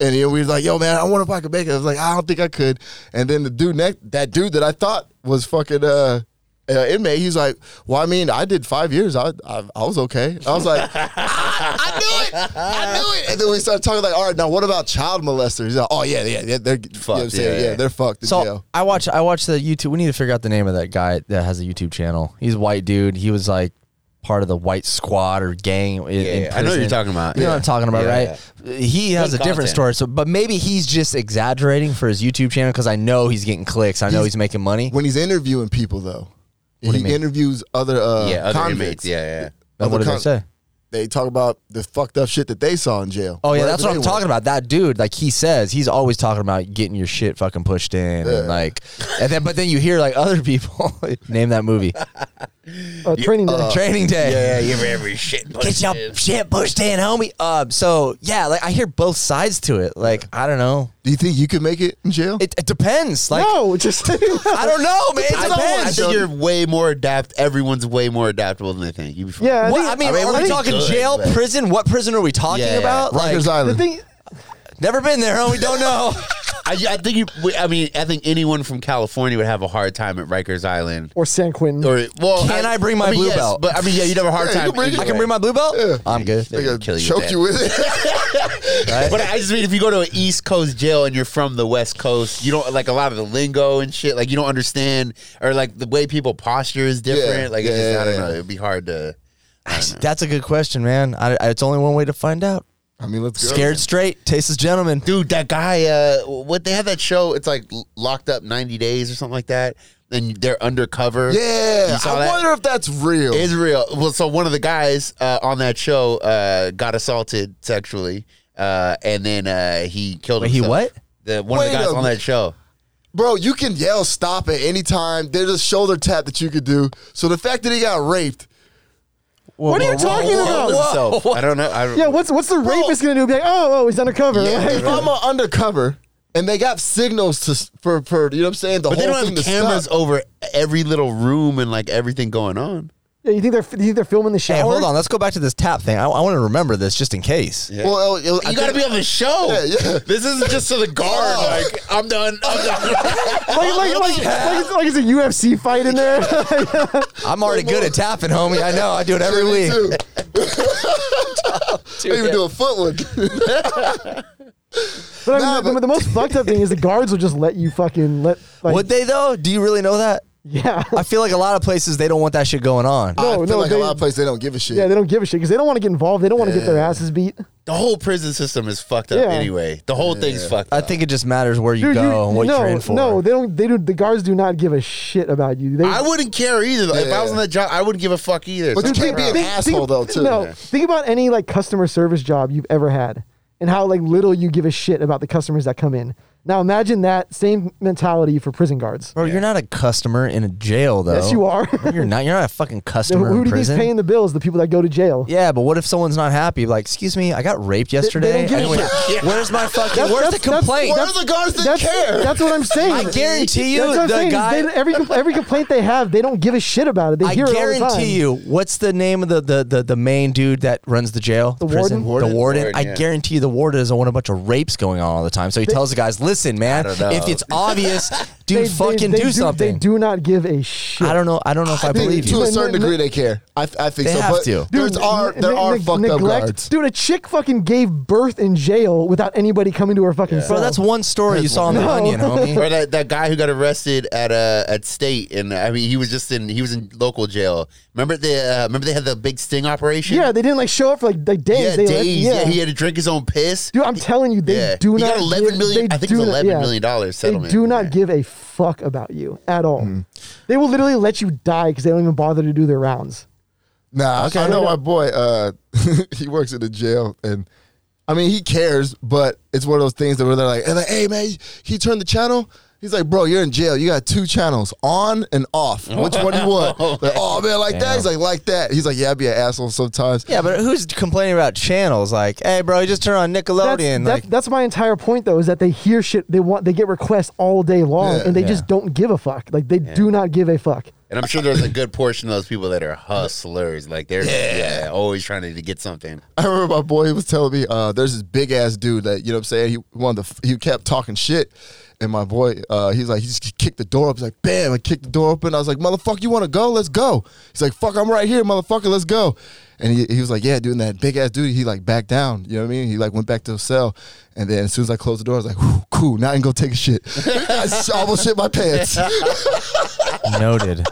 [SPEAKER 2] And you know, we was like, yo, man, I wonder if I could make it. I was like, I don't think I could. And then the dude next, that dude that I thought was fucking uh, uh, inmate, he's like, well, I mean, I did five years. I I, I was okay. I was like, "Ah, I knew it. I knew it. And then we started talking like, all right, now what about child molesters? He's like, oh yeah, yeah, yeah, they're fucked. You know what I'm
[SPEAKER 1] Fucked,
[SPEAKER 2] saying?
[SPEAKER 1] yeah,
[SPEAKER 2] Yeah,
[SPEAKER 1] yeah.
[SPEAKER 2] they're fucked. in
[SPEAKER 4] So
[SPEAKER 2] jail.
[SPEAKER 4] I watch I watch the YouTube. We need to figure out the name of that guy that has a YouTube channel. He's a white dude. He was like part of the white squad or gang. In,
[SPEAKER 1] Yeah,
[SPEAKER 4] in
[SPEAKER 1] yeah. I know what you're
[SPEAKER 4] prison.
[SPEAKER 1] talking about.
[SPEAKER 4] You know what I'm
[SPEAKER 1] Yeah.
[SPEAKER 4] talking about,
[SPEAKER 1] Yeah,
[SPEAKER 4] right? He has
[SPEAKER 1] Good
[SPEAKER 4] a different
[SPEAKER 1] content.
[SPEAKER 4] story. So, but maybe he's just exaggerating for his YouTube channel because I know he's getting clicks. I know he's, making money.
[SPEAKER 2] when he's interviewing people though,
[SPEAKER 4] do
[SPEAKER 2] he
[SPEAKER 4] you mean?
[SPEAKER 2] interviews other uh,
[SPEAKER 1] yeah, other inmates.
[SPEAKER 2] convicts.
[SPEAKER 1] Yeah, yeah.
[SPEAKER 4] But what
[SPEAKER 2] other
[SPEAKER 4] did they
[SPEAKER 2] con-
[SPEAKER 4] say?
[SPEAKER 2] They talk about the fucked up shit that they saw in jail.
[SPEAKER 4] Oh yeah,
[SPEAKER 2] Wherever
[SPEAKER 4] that's what
[SPEAKER 2] they
[SPEAKER 4] I'm
[SPEAKER 2] went.
[SPEAKER 4] talking about. That dude, like he says, he's always talking about getting your shit fucking pushed in, and like, and then but then you hear like other people name that movie.
[SPEAKER 3] Uh, training day.
[SPEAKER 4] Training day.
[SPEAKER 1] Yeah, you ever every shit.
[SPEAKER 4] Get your shit pushed in, homie. Um, so yeah, like I hear both sides to it. Like I don't know.
[SPEAKER 2] Do you think you could make it in jail?
[SPEAKER 4] It, it depends. Like
[SPEAKER 3] no, just
[SPEAKER 4] I don't know, man.
[SPEAKER 1] I,
[SPEAKER 4] It
[SPEAKER 1] think- I
[SPEAKER 4] depends.
[SPEAKER 1] think you're way more adapt. Everyone's way more adaptable than they think. You be fine.
[SPEAKER 3] Yeah, I
[SPEAKER 4] What,
[SPEAKER 3] think-
[SPEAKER 4] I mean,
[SPEAKER 1] I mean,
[SPEAKER 4] are
[SPEAKER 1] I
[SPEAKER 4] we
[SPEAKER 1] think
[SPEAKER 4] talking
[SPEAKER 1] good,
[SPEAKER 4] jail,
[SPEAKER 1] but-
[SPEAKER 4] prison? What prison are we talking
[SPEAKER 1] Yeah.
[SPEAKER 4] about?
[SPEAKER 2] Rikers
[SPEAKER 4] Like,
[SPEAKER 3] the
[SPEAKER 2] Island.
[SPEAKER 3] thing.
[SPEAKER 4] never been there, homie. Don't know.
[SPEAKER 1] I, I think you. we- I mean, I think anyone from California would have a hard time at Rikers Island.
[SPEAKER 3] Or San Quentin.
[SPEAKER 1] Or well,
[SPEAKER 4] Can I bring my
[SPEAKER 1] mean,
[SPEAKER 4] blue
[SPEAKER 1] yes,
[SPEAKER 4] belt?
[SPEAKER 1] But I mean, yeah, you'd have a hard
[SPEAKER 2] Yeah,
[SPEAKER 1] time.
[SPEAKER 2] you can bring it.
[SPEAKER 1] either
[SPEAKER 4] I can
[SPEAKER 1] way.
[SPEAKER 4] bring my blue belt.
[SPEAKER 2] Yeah.
[SPEAKER 4] I'm good.
[SPEAKER 1] They
[SPEAKER 2] Nigga,
[SPEAKER 1] would kill you
[SPEAKER 2] choke
[SPEAKER 1] dead.
[SPEAKER 2] you with it.
[SPEAKER 1] But I just mean if you go to an East Coast jail and you're from the West Coast, you don't like a lot of the lingo and shit. Like you don't understand, or like the way people posture is different.
[SPEAKER 2] Yeah,
[SPEAKER 1] Like it's
[SPEAKER 2] yeah,
[SPEAKER 1] just, I don't
[SPEAKER 2] yeah,
[SPEAKER 1] know.
[SPEAKER 2] yeah.
[SPEAKER 1] It'd be hard to.
[SPEAKER 4] That's a good question, man. I, I- it's only one way to find out.
[SPEAKER 2] I mean, let's go.
[SPEAKER 4] Scared straight, tastes as gentleman.
[SPEAKER 1] dude, that guy. Uh, what they have that show? It's like l- locked up ninety days or something like that, and they're undercover.
[SPEAKER 2] Yeah,
[SPEAKER 1] You saw
[SPEAKER 2] I
[SPEAKER 1] that?
[SPEAKER 2] wonder if that's real.
[SPEAKER 1] Israel. Well, so one of the guys uh, on that show uh, got assaulted sexually, uh, and then uh, he killed
[SPEAKER 4] Wait, he
[SPEAKER 1] himself.
[SPEAKER 4] what?
[SPEAKER 1] The one of the
[SPEAKER 2] Wait
[SPEAKER 1] guys
[SPEAKER 2] a
[SPEAKER 1] on that show.
[SPEAKER 2] Bro, you can yell stop at any time. There's a shoulder tap that you could do. So the fact that he got raped,
[SPEAKER 3] what are you talking
[SPEAKER 1] Killed
[SPEAKER 3] about?
[SPEAKER 1] himself. I don't know. I don't,
[SPEAKER 3] Yeah, what's what's the rapist gonna do? Be like, oh, oh, he's undercover.
[SPEAKER 2] yeah,
[SPEAKER 3] Like,
[SPEAKER 2] if I'm a undercover and they got signals to s- for, for you know what I'm saying, the
[SPEAKER 1] But they
[SPEAKER 2] whole
[SPEAKER 1] don't
[SPEAKER 2] thing
[SPEAKER 1] have
[SPEAKER 2] to
[SPEAKER 1] cameras
[SPEAKER 2] stop.
[SPEAKER 1] over every little room and like everything going on.
[SPEAKER 3] yeah, you think they're you think they're filming the shower?
[SPEAKER 4] Hey, hold on. Let's go back to this tap thing. I, want to remember this just in case.
[SPEAKER 2] Well, uh, it- it- I
[SPEAKER 1] You got to
[SPEAKER 2] think-
[SPEAKER 1] be on the show.
[SPEAKER 2] Yeah, yeah.
[SPEAKER 1] This isn't just to the guard.
[SPEAKER 2] Oh.
[SPEAKER 1] Like I'm done. I'm done.
[SPEAKER 3] Like, like, like, like, it's, like it's a UFC fight in there.
[SPEAKER 4] I'm already good at tapping, homie. I know. I do it every
[SPEAKER 2] Me
[SPEAKER 4] week.
[SPEAKER 2] too. I even do a foot one.
[SPEAKER 3] But I mean,
[SPEAKER 2] Nah,
[SPEAKER 3] the,
[SPEAKER 2] but-
[SPEAKER 3] the most fucked up thing is the guards will just let you fucking let. Like,
[SPEAKER 4] Would they though? Do you really know that?
[SPEAKER 3] Yeah,
[SPEAKER 4] I feel like a lot of places they don't want that shit going on.
[SPEAKER 2] I
[SPEAKER 3] No,
[SPEAKER 2] feel
[SPEAKER 3] no,
[SPEAKER 2] like
[SPEAKER 3] they-
[SPEAKER 2] a lot of places they don't give a shit.
[SPEAKER 3] yeah. They don't give a shit because they don't want to get involved. They don't want to get their asses beat.
[SPEAKER 1] the whole prison system is fucked up
[SPEAKER 3] Yeah.
[SPEAKER 1] anyway. The whole thing's fucked
[SPEAKER 4] I
[SPEAKER 1] up.
[SPEAKER 4] think it just matters where you
[SPEAKER 3] Dude,
[SPEAKER 4] go
[SPEAKER 3] you,
[SPEAKER 4] and what
[SPEAKER 3] no,
[SPEAKER 4] you're in for.
[SPEAKER 3] no, they don't. They do. The guards do not give a shit about you. They,
[SPEAKER 1] I wouldn't care either. though. If I was on that job, I wouldn't give a fuck either.
[SPEAKER 2] But you can't be an asshole though, too.
[SPEAKER 3] No, think about any like customer service job you've ever had, and how like little you give a shit about the customers that come in. Now imagine that same mentality for prison guards.
[SPEAKER 4] Bro, you're not a customer in a jail though.
[SPEAKER 3] Yes, you are.
[SPEAKER 4] You're not. You're not a fucking
[SPEAKER 3] Who do
[SPEAKER 4] customer Oh. in
[SPEAKER 3] you think's
[SPEAKER 4] prison.
[SPEAKER 3] paying the bills? The people that go to jail.
[SPEAKER 4] yeah, but what if someone's not happy? Like, excuse me, I got raped yesterday.
[SPEAKER 3] don't give
[SPEAKER 4] I
[SPEAKER 3] a
[SPEAKER 4] went- Where's my fucking?
[SPEAKER 3] That's-
[SPEAKER 4] where's
[SPEAKER 3] that's-
[SPEAKER 4] the
[SPEAKER 3] that's-
[SPEAKER 4] complaint?
[SPEAKER 2] Where are the guards that
[SPEAKER 3] that's,
[SPEAKER 2] care?
[SPEAKER 3] That's what I'm saying.
[SPEAKER 4] I guarantee you,
[SPEAKER 3] That's what I'm
[SPEAKER 4] the
[SPEAKER 3] saying, is
[SPEAKER 4] guy-
[SPEAKER 3] they- every compl- every complaint they have, they don't give a shit about it. They
[SPEAKER 4] I
[SPEAKER 3] hear it all the time.
[SPEAKER 4] guarantee you. What's the name of the, the the the main dude that runs the jail? The prison?
[SPEAKER 1] warden?
[SPEAKER 4] The warden.
[SPEAKER 1] Warden,
[SPEAKER 4] I
[SPEAKER 1] yeah.
[SPEAKER 4] guarantee you, the warden doesn't want a bunch of rapes going on all the time. So he tells the guys, "Listen, man,
[SPEAKER 1] don't know.
[SPEAKER 4] if it's obvious, dude,
[SPEAKER 3] They- they-
[SPEAKER 4] fucking
[SPEAKER 3] they
[SPEAKER 4] do, something."
[SPEAKER 3] They do not give a shit.
[SPEAKER 4] I don't know. I don't know if I,
[SPEAKER 2] think
[SPEAKER 4] believe
[SPEAKER 2] to
[SPEAKER 4] you.
[SPEAKER 2] a certain
[SPEAKER 3] They-
[SPEAKER 2] degree they care. I, I think
[SPEAKER 4] They
[SPEAKER 2] so.
[SPEAKER 4] have
[SPEAKER 2] but
[SPEAKER 4] to.
[SPEAKER 2] There's are there
[SPEAKER 3] ne-
[SPEAKER 2] are
[SPEAKER 3] ne-
[SPEAKER 2] fucked up
[SPEAKER 3] neglect.
[SPEAKER 2] guards.
[SPEAKER 3] Dude, a chick fucking gave birth in jail without anybody coming to her fucking cell.
[SPEAKER 4] Bro, that's one story you saw on the
[SPEAKER 3] one.
[SPEAKER 4] Onion,
[SPEAKER 3] No.
[SPEAKER 4] homie.
[SPEAKER 1] Or that, that guy who got arrested at uh at state, and I mean he was just in he was in local jail. Remember the uh, remember they had the big sting operation.
[SPEAKER 3] Yeah, they didn't like show up for like, like days.
[SPEAKER 1] yeah,
[SPEAKER 3] they
[SPEAKER 1] days.
[SPEAKER 3] let-
[SPEAKER 1] yeah. he had to drink his own piss.
[SPEAKER 3] Dude, I'm telling you, they
[SPEAKER 1] yeah,
[SPEAKER 3] do
[SPEAKER 1] he
[SPEAKER 3] not.
[SPEAKER 1] got eleven
[SPEAKER 3] give,
[SPEAKER 1] million.
[SPEAKER 3] they
[SPEAKER 1] I think it was
[SPEAKER 3] do not-
[SPEAKER 1] eleven million
[SPEAKER 3] yeah.
[SPEAKER 1] dollars settlement.
[SPEAKER 3] They do not
[SPEAKER 1] Yeah. Mm-hmm.
[SPEAKER 3] give a fuck about you at all. They will literally let you die because they don't even bother to do their rounds.
[SPEAKER 2] Nah, I know my boy. Uh, he works in the jail, and I mean he cares, but it's one of those things that where they're like, and like, hey man, he turned the channel. He's like, bro, you're in jail. You got two channels, on and off. Which one do you want? Like, oh man, like that. He's like, like that. He's like, yeah, I be an asshole sometimes.
[SPEAKER 4] Yeah, but who's complaining about channels? Like, hey, bro, you just turn on
[SPEAKER 3] That's,
[SPEAKER 4] Nickelodeon.
[SPEAKER 3] that's,
[SPEAKER 4] like,
[SPEAKER 3] that's my entire point, though, is that they hear shit. They want. They get requests all day long,
[SPEAKER 2] Yeah.
[SPEAKER 3] and they just don't give a fuck. Like they do not give a fuck.
[SPEAKER 1] And I'm sure there's a good portion of those people that are hustlers. Like they're yeah, always trying to get something.
[SPEAKER 2] I remember my boy he was telling me, uh, there's this big ass dude that, you know what I'm saying? He wanted to, he kept talking shit. And my boy, uh, he's like, he just kicked the door up. He's like, bam, I kicked the door open. I was like, motherfucker, you want to go? Let's go. He's like, fuck, I'm right here, motherfucker, let's go. And he, he was like, yeah, doing that big ass dude, he like backed down. You know what I mean? He like went back to his cell. And then as soon as I closed the door, I was like, whew, cool, now I can go take a shit. I s- almost shit my pants.
[SPEAKER 4] noted.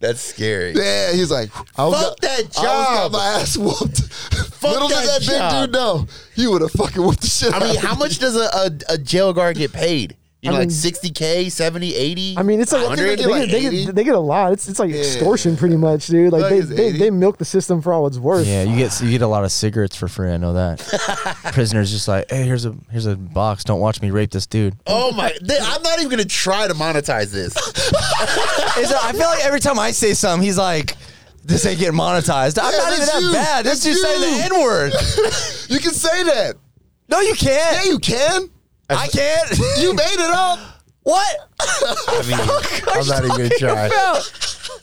[SPEAKER 1] That's scary.
[SPEAKER 2] Yeah, he's like, I was
[SPEAKER 1] Fuck that
[SPEAKER 2] I almost got
[SPEAKER 1] job.
[SPEAKER 2] my ass whooped. Little did
[SPEAKER 1] that
[SPEAKER 2] that big
[SPEAKER 1] job.
[SPEAKER 2] dude know, he would have fucking whooped the shit
[SPEAKER 1] I
[SPEAKER 2] out
[SPEAKER 1] mean,
[SPEAKER 2] of me.
[SPEAKER 1] how much does a, a, a jail guard get paid? You know,
[SPEAKER 3] I
[SPEAKER 1] like
[SPEAKER 3] mean-
[SPEAKER 1] 60K, 70, 80.
[SPEAKER 3] I mean, it's like they,
[SPEAKER 1] 100?
[SPEAKER 3] they,
[SPEAKER 2] like
[SPEAKER 3] they, they,
[SPEAKER 2] 80?
[SPEAKER 3] get, they get a lot. It's it's like extortion, pretty much, dude. Like
[SPEAKER 2] Like,
[SPEAKER 3] they,
[SPEAKER 2] it's
[SPEAKER 3] they,
[SPEAKER 2] 80.
[SPEAKER 3] they milk the system for all it's worth.
[SPEAKER 4] Yeah, you get you get a lot of cigarettes for free. I know that. Prisoners just like, hey, here's a here's a box. Don't watch me rape this dude.
[SPEAKER 1] Oh my! They, I'm not even gonna try to monetize this.
[SPEAKER 4] It's- I feel like every time I say something, he's like, this ain't getting monetized. I'm
[SPEAKER 2] Yeah,
[SPEAKER 4] not even
[SPEAKER 2] that's
[SPEAKER 4] that
[SPEAKER 2] you.
[SPEAKER 4] bad. This
[SPEAKER 2] That's
[SPEAKER 4] dude saying
[SPEAKER 2] you.
[SPEAKER 4] the N word.
[SPEAKER 2] You can say that.
[SPEAKER 4] No, you
[SPEAKER 2] Yeah,
[SPEAKER 4] can't.
[SPEAKER 2] you can.
[SPEAKER 4] I can't.
[SPEAKER 2] You made it up.
[SPEAKER 4] what?
[SPEAKER 1] I mean, I'm not even gonna try.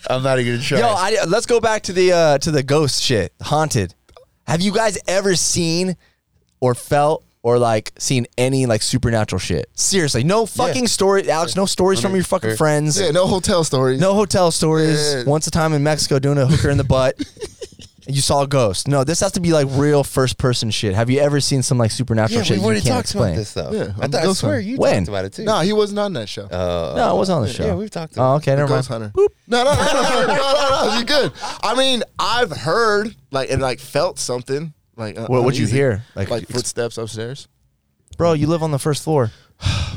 [SPEAKER 1] I'm not even gonna try.
[SPEAKER 4] Yo, I, let's go back to the uh, to the ghost shit. Haunted. Have you guys ever seen or felt or like seen any like supernatural shit? Seriously, no fucking story, Alex. No stories from your fucking friends.
[SPEAKER 2] Yeah, no hotel stories.
[SPEAKER 4] No hotel stories.
[SPEAKER 2] Yeah.
[SPEAKER 4] Once a time in Mexico, doing a hooker in the butt. and You saw a ghost. No, this has to be like real first person shit. Have you ever seen some like supernatural
[SPEAKER 1] yeah,
[SPEAKER 4] shit
[SPEAKER 1] we
[SPEAKER 4] you
[SPEAKER 1] already
[SPEAKER 4] can't
[SPEAKER 1] talked
[SPEAKER 4] explain?
[SPEAKER 1] about this though.
[SPEAKER 2] Yeah,
[SPEAKER 1] I,
[SPEAKER 2] I'm
[SPEAKER 1] thought, I
[SPEAKER 2] ghost
[SPEAKER 1] swear
[SPEAKER 2] hunter.
[SPEAKER 1] you
[SPEAKER 4] When?
[SPEAKER 1] talked about it too.
[SPEAKER 2] Nah, he wasn't on that show.
[SPEAKER 1] Uh,
[SPEAKER 4] No, it was on the show.
[SPEAKER 1] yeah, we've talked about
[SPEAKER 4] Oh, okay, never mind.
[SPEAKER 2] Ghost Hunter. No, no, no, no, no, no, no, no. You good? I mean, I've heard like and like felt something like. uh,
[SPEAKER 4] What would you
[SPEAKER 2] uneasy.
[SPEAKER 4] hear? Like-
[SPEAKER 2] Like, footsteps upstairs.
[SPEAKER 4] Bro, you live on the first floor.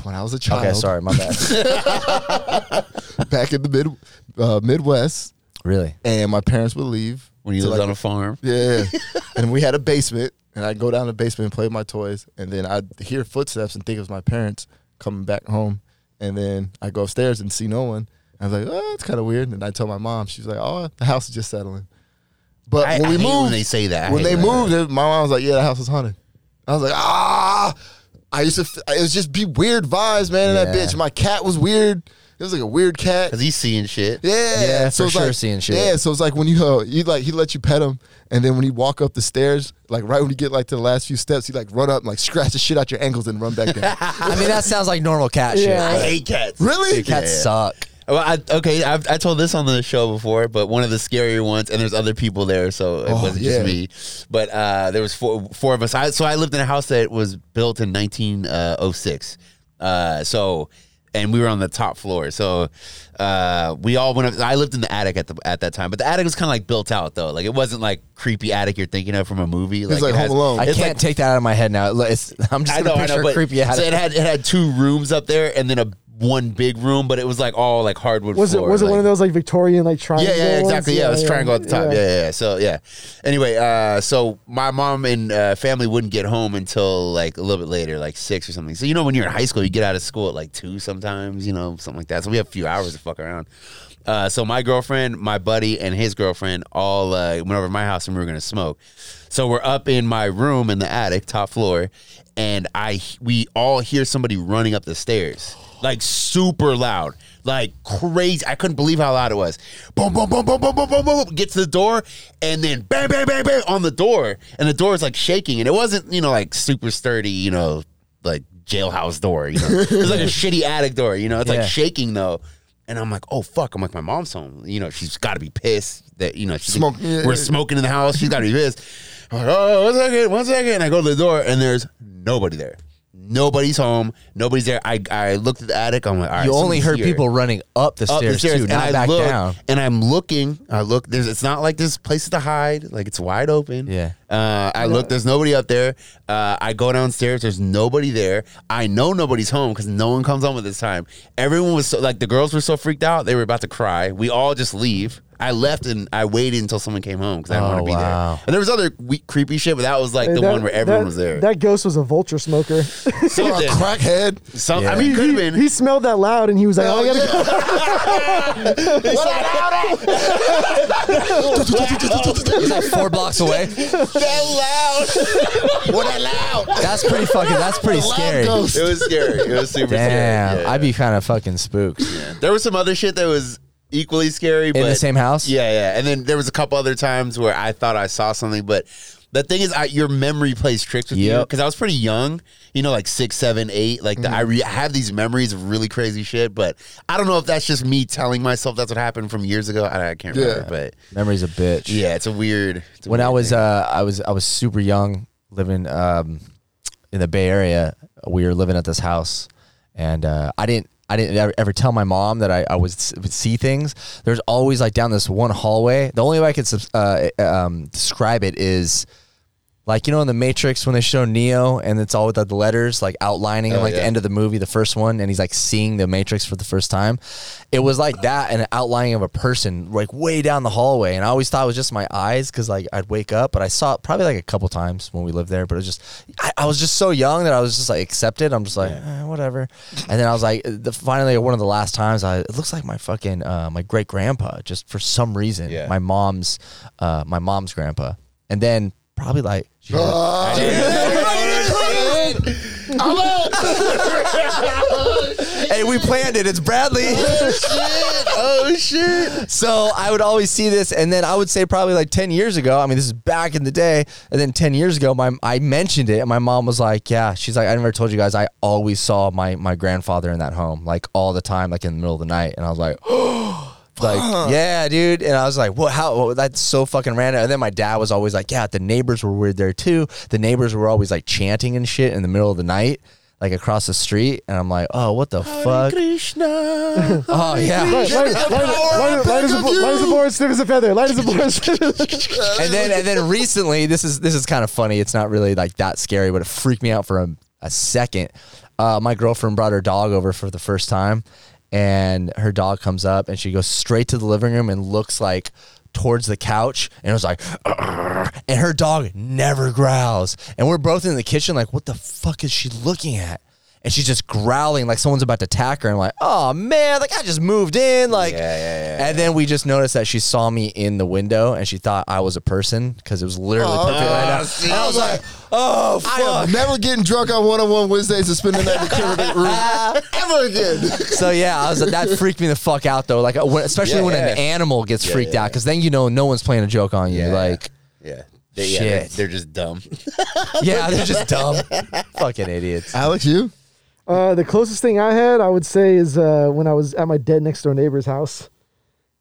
[SPEAKER 2] When I was a child,
[SPEAKER 4] Okay, sorry, my bad.
[SPEAKER 2] back in the mid uh, Midwest,
[SPEAKER 4] really?
[SPEAKER 2] and my parents would leave
[SPEAKER 1] when you
[SPEAKER 2] to,
[SPEAKER 1] lived
[SPEAKER 2] like,
[SPEAKER 1] on a farm.
[SPEAKER 2] Yeah. and we had a basement, and I'd go down the basement and play with my toys, and then I'd hear footsteps and think it was my parents coming back home. And then I go upstairs and see no one. I was like, oh, it's kind of weird. And I tell my mom, she's like, oh, the house is just settling. But
[SPEAKER 1] I-
[SPEAKER 2] when
[SPEAKER 1] I
[SPEAKER 2] we
[SPEAKER 1] hate when
[SPEAKER 2] moved,
[SPEAKER 1] they say that. I
[SPEAKER 2] When
[SPEAKER 1] hate
[SPEAKER 2] they
[SPEAKER 1] when they-
[SPEAKER 2] moved, my mom was like, yeah, the house is haunted. I was like, ah. I used to, f- it was just be weird vibes, man, in that
[SPEAKER 4] Yeah.
[SPEAKER 2] bitch. My cat was weird. It was like a weird cat.
[SPEAKER 1] Cause he's seeing shit.
[SPEAKER 2] Yeah,
[SPEAKER 4] Yeah, for
[SPEAKER 2] it's
[SPEAKER 4] sure
[SPEAKER 2] Like,
[SPEAKER 4] seeing shit.
[SPEAKER 2] Yeah, so it's like when you uh, you like he let you pet him, and then when you walk up the stairs, like right when you get like to the last few steps, he like run up, and, like scratch the shit out your ankles and run back down.
[SPEAKER 4] I mean, that sounds like normal cat
[SPEAKER 3] Yeah.
[SPEAKER 1] I
[SPEAKER 4] shit.
[SPEAKER 1] hate cats.
[SPEAKER 2] really?
[SPEAKER 1] Yeah.
[SPEAKER 4] Cats suck.
[SPEAKER 1] Well, I, okay, I've, I told this on the show before, but one of the scarier ones, and there's other people there, so it
[SPEAKER 2] Oh,
[SPEAKER 1] wasn't
[SPEAKER 2] yeah.
[SPEAKER 1] just me. But uh, there was four, four of us. I, so I lived in a house that was built in 1906. Uh, so, and we were on the top floor. So uh, we all went up. I lived in the attic at the at that time, but the attic was kind of like built out though. Like it wasn't like creepy attic you're thinking of from a movie. Like,
[SPEAKER 2] like
[SPEAKER 1] it has-
[SPEAKER 2] Home Alone.
[SPEAKER 4] I
[SPEAKER 1] it's
[SPEAKER 4] can't
[SPEAKER 1] like
[SPEAKER 4] take that out of my head now. It's, I'm just
[SPEAKER 1] I
[SPEAKER 4] gonna
[SPEAKER 1] know, I
[SPEAKER 4] picture
[SPEAKER 1] know, but
[SPEAKER 4] creepy out
[SPEAKER 1] so
[SPEAKER 4] of
[SPEAKER 1] it had it had two rooms up there and then a one big room, but it was like all like hardwood.
[SPEAKER 3] Was it
[SPEAKER 1] floor,
[SPEAKER 3] was it
[SPEAKER 1] like-
[SPEAKER 3] one of those like Victorian like triangle?
[SPEAKER 1] yeah, yeah,
[SPEAKER 3] ones?
[SPEAKER 1] exactly. Yeah, it was triangle at the top. Yeah, yeah. yeah. So yeah. Anyway, uh, so my mom and uh, family wouldn't get home until like a little bit later, like six or something. So you know, when you're in high school, you get out of school at like two sometimes, you know, something like that. So we have a few hours to fuck around. Uh, so my girlfriend, my buddy, and his girlfriend all uh, went over to my house and we were gonna smoke. So we're up in my room in the attic, top floor, and I we all hear somebody running up the stairs, like super loud, like crazy. I couldn't believe how loud it was. Boom, boom, boom, boom, boom, boom, boom, boom. Get to the door, and then bang, bang, bang, bang on the door, and the door is like shaking, and it wasn't you know like super sturdy, you know, like jailhouse door. You know, it was like a shitty attic door. You know, it's
[SPEAKER 4] Yeah.
[SPEAKER 1] like shaking though. And I'm like, oh fuck! I'm like, my mom's home. You know, she's got to be pissed that you know she's
[SPEAKER 2] Smoke.
[SPEAKER 4] uh,
[SPEAKER 1] we're smoking in the house. She's got to be pissed. I'm like, oh, one second, one second. And I go to the door, and there's nobody there. Nobody's home. Nobody's there. I, I looked at the attic. I'm like, all right.
[SPEAKER 4] You only
[SPEAKER 1] someone's
[SPEAKER 4] heard
[SPEAKER 1] here.
[SPEAKER 4] people running up the
[SPEAKER 1] up
[SPEAKER 4] stairs,
[SPEAKER 1] the stairs,
[SPEAKER 4] too,
[SPEAKER 1] and
[SPEAKER 4] not
[SPEAKER 1] I
[SPEAKER 4] back
[SPEAKER 1] look,
[SPEAKER 4] down.
[SPEAKER 1] and I'm looking. I look. There's. It's not like there's places to hide. Like it's wide open.
[SPEAKER 4] Yeah.
[SPEAKER 1] Uh, I look. There's nobody up there. Uh, I go downstairs. There's nobody there. I know nobody's home because no one comes home at this time. Everyone was so like the girls were so freaked out. They were about to cry. We all just leave. I left and I waited until someone came home because I didn't
[SPEAKER 4] Oh,
[SPEAKER 1] want to be
[SPEAKER 4] wow.
[SPEAKER 1] there. And there was other weak, creepy shit, but that was like
[SPEAKER 3] Hey,
[SPEAKER 1] the
[SPEAKER 3] that-
[SPEAKER 1] one where everyone
[SPEAKER 3] that-
[SPEAKER 1] was there.
[SPEAKER 3] That ghost was a vulture smoker.
[SPEAKER 2] So a crackhead.
[SPEAKER 1] Some,
[SPEAKER 4] Yeah.
[SPEAKER 1] I mean, it could have
[SPEAKER 3] he,
[SPEAKER 1] been.
[SPEAKER 3] he smelled that loud and he was like, "Oh, I gotta go."
[SPEAKER 4] He's like four blocks away.
[SPEAKER 1] What allowed?
[SPEAKER 4] That's pretty fucking. That's pretty scary.
[SPEAKER 2] ghost.
[SPEAKER 1] It was scary. It was super
[SPEAKER 4] Damn,
[SPEAKER 1] scary. Yeah.
[SPEAKER 4] I'd be kind of fucking spooked.
[SPEAKER 1] There was some other shit that was equally scary.
[SPEAKER 4] In the same house?
[SPEAKER 1] Yeah, yeah. And then there was a couple other times where I thought I saw something, but the thing is, I, your memory plays tricks with you
[SPEAKER 4] Yep. Mm-hmm.
[SPEAKER 1] because I was pretty young. You know, like six, seven, eight. Like the, I, re- I have these memories of really crazy shit, but I don't know if that's just me telling myself that's what happened from years ago. I, I can't
[SPEAKER 2] Yeah.
[SPEAKER 1] remember, but
[SPEAKER 4] Memory's a bitch.
[SPEAKER 1] yeah, it's a weird. It's a
[SPEAKER 4] when
[SPEAKER 1] weird
[SPEAKER 4] I was
[SPEAKER 1] thing.
[SPEAKER 4] uh, I was I was super young, living um, in the Bay Area. We were living at this house, and uh, I didn't I didn't ever, ever tell my mom that I, I was would see things. There's always like down this one hallway. The only way I could subs- uh, um, describe it is Like you know in the Matrix when they show Neo and it's all with the letters like outlining and
[SPEAKER 1] Oh,
[SPEAKER 4] like the
[SPEAKER 1] yeah.
[SPEAKER 4] end of the movie, the first one, and he's like seeing the Matrix for the first time. It was like that and an outlining of a person like way down the hallway, and I always thought it was just my eyes because like I'd wake up, but I saw it probably like a couple times when we lived there, but it was just I, I was just so young that I was just like accepted. I'm just like eh, whatever, and then I was like the, finally one of the last times I it looks like my fucking uh, my great grandpa just for some reason
[SPEAKER 1] Yeah.
[SPEAKER 4] my mom's uh, my mom's grandpa, and then probably like. she had- Hey, we planned it. It's Bradley. Oh shit. Oh shit. So I would always see this and then I would say probably like 10 years ago, I mean this is back in the day, and then 10 years ago my I mentioned it and my mom was like, "Yeah." She's like, "I never told you guys I always saw my my grandfather in that home like all the time like in the middle of the night." And I was like, like yeah dude and i was like what how what- that's so fucking random and then my dad was always like yeah the neighbors were weird there too the neighbors were always like chanting and shit in the middle of the night like across the street and i'm like oh what the fuck
[SPEAKER 1] Krishna.
[SPEAKER 4] oh yeah
[SPEAKER 3] Light, light, light, light, light as a bo- light as a board, stiff as a feather. Light as a board. stiff as a-
[SPEAKER 4] and then and then recently this is this is kind of funny it's not really like that scary but it freaked me out for a, a second uh, my girlfriend brought her dog over for the first time and her dog comes up and she goes straight to the living room and looks like towards the couch and it was like "Arr," and her dog never growls and we're both in the kitchen like what the fuck is she looking at and she's just growling like someone's about to attack her and like oh man like i just moved in like
[SPEAKER 1] Yeah, yeah, yeah.
[SPEAKER 4] and then we just noticed that she saw me in the window and she thought I was a person because it was literally
[SPEAKER 2] Oh,
[SPEAKER 4] perfect lined up.
[SPEAKER 1] see?
[SPEAKER 4] And I was like, oh,
[SPEAKER 2] I am
[SPEAKER 4] fuck.
[SPEAKER 2] never getting drunk on one on one Wednesdays and spending the night in the crib room ever again.
[SPEAKER 4] So yeah, I was that freaked me the fuck out though. Like, uh, when, especially
[SPEAKER 1] Yeah,
[SPEAKER 4] when an
[SPEAKER 1] yeah.
[SPEAKER 4] animal gets
[SPEAKER 1] Yeah,
[SPEAKER 4] freaked
[SPEAKER 1] yeah,
[SPEAKER 4] out because then you know no one's playing a joke on you.
[SPEAKER 1] Yeah.
[SPEAKER 4] Like,
[SPEAKER 1] Yeah. They, yeah, they're-
[SPEAKER 4] Shit.
[SPEAKER 1] They're, just dumb.
[SPEAKER 4] yeah, they're just dumb, fucking idiots.
[SPEAKER 2] Alex, you?
[SPEAKER 3] Uh, the closest thing I had, I would say, is uh, when I was at my dead next door neighbor's house.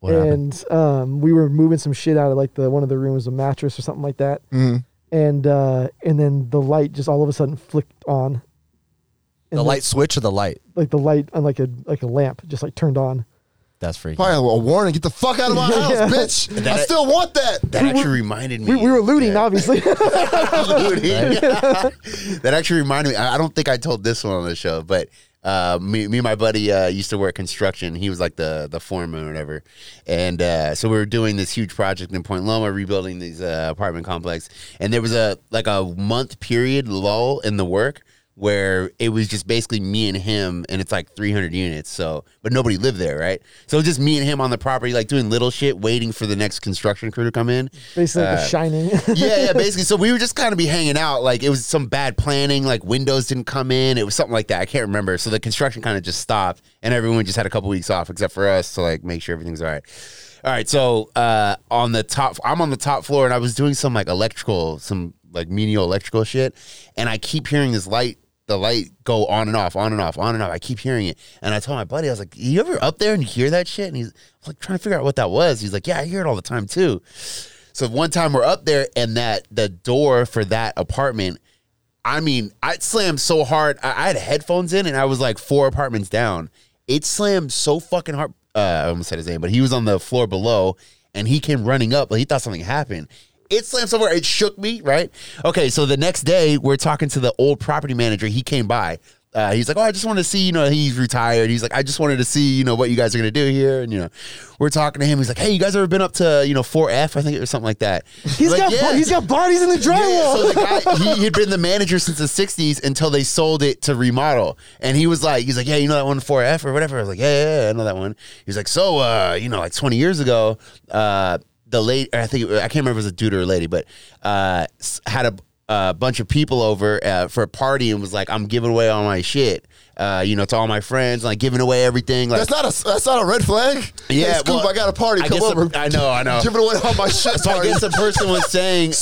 [SPEAKER 4] What happened?
[SPEAKER 3] and um, we were moving some shit out of like the one of the rooms, a mattress or something like that.
[SPEAKER 1] Mm-hmm.
[SPEAKER 3] And uh, and then the light just all of a sudden flicked on,
[SPEAKER 4] The light switch or the light?
[SPEAKER 3] like the light on like a like a lamp just like turned on.
[SPEAKER 4] That's freaky.
[SPEAKER 2] Probably a warning. Get the fuck out of my house,
[SPEAKER 3] Yeah.
[SPEAKER 2] bitch. I
[SPEAKER 1] That-
[SPEAKER 2] still want that.
[SPEAKER 1] That actually reminded me.
[SPEAKER 3] We, we were looting, obviously.
[SPEAKER 1] Looting. that actually reminded me. I I don't think I told this one on the show, but uh, me, me and my buddy uh, used to work construction. He was like the the foreman or whatever, and uh, so we were doing this huge project in Point Loma, rebuilding these uh, apartment complex. And there was a like a month period lull in the work where it was just basically me and him and it's like 300 units so but nobody lived there right so it was just me and him on the property like doing little shit waiting for the next construction crew to come in
[SPEAKER 3] Basically, like
[SPEAKER 1] Uh,
[SPEAKER 3] the shining.
[SPEAKER 1] yeah, yeah, basically. So we would just kind of be hanging out. Like it was some bad planning. Like windows didn't come in. It was something like that. I can't remember. So the construction kind of just stopped, and everyone just had a couple weeks off, except for us, to like make sure everything's all right. All right. So uh, on the top, I'm on the top floor, and I was doing some like electrical, some like menial electrical shit, and I keep hearing this light the light go on and off, on and off, on and off. I keep hearing it. And I told my buddy, I was like, You ever up there and you hear that shit? And he's I was like trying to figure out what that was. He's like, Yeah, I hear it all the time too. So one time we're up there and that the door for that apartment, I mean, I slammed so hard. I, I had headphones in and I was like four apartments down. It slammed so fucking hard. Uh, I almost said his name, but he was on the floor below and he came running up, but he thought something happened. It slammed somewhere. It shook me, right? Okay, so the next day we're talking to the old property manager. He came by. Uh, he's like, oh, I just want to see, you know, he's retired. He's like, I just wanted to see, you know, what you guys are gonna do here, and you know, we're talking to him. He's like, hey, you guys ever been up to, you know, 4F? I think it was something like that.
[SPEAKER 3] He's
[SPEAKER 1] Like,
[SPEAKER 3] got
[SPEAKER 1] "Yeah."
[SPEAKER 3] he's got bodies in the
[SPEAKER 1] Yeah,
[SPEAKER 3] drywall.
[SPEAKER 1] so the guy, he had been the manager since the '60s until they sold it to remodel, and he was like, he's like, yeah, you know that one 4F or whatever. I was like, yeah, yeah, yeah I know that one. He's like, so, uh, you know, like 20 years ago, uh, the late, I think I can't remember if it was a dude or a lady, but uh, s- had a a bunch of people over uh, for a party and was like, I'm giving away all my shit. Uh, you know, to all my friends, like giving away everything. Like,
[SPEAKER 2] That's not a that's not a red flag.
[SPEAKER 1] Yeah,
[SPEAKER 2] hey, Scoop,
[SPEAKER 1] well,
[SPEAKER 2] I got a party.
[SPEAKER 1] I
[SPEAKER 2] Come
[SPEAKER 1] guess the-
[SPEAKER 2] over.
[SPEAKER 1] I know, I know.
[SPEAKER 2] Giving away all my shit.
[SPEAKER 1] So I
[SPEAKER 2] party.
[SPEAKER 1] guess the person was saying,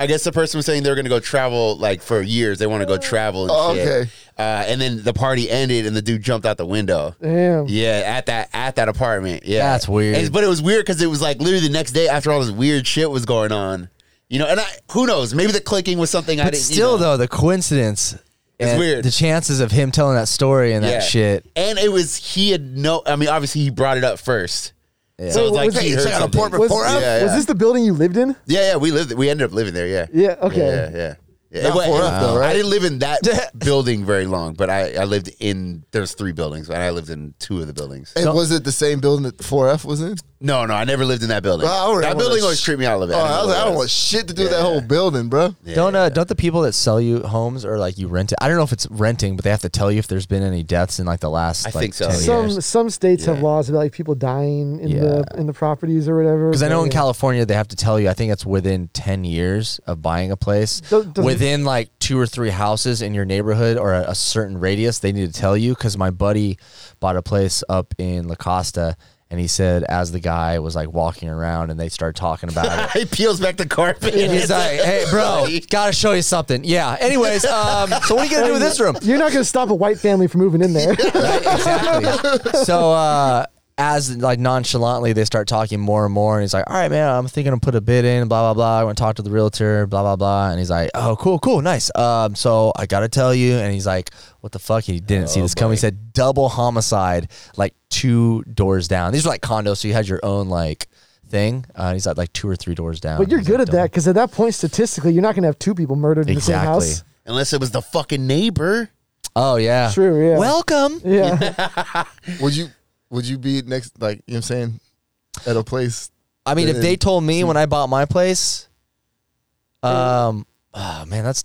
[SPEAKER 1] I guess the person was saying they're going to go travel like for years. They want to go travel. And
[SPEAKER 2] Oh,
[SPEAKER 1] shit.
[SPEAKER 2] okay.
[SPEAKER 1] Uh, and then the party ended, and the dude jumped out the window.
[SPEAKER 3] Damn.
[SPEAKER 1] Yeah, at that at that apartment. Yeah,
[SPEAKER 4] That's weird.
[SPEAKER 1] And- but it was weird because it was like literally the next day after all this weird shit was going on. You know, and I who knows? Maybe the clicking was something I
[SPEAKER 4] But
[SPEAKER 1] didn't.
[SPEAKER 4] still
[SPEAKER 1] you know.
[SPEAKER 4] though, the coincidence. and
[SPEAKER 1] weird.
[SPEAKER 4] The chances of him telling that story and that shit.
[SPEAKER 1] And it was he had no. I mean, obviously he brought it up first. So it's like
[SPEAKER 3] was
[SPEAKER 1] he
[SPEAKER 3] it-
[SPEAKER 1] heard
[SPEAKER 3] check out a
[SPEAKER 1] something.
[SPEAKER 2] port
[SPEAKER 3] Was,
[SPEAKER 2] Before us?
[SPEAKER 1] Yeah,
[SPEAKER 3] was
[SPEAKER 1] yeah.
[SPEAKER 3] this the building you lived in?
[SPEAKER 1] Yeah, yeah, we lived. We ended up living there. Yeah.
[SPEAKER 3] Yeah, okay.
[SPEAKER 1] Yeah, yeah. yeah.
[SPEAKER 2] Not
[SPEAKER 1] It wa-
[SPEAKER 2] far up, though, right?
[SPEAKER 1] I didn't live in that building very long, but I, I lived in there's three buildings, and I lived in two of the buildings.
[SPEAKER 2] And was it the same building that 4F was in?
[SPEAKER 1] No, no, I never lived in that building.
[SPEAKER 2] Bro, I wouldn't
[SPEAKER 1] that
[SPEAKER 2] want
[SPEAKER 1] building
[SPEAKER 2] to
[SPEAKER 1] always
[SPEAKER 2] sh-
[SPEAKER 1] tripped me out a little
[SPEAKER 2] Oh,
[SPEAKER 1] bit.
[SPEAKER 2] I, was like, I
[SPEAKER 1] what it
[SPEAKER 2] don't want
[SPEAKER 1] was.
[SPEAKER 2] shit to do with
[SPEAKER 1] Yeah.
[SPEAKER 2] that whole building, bro.
[SPEAKER 4] Don't uh, don't the people that sell you homes or like you rent it? I don't know if it's renting, but they have to tell you if there's been any deaths in like the last.
[SPEAKER 1] I
[SPEAKER 4] like,
[SPEAKER 1] think so,
[SPEAKER 4] 10
[SPEAKER 1] yeah.
[SPEAKER 4] years.
[SPEAKER 3] Some some states have
[SPEAKER 1] Oh, Yeah.
[SPEAKER 3] laws about like people dying in the
[SPEAKER 4] Yeah.
[SPEAKER 3] in the properties or whatever.
[SPEAKER 4] Because I know
[SPEAKER 3] but,
[SPEAKER 4] in
[SPEAKER 3] yeah.
[SPEAKER 4] California they have to tell you. I think it's within ten years of buying a place.
[SPEAKER 3] Do- doesn't-
[SPEAKER 4] within like two or three houses in your neighborhood or a, a certain radius, they need to tell you. Because my buddy bought a place up in La Costa, and he said as the guy was like walking around, and they started talking about it.
[SPEAKER 1] He peels back the carpet.
[SPEAKER 4] He's like, "Hey, bro, gotta show you something." Yeah. Anyways, um, so what are you gonna do with this room?
[SPEAKER 3] You're not going to stop a white family from moving in there.
[SPEAKER 4] exactly. So uh, as like nonchalantly they start talking more and more, and he's like, "All right, man, I'm thinking I'm put a bid in, blah blah blah. I want to talk to the realtor, blah blah blah." And he's like, "Oh, cool, cool, nice. Um, so I gotta tell you," and he's like, "What the fuck?" He didn't see this coming. He said double homicide, like two doors down. These were like condos, so you had your own like thing. Uh, and he's at like two or three doors down.
[SPEAKER 3] but you're
[SPEAKER 4] He's
[SPEAKER 3] good
[SPEAKER 4] like,
[SPEAKER 3] at that because at that point, statistically, you're not going to have two people murdered in
[SPEAKER 4] Exactly.
[SPEAKER 3] the same house.
[SPEAKER 1] Unless it was the fucking neighbor.
[SPEAKER 4] Oh yeah,
[SPEAKER 3] True, yeah.
[SPEAKER 4] Welcome.
[SPEAKER 3] Yeah.
[SPEAKER 2] Would you would you be next like you know what I'm saying? At a place
[SPEAKER 4] I mean, if
[SPEAKER 2] And-
[SPEAKER 4] they told me when I bought my place, um, oh man, that's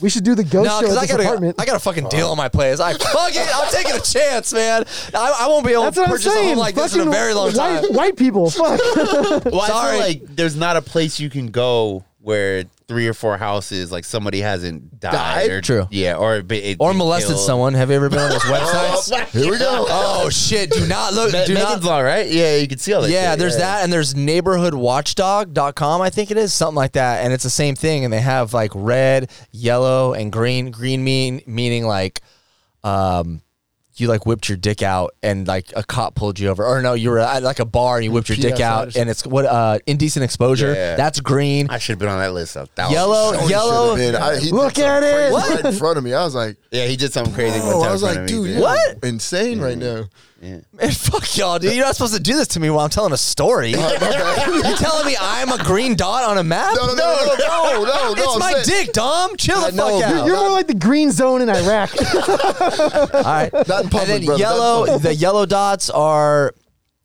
[SPEAKER 3] we should do the ghost
[SPEAKER 4] No,
[SPEAKER 3] show
[SPEAKER 4] because
[SPEAKER 3] at
[SPEAKER 4] I
[SPEAKER 3] this
[SPEAKER 4] got
[SPEAKER 3] apartment.
[SPEAKER 4] a, I got a fucking deal on my place. I fuck it. I'm taking a chance, man. I, I won't be able
[SPEAKER 3] That's
[SPEAKER 4] to
[SPEAKER 3] what I'm
[SPEAKER 4] purchase a
[SPEAKER 3] saying.
[SPEAKER 4] home like this in a
[SPEAKER 3] Fucking
[SPEAKER 4] very long
[SPEAKER 3] white,
[SPEAKER 4] time.
[SPEAKER 3] White people, fuck.
[SPEAKER 1] Well, I
[SPEAKER 4] Sorry.
[SPEAKER 1] feel like there's not a place you can go where three or four houses like somebody hasn't died.
[SPEAKER 2] Died?
[SPEAKER 1] Or,
[SPEAKER 4] True.
[SPEAKER 1] Yeah, or been- it,
[SPEAKER 4] Or
[SPEAKER 1] been
[SPEAKER 4] molested
[SPEAKER 1] killed.
[SPEAKER 4] someone. Have you ever been on those
[SPEAKER 1] Oh,
[SPEAKER 4] websites?
[SPEAKER 2] Here we go.
[SPEAKER 4] oh shit! Do not look.
[SPEAKER 1] Ma-
[SPEAKER 4] Do not.
[SPEAKER 1] Megan's Law, right? Yeah, you can see all that.
[SPEAKER 4] Yeah,
[SPEAKER 1] shit,
[SPEAKER 4] there's that, and there's neighborhoodwatchdog.com, I think it is, something like that. And it's the same thing, and they have like red, yellow, and green. Green mean meaning like um you like whipped your dick out and like a cop pulled you over. Or no, you were at like a bar and you whipped your dick
[SPEAKER 2] PSI or
[SPEAKER 4] out and it's what uh indecent exposure.
[SPEAKER 1] Yeah.
[SPEAKER 4] That's green.
[SPEAKER 1] I should have been on that list. though. That was-
[SPEAKER 4] Yellow,
[SPEAKER 2] Oh, he
[SPEAKER 4] yellow.
[SPEAKER 2] should've been. I- he did
[SPEAKER 3] Look
[SPEAKER 2] something
[SPEAKER 3] at it.
[SPEAKER 2] crazy
[SPEAKER 4] What?
[SPEAKER 2] right in front of me. I was like,
[SPEAKER 1] Yeah, he did something crazy. one
[SPEAKER 2] oh,
[SPEAKER 1] time
[SPEAKER 2] I was
[SPEAKER 1] in front
[SPEAKER 2] like,
[SPEAKER 1] of Mm-hmm. me,
[SPEAKER 2] dude,
[SPEAKER 1] man.
[SPEAKER 2] you're
[SPEAKER 4] What?
[SPEAKER 2] Insane right now.
[SPEAKER 4] Man, fuck y'all, dude. You're not supposed to do this to me while I'm telling a story. You're telling me I'm a green dot on a map?
[SPEAKER 2] No, no, no, no, no, no, no.
[SPEAKER 4] It's
[SPEAKER 2] I'm
[SPEAKER 4] my
[SPEAKER 2] saying-
[SPEAKER 4] dick, Dom. Chill the
[SPEAKER 2] I know,
[SPEAKER 4] fuck out.
[SPEAKER 2] dude,
[SPEAKER 3] You're more like the green zone in Iraq.
[SPEAKER 4] All right.
[SPEAKER 2] Not in public,
[SPEAKER 4] and then
[SPEAKER 2] brother, not in
[SPEAKER 4] yellow,
[SPEAKER 2] public.
[SPEAKER 4] the yellow dots are,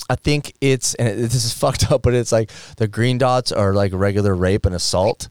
[SPEAKER 4] I think it's, and it- this is fucked up, but it's like the green dots are like regular rape and assault.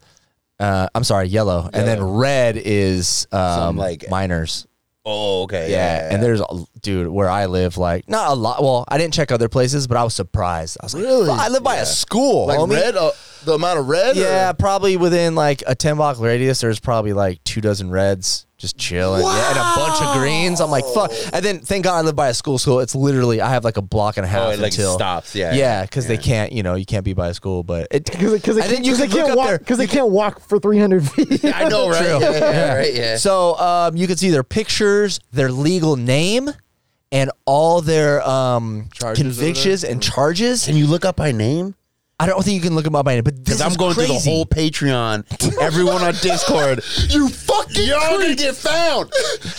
[SPEAKER 4] Uh, I'm sorry, yellow. And then red is um,
[SPEAKER 1] like-
[SPEAKER 4] minors.
[SPEAKER 1] Oh, okay.
[SPEAKER 4] Yeah. And there's, a- dude, where I live, like, not a lot. Well, I didn't check other places, but I was surprised. I was
[SPEAKER 2] Really?
[SPEAKER 4] like, "Fuck, I live by a school.
[SPEAKER 2] Like
[SPEAKER 4] homie."
[SPEAKER 2] red, uh, the amount of red. or-
[SPEAKER 4] Yeah, probably within like a 10 block radius, there's probably like two dozen reds just chilling. Yeah, and a bunch of greens. I'm like, fuck. And then thank God I live by a school, so it's literally, I have like a block and a half
[SPEAKER 1] Oh, it like
[SPEAKER 4] until.
[SPEAKER 1] stops. Yeah.
[SPEAKER 4] Yeah, because they can't, you know, you can't be by a school, but it.
[SPEAKER 3] Because they,
[SPEAKER 4] And then you
[SPEAKER 3] cause they
[SPEAKER 4] could look
[SPEAKER 3] can't
[SPEAKER 4] up there.
[SPEAKER 3] walk. Because they can't walk for 300 feet.
[SPEAKER 1] I know, right?
[SPEAKER 4] True.
[SPEAKER 1] Yeah, yeah, right. Yeah.
[SPEAKER 4] So um, you can see their pictures, their legal name, and all their um,
[SPEAKER 2] Charges over there?
[SPEAKER 4] convictions and charges.
[SPEAKER 1] Can you look up by name?
[SPEAKER 4] I don't think you can look them up by name, but this
[SPEAKER 1] Because I'm
[SPEAKER 4] is
[SPEAKER 1] going through the
[SPEAKER 4] crazy.
[SPEAKER 1] whole Patreon, everyone on Discord.
[SPEAKER 2] You fucking.
[SPEAKER 1] Y'all gonna get found.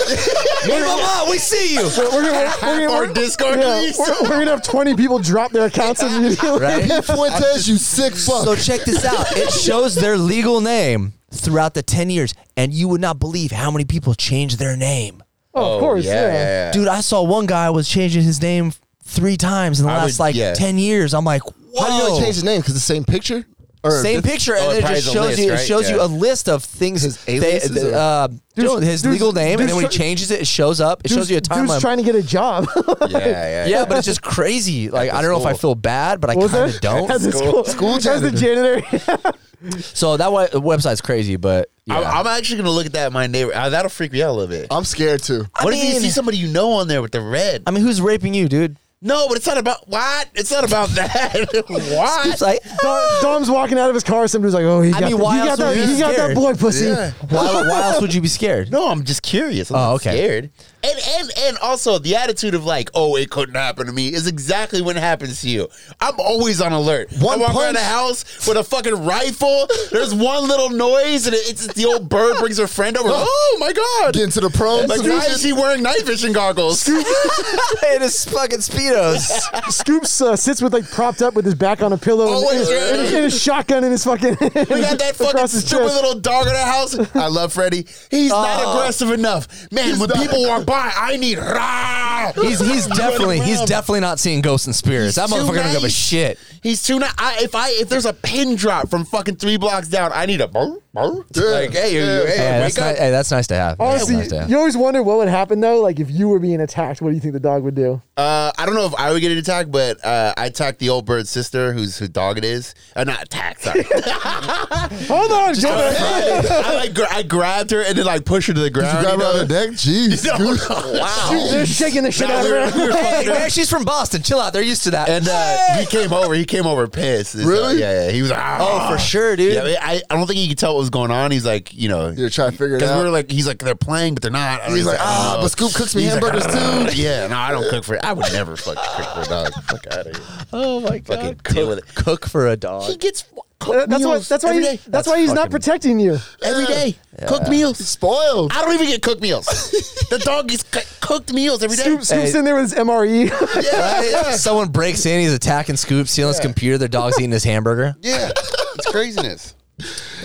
[SPEAKER 4] Hey, Mama, we see you.
[SPEAKER 3] We're gonna, we're, gonna-
[SPEAKER 1] Our
[SPEAKER 3] we're-
[SPEAKER 1] Discord
[SPEAKER 3] yeah,
[SPEAKER 1] leads.
[SPEAKER 3] we're- we're gonna have 20 people drop their accounts immediately.
[SPEAKER 4] Right?
[SPEAKER 2] Fuentes, you sick fuck.
[SPEAKER 4] So check this out. It shows their legal name throughout the 10 years, and you would not believe how many people changed their name.
[SPEAKER 3] Oh, of course, yeah.
[SPEAKER 4] Dude, I saw one guy was changing his name three times in the
[SPEAKER 1] I
[SPEAKER 4] last
[SPEAKER 1] would-
[SPEAKER 4] like
[SPEAKER 1] yeah.
[SPEAKER 4] 10 years. I'm like, whoa.
[SPEAKER 2] How do you gonna change his name? Because the Oh. same picture. Or
[SPEAKER 4] Same
[SPEAKER 2] this-
[SPEAKER 4] picture,
[SPEAKER 1] Oh,
[SPEAKER 4] and
[SPEAKER 1] it
[SPEAKER 4] then
[SPEAKER 1] probably
[SPEAKER 4] it just
[SPEAKER 1] is a
[SPEAKER 4] shows
[SPEAKER 1] list,
[SPEAKER 4] you. It
[SPEAKER 1] right?
[SPEAKER 4] shows you
[SPEAKER 1] Yeah.
[SPEAKER 4] a list of things.
[SPEAKER 2] His
[SPEAKER 4] they-
[SPEAKER 2] aliases
[SPEAKER 4] th-
[SPEAKER 2] or-
[SPEAKER 4] uh, dude, his
[SPEAKER 3] dude's-
[SPEAKER 4] legal name, and then when he
[SPEAKER 3] dude's-
[SPEAKER 4] changes it, it shows up. It shows you a
[SPEAKER 3] Dude's- Dude's
[SPEAKER 4] timeline.
[SPEAKER 3] trying to get a job.
[SPEAKER 1] yeah, yeah,
[SPEAKER 4] yeah, but it's just crazy. Like I don't know if I
[SPEAKER 1] cool.
[SPEAKER 4] feel bad, but I
[SPEAKER 3] What was
[SPEAKER 4] kind
[SPEAKER 3] that?
[SPEAKER 4] of don't.
[SPEAKER 3] As a
[SPEAKER 1] School-
[SPEAKER 3] school,
[SPEAKER 2] school
[SPEAKER 3] as the janitor.
[SPEAKER 4] So that wa- website's crazy, but yeah.
[SPEAKER 1] I'm, I'm actually gonna look at that. My neighbor. Uh, that'll freak me out a little bit.
[SPEAKER 2] I'm scared too.
[SPEAKER 1] what if you
[SPEAKER 4] mean-
[SPEAKER 1] see somebody you know on there with the red?
[SPEAKER 4] I mean, who's raping you, dude?
[SPEAKER 1] no, but it's not about what. It's not about that. what?
[SPEAKER 4] It's like, "Ah!"
[SPEAKER 3] Dom- Dom's walking out of his car. Somebody's like, "Oh, he got,
[SPEAKER 4] mean,
[SPEAKER 3] the-
[SPEAKER 4] why
[SPEAKER 3] he, got
[SPEAKER 4] else
[SPEAKER 3] that,
[SPEAKER 4] would you
[SPEAKER 3] he
[SPEAKER 4] be
[SPEAKER 3] got that
[SPEAKER 4] scared?
[SPEAKER 3] boy pussy."
[SPEAKER 2] Yeah.
[SPEAKER 4] Why, why else would you be scared?
[SPEAKER 1] No, I'm just curious. I'm
[SPEAKER 4] Oh,
[SPEAKER 1] not
[SPEAKER 4] okay.
[SPEAKER 1] scared. And and and also the attitude of like, oh, it couldn't happen to me is exactly when it happens to you. I'm always on alert.
[SPEAKER 2] One
[SPEAKER 1] I walk around
[SPEAKER 2] punch.
[SPEAKER 1] the house with a fucking rifle. There's one little noise, and it, it's the old bird brings her friend over. oh my god!
[SPEAKER 2] Get into the pros.
[SPEAKER 1] Like, why is she wearing night vision goggles?
[SPEAKER 4] it is fucking speedos.
[SPEAKER 3] Scoops uh, sits with like propped up with his back on a pillow and,
[SPEAKER 1] Always
[SPEAKER 3] and,
[SPEAKER 1] ready.
[SPEAKER 3] and his shotgun in his fucking. We
[SPEAKER 1] We got that fucking stupid little dog in our house. I love Freddy. He's not aggressive enough. Man, when people walk by, I need rah.
[SPEAKER 4] He's he's definitely he's
[SPEAKER 1] around.
[SPEAKER 4] definitely not seeing ghosts and spirits. that
[SPEAKER 1] He's too
[SPEAKER 4] motherfucker don't give a
[SPEAKER 1] nice.
[SPEAKER 4] shit.
[SPEAKER 1] He's too not. I, if I if there's a pin drop from fucking three blocks down, I need a burr, burr. like hey,
[SPEAKER 2] yeah.
[SPEAKER 1] hey,
[SPEAKER 4] Yeah,
[SPEAKER 1] wake
[SPEAKER 4] that's,
[SPEAKER 1] up.
[SPEAKER 4] ni- hey, that's nice to have. That's
[SPEAKER 3] Honestly,
[SPEAKER 4] nice to have.
[SPEAKER 3] you always wonder what would happen though. Like if you were being attacked, what do you think the dog would do?
[SPEAKER 1] Uh, I don't know if I would get an attack, but uh, I attacked the old bird's sister, whose whose dog it is. Uh, not attacked. Sorry.
[SPEAKER 3] Hold on, Jonah.
[SPEAKER 1] I like gra- I grabbed her and then like pushed her to the
[SPEAKER 2] Did you
[SPEAKER 1] ground.
[SPEAKER 2] grab her
[SPEAKER 1] you
[SPEAKER 2] out
[SPEAKER 1] know?
[SPEAKER 2] of the deck? Jeez. Scoop.
[SPEAKER 1] Wow.
[SPEAKER 3] They're shaking the shit
[SPEAKER 1] Nah,
[SPEAKER 3] out
[SPEAKER 1] we were-
[SPEAKER 3] of
[SPEAKER 1] we
[SPEAKER 3] her.
[SPEAKER 1] were
[SPEAKER 4] Hey,
[SPEAKER 1] fucking around.
[SPEAKER 4] man, she's from Boston. Chill out. They're used to that.
[SPEAKER 1] And uh, he came over. He came over pissed. It's, uh,
[SPEAKER 2] Really?
[SPEAKER 1] yeah, yeah. He was like,
[SPEAKER 4] oh,
[SPEAKER 1] "Ah."
[SPEAKER 4] for sure, dude.
[SPEAKER 1] Yeah, I, I don't think he could tell what was going on. He's like, you know,
[SPEAKER 2] You're trying to figure it
[SPEAKER 1] because we were
[SPEAKER 2] out.
[SPEAKER 1] like, he's like, oh, they're playing, but they're not.
[SPEAKER 2] He's like, ah, but Scoop cooks me hamburgers too.
[SPEAKER 1] Yeah, no, I don't cook for. I would never fucking cook for a dog. Fuck out of here.
[SPEAKER 4] oh my
[SPEAKER 1] Fucking
[SPEAKER 4] god.
[SPEAKER 1] deal with
[SPEAKER 4] Cook,
[SPEAKER 1] it.
[SPEAKER 4] cook for a dog.
[SPEAKER 1] He gets f-
[SPEAKER 3] Uh,
[SPEAKER 1] cooked
[SPEAKER 3] That's why.
[SPEAKER 1] meals
[SPEAKER 3] That's why.
[SPEAKER 1] every
[SPEAKER 3] He's,
[SPEAKER 1] day.
[SPEAKER 3] that's, why he's not
[SPEAKER 4] fucking-
[SPEAKER 3] protecting you.
[SPEAKER 1] every day. Cooked meals.
[SPEAKER 2] Spoiled.
[SPEAKER 1] I don't even get cooked meals. the dog gets cu- cooked meals every day.
[SPEAKER 3] Scoop, Scoop's in there with his E. MRE.
[SPEAKER 1] Yeah, yeah,
[SPEAKER 4] Someone breaks in, he's attacking Scoop, stealing his computer. Their dog's eating his hamburger.
[SPEAKER 1] yeah. It's craziness.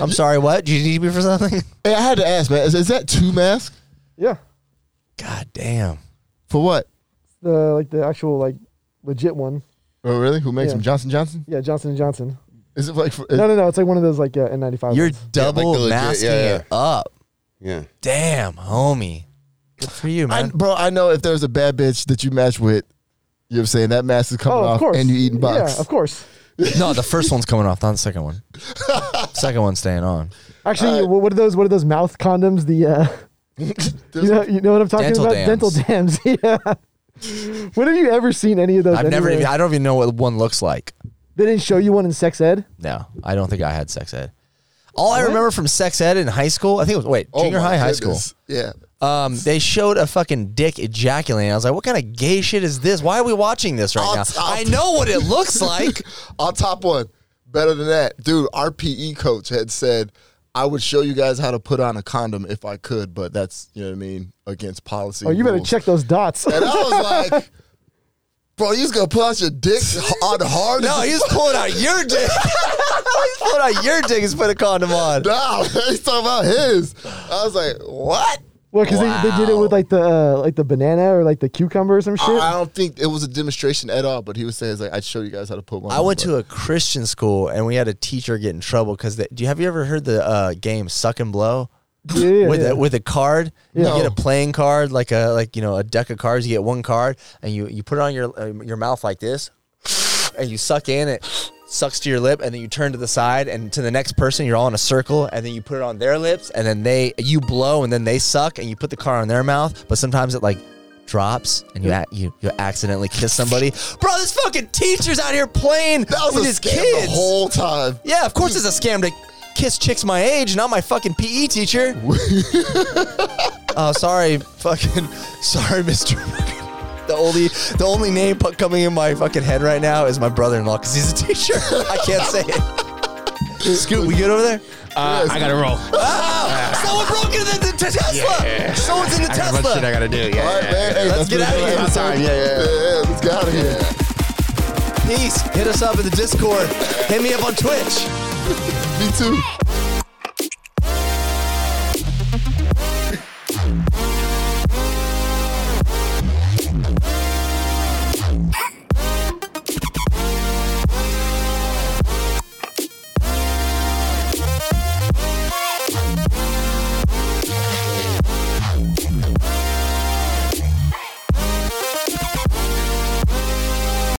[SPEAKER 4] I'm sorry, what? Did you need me for something?
[SPEAKER 2] Hey, I had to ask, man. Is, is that two masks?
[SPEAKER 3] yeah,
[SPEAKER 4] God damn.
[SPEAKER 2] For what?
[SPEAKER 3] the like the actual like legit one.
[SPEAKER 2] Oh, really? Who makes
[SPEAKER 3] Yeah.
[SPEAKER 2] them? Johnson Johnson?
[SPEAKER 3] Yeah, Johnson and Johnson.
[SPEAKER 2] Is it like for,
[SPEAKER 3] No, no, no. It's like one of those like uh, N95.
[SPEAKER 4] You're
[SPEAKER 3] ones.
[SPEAKER 4] double
[SPEAKER 1] the legit-
[SPEAKER 4] masking
[SPEAKER 1] yeah, yeah.
[SPEAKER 4] it up.
[SPEAKER 1] Yeah.
[SPEAKER 4] Damn, homie. Good for you,
[SPEAKER 2] I,
[SPEAKER 4] man.
[SPEAKER 2] bro, I know if there's a bad bitch that you match with, you know what I'm saying? That mask is coming
[SPEAKER 3] Oh, of
[SPEAKER 2] off
[SPEAKER 3] course.
[SPEAKER 2] and you eating box.
[SPEAKER 3] Yeah, of course.
[SPEAKER 4] no, the first one's coming off, not the second one. second one's staying on.
[SPEAKER 3] Actually,
[SPEAKER 4] Uh,
[SPEAKER 3] wh- what are those? What are those mouth condoms? The uh, you know, you know what I'm talking
[SPEAKER 4] Dental
[SPEAKER 3] about?
[SPEAKER 4] dams.
[SPEAKER 3] Dental dams. yeah. When have you ever seen any of those?
[SPEAKER 4] I've never
[SPEAKER 3] anywhere?
[SPEAKER 4] even, I don't even know what one looks like.
[SPEAKER 3] They didn't show you one in sex ed.
[SPEAKER 4] No, I don't think I had sex ed. All I remember from sex ed in high school, I think it was wait, junior high, high school.
[SPEAKER 2] Oh Yeah.
[SPEAKER 4] Um, they showed a fucking dick ejaculating. I was like, "What kind of gay shit is this? Why are we watching this right
[SPEAKER 2] I'll-
[SPEAKER 4] now?"
[SPEAKER 2] I'll-
[SPEAKER 4] I know what it looks like.
[SPEAKER 2] I'll top one. Better than that. Dude, our PE coach had said, I would show you guys how to put on a condom if I could, but that's, you know what I mean, against policy.
[SPEAKER 3] Oh, you better
[SPEAKER 2] rules.
[SPEAKER 3] check those dots.
[SPEAKER 2] And I was like, bro, you just gonna pull out your dick on hard?
[SPEAKER 4] no, he's pulling out your dick. he's pulling out your dick. He's put a condom on.
[SPEAKER 2] Nah, he's talking about his. I was like, what?
[SPEAKER 3] Well, because they, they did it with like the uh, like the banana or like the cucumber or some shit.
[SPEAKER 2] I,
[SPEAKER 4] Uh,
[SPEAKER 2] I don't think it was a demonstration at all, but he was saying, he's like, I'd show you guys how to put one
[SPEAKER 4] I
[SPEAKER 2] on,
[SPEAKER 4] went
[SPEAKER 2] but-
[SPEAKER 4] to a Christian school and we had a teacher get in trouble because do you have you ever heard the uh, game suck and blow?
[SPEAKER 3] yeah, yeah,
[SPEAKER 4] with
[SPEAKER 3] yeah.
[SPEAKER 4] a with a card.
[SPEAKER 2] Yeah.
[SPEAKER 4] You get a playing card, like a like you know a deck of cards. You get one card, and you you put it on your uh, your mouth like this, and you suck in it. Sucks to your lip, and then you turn to the side, and to the next person, you're all in a circle, and then you put it on their lips, and then they you blow, and then they suck, and you put the card on their mouth. But sometimes it like drops, and you ac- you you accidentally kiss somebody. Bro, this fucking teacher's out here playing
[SPEAKER 2] That was
[SPEAKER 4] with
[SPEAKER 2] a
[SPEAKER 4] his
[SPEAKER 2] scam
[SPEAKER 4] kids.
[SPEAKER 2] the whole time.
[SPEAKER 4] yeah, of course it's a
[SPEAKER 1] Mm-hmm.
[SPEAKER 4] scam to kiss chicks my age, not my fucking PE teacher. Oh, sorry, fucking, sorry, Mister. The only, the only name pu- coming in my fucking head right now is my brother-in-law because he's a teacher. I can't say it. Scoot, we good over there?
[SPEAKER 1] Uh, I gotta roll.
[SPEAKER 4] Ah, someone broke into the, the Tesla. Someone's in the
[SPEAKER 1] I got a bunch of shit I
[SPEAKER 4] Tesla.
[SPEAKER 1] gotta do. Yeah.
[SPEAKER 2] All right,
[SPEAKER 1] yeah,
[SPEAKER 2] man.
[SPEAKER 1] yeah.
[SPEAKER 2] Hey, that's
[SPEAKER 4] Let's get
[SPEAKER 2] what
[SPEAKER 4] outta
[SPEAKER 2] we
[SPEAKER 4] here.
[SPEAKER 2] got.
[SPEAKER 1] Time, yeah, yeah, yeah.
[SPEAKER 2] yeah. Let's get out of here.
[SPEAKER 4] Peace. Hit us up in the Discord. Hit me up on Twitch.
[SPEAKER 2] Me too.